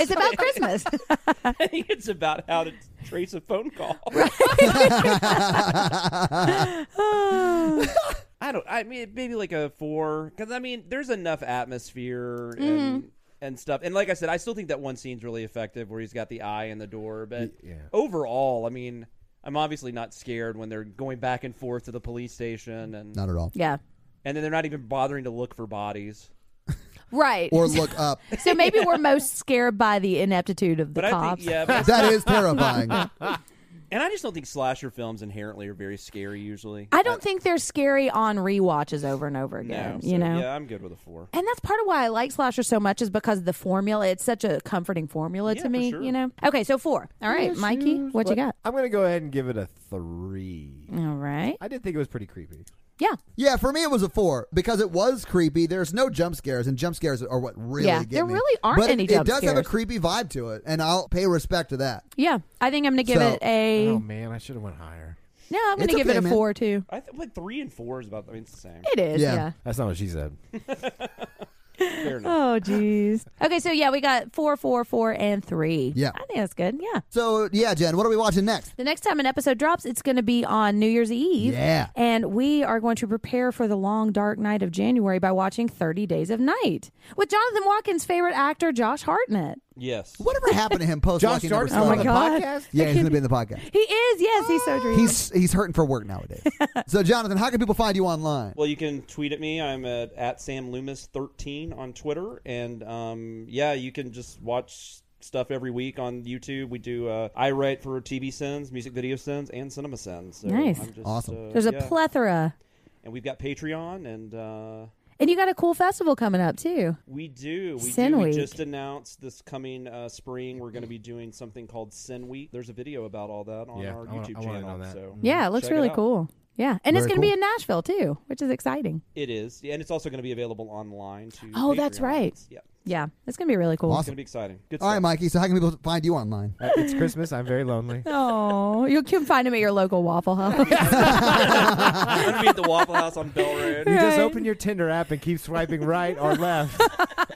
B: It's about Christmas.
C: I think it's about how to trace a phone call. I don't. I mean, maybe like a four, because I mean, there's enough atmosphere
B: Mm-hmm.
C: and and stuff. And like I said, I still think that one scene's really effective where he's got the eye and the door. But
D: yeah.
C: overall, I mean, I'm obviously not scared when they're going back and forth to the police station, and
A: Not at all.
B: yeah.
C: and then they're not even bothering to look for bodies.
B: Right.
A: Or look up.
B: so maybe we're most scared by the ineptitude of the
C: But I
B: cops.
C: think, yeah, but,
A: That is terrifying.
C: and I just don't think slasher films inherently are very scary usually.
B: I don't think they're scary on rewatches over and over again,
C: so,
B: you know?
C: yeah, I'm good with a four.
B: And that's part of why I like slasher so much is because of the formula. It's such a comforting formula to
C: Yeah, for
B: me,
C: sure.
B: you know? Okay, so four. All right, Mikey, what you got?
D: I'm gonna go ahead and give it a three.
B: All right.
D: I did think it was pretty creepy.
B: Yeah.
A: Yeah, for me it was a four because it was creepy. There's no jump scares, and jump scares are what really
B: Yeah,
A: get
B: there
A: me.
B: really aren't
A: but
B: any
A: it,
B: jump
A: it does have a
B: scares.
A: creepy vibe to it, and I'll pay respect to that.
B: Yeah. I think I'm going to give
A: So-
B: it a.
D: Oh man, I should have went higher.
B: No, I'm going
A: It's
B: to give
A: okay,
B: it a
A: man.
B: four, too.
C: I th- like three and four is about. I mean, it's the same.
B: It is,
A: Yeah.
B: yeah.
D: That's not what she said.
C: Fair enough.
B: Oh, jeez. okay, so yeah, we got four, four, four, and three.
A: Yeah.
B: I think that's good. Yeah.
A: So yeah, Jen, what are we watching next?
B: The next time an episode drops, it's going to be on New Year's Eve.
A: Yeah.
B: And we are going to prepare for the long, dark night of January by watching 30 Days of Night with Jonathan Watkins' favorite actor, Josh Hartnett.
C: Yes.
A: Whatever happened to him post
D: Josh
A: Lucky Number
D: Jarvis
B: Oh my
D: on the
A: Seven?
B: God.
D: podcast.
A: Yeah, he's gonna be in the podcast.
B: He is, yes, he's so dreamy.
A: He's he's hurting for work nowadays. so Jonathan, how can people find you online?
C: Well, you can tweet at me. I'm at, at Sam Loomis 13 on Twitter, and um, yeah, you can just watch stuff every week on YouTube. We do. Uh, I write for TV Sins, music video sins, and cinema sins. So
B: Nice.
C: I'm just,
A: Awesome.
C: uh,
B: There's a
C: yeah.
B: plethora.
C: and we've got Patreon, and uh,
B: And you got a cool festival coming up, too.
C: we do. We,
B: Sin
C: do. we
B: Week.
C: just announced this coming uh, spring. We're going to be doing something called Sin Week. There's a video about all that on
D: Yeah,
C: our
D: I wanna-
C: YouTube
D: I wanna
C: channel.
D: know that.
C: So
B: Yeah, it looks
C: Check it
B: really
C: out.
B: cool. Yeah, and it's
A: Very
B: going to be
A: cool.
B: in Nashville, too, which is exciting.
C: It is, Yeah, and it's also going to be available online. To
B: Oh, that's
C: Patreon.
B: right.
C: It's- Yeah, it's
B: Yeah, it's going to be really cool.
A: Awesome.
C: going to be exciting. Good
A: All
C: stuff.
A: right, Mikey. So how can people find you online?
D: Uh, it's Christmas. I'm very lonely.
B: Oh, you can find him at your local Waffle House.
C: I'm going to be at the Waffle House on Bell Road.
D: You just
B: Right.
D: open your Tinder app and keep swiping right or left.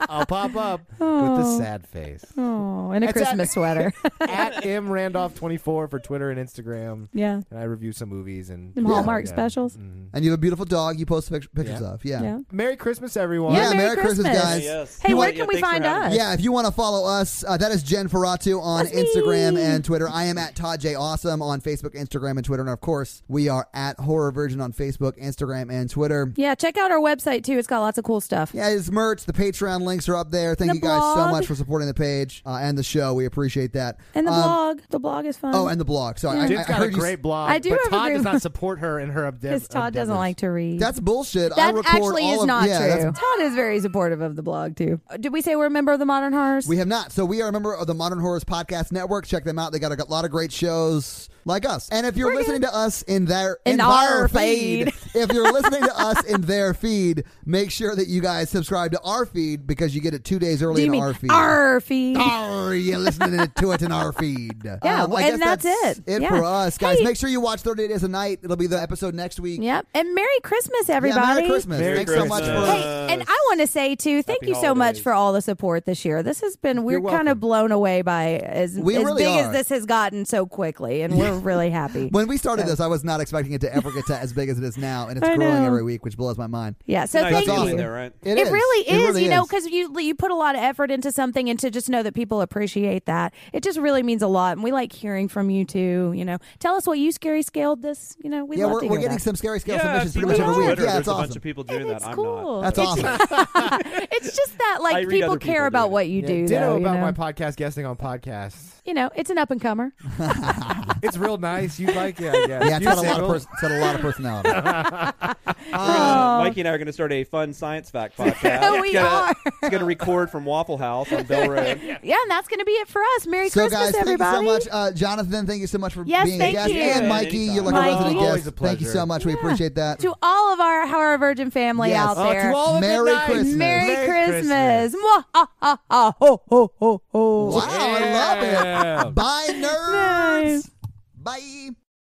D: I'll pop up with the sad face.
B: Oh, and a
D: It's at-
B: Christmas sweater.
D: At M Randolph 24 for Twitter and Instagram.
B: yeah,
D: And I review some movies and
B: Them Hallmark
D: Yeah.
B: specials.
C: Mm.
D: Mhm.
A: And you have a beautiful dog. You post pic- pictures
D: Yeah.
A: of. Yeah.
B: yeah.
D: Merry Christmas, everyone.
A: Yeah,
B: Yeah, Merry
A: Merry Christmas,
B: Christmas.
A: guys.
C: Yes.
B: Hey,
C: You
B: where
C: want-
B: can
C: yeah,
B: we
C: thanks for
B: find
C: having
B: us?
C: me.
A: Yeah, if you want to follow us, uh, that is Jen Ferratu on
B: That's me.
A: Instagram and Twitter. I am at Todd J Awesome on Facebook, Instagram, and Twitter. And of course, we are at Horror Virgin on Facebook, Instagram, and Twitter.
B: Yeah, check out our website too. It's got lots of cool stuff.
A: Yeah, his merch, the Patreon links are up there. Thank
B: The
A: you guys so
B: blog.
A: much for supporting the page uh, and the show. We appreciate that.
B: And the
A: Um,
B: blog, the blog is fun.
A: Oh, and the blog.
B: Mm.
A: Sorry, I- I,
D: Jen's got
A: heard
D: a
A: you s-
D: great blog.
B: I do
D: but
B: have a
D: Todd
B: great
D: does
B: blog.
D: not support her in her endeavor.
B: because Todd doesn't like to read.
A: That's bullshit. I
B: That's
A: record
B: actually
A: all
B: is
A: of,
B: not
A: yeah,
B: true.
A: that's-
B: Todd is very supportive of the blog too. Uh, Did we say we're a member of the Modern Horrors?
A: We have not. So we are a member of the Modern Horrors Podcast Network. Check them out. They got a lot of great shows. like us. And if you're
B: We're
A: listening to us in their
B: In our feed.
A: if you're listening to us in their feed, make sure that you guys subscribe to our feed because you get it two days early
B: Do you
A: in
B: mean
A: our feed.
B: our feed?
A: Arr, you're listening to it in our feed. Um,
B: Yeah,
A: I
B: and
A: guess
B: that's it.
A: It
B: Yeah.
A: for us, guys.
B: Hey.
A: Make sure you watch 30 Days a Night. It'll be the episode next week.
B: Yep. And Merry Christmas,
A: Yeah,
B: everybody.
A: Merry Christmas.
D: Merry
A: Thanks so much
D: Christmas.
A: for.
B: Hey, and I want to say too, thank
C: Happy
B: you so much
C: holidays.
B: for all the support this year. This has been we're
A: You're
B: kind
A: welcome.
B: of blown away by as,
A: We
B: as
A: really
B: big
A: are.
B: as this has gotten so quickly, and we're really happy.
A: When we started this, I was not expecting it to ever get to as big as it is now, and it's
B: I
A: growing
B: know.
A: every week, which blows my mind.
B: yeah, so
C: Nice
B: thank
A: feeling
B: you.
C: there, right?
A: It,
B: It
A: is.
B: really
A: It
B: is,
A: really
B: you know, because you you put a lot of effort into something, and to just know that people appreciate that, it just really means a lot. And we like hearing from you too. You know, tell us what you scary scaled this. You know, we
A: yeah,
B: love
A: we're,
B: to
A: we're
B: hear
A: getting
B: that.
A: some scary scale
C: yeah,
A: submissions
C: I've seen
A: pretty much
C: it on
A: every week.
C: Twitter.
A: Yeah,
C: There's
A: it's
C: a bunch
A: awesome.
C: of people doing
B: it's
C: that. I'm
B: cool.
C: not.
A: That's
B: It's-
A: awesome.
B: it's just that
C: I
B: like
C: read
B: people
C: other people
B: care
C: do
B: about
C: it.
B: what you
D: Yeah,
B: do.
D: ditto
B: though,
D: about
B: you know?
D: my podcast guesting on podcasts.
B: you know, it's an up and comer.
D: It's real nice. You like it, I guess.
A: Yeah, it's
D: You're
A: got a lot of
D: single.
A: pers- it's got a lot of personality. Um,
C: Uh, Mikey and I are going to start a fun science fact podcast.
B: Um, We
C: It's gonna-
B: are.
C: It's going to record from Waffle House on Bell Road.
B: Yeah, and that's going to be it for us. Merry
A: so
B: Christmas,
A: guys, thank
B: everybody.
A: you so much, uh, Jonathan. Thank you so much for
B: Yes,
A: being a
B: thank
A: guest,
B: you.
A: and
B: Yeah,
A: Mikey,
C: anytime.
A: you're like a
B: Mikey.
A: resident
D: Always
A: guest.
D: a
A: Thank you
D: pleasure.
A: so much. We appreciate that.
B: To all of our Howard Virgin family
A: Yes.
B: out
A: Oh,
B: there.
D: to all of
A: Merry
D: it, nice.
A: Christmas.
B: Merry,
D: Merry
B: Christmas. Mwah, Ah. ha, ha, ha, ho, ho, ho, ho.
A: wow, I love it. Bye, nerds.
B: Nice.
A: Bye.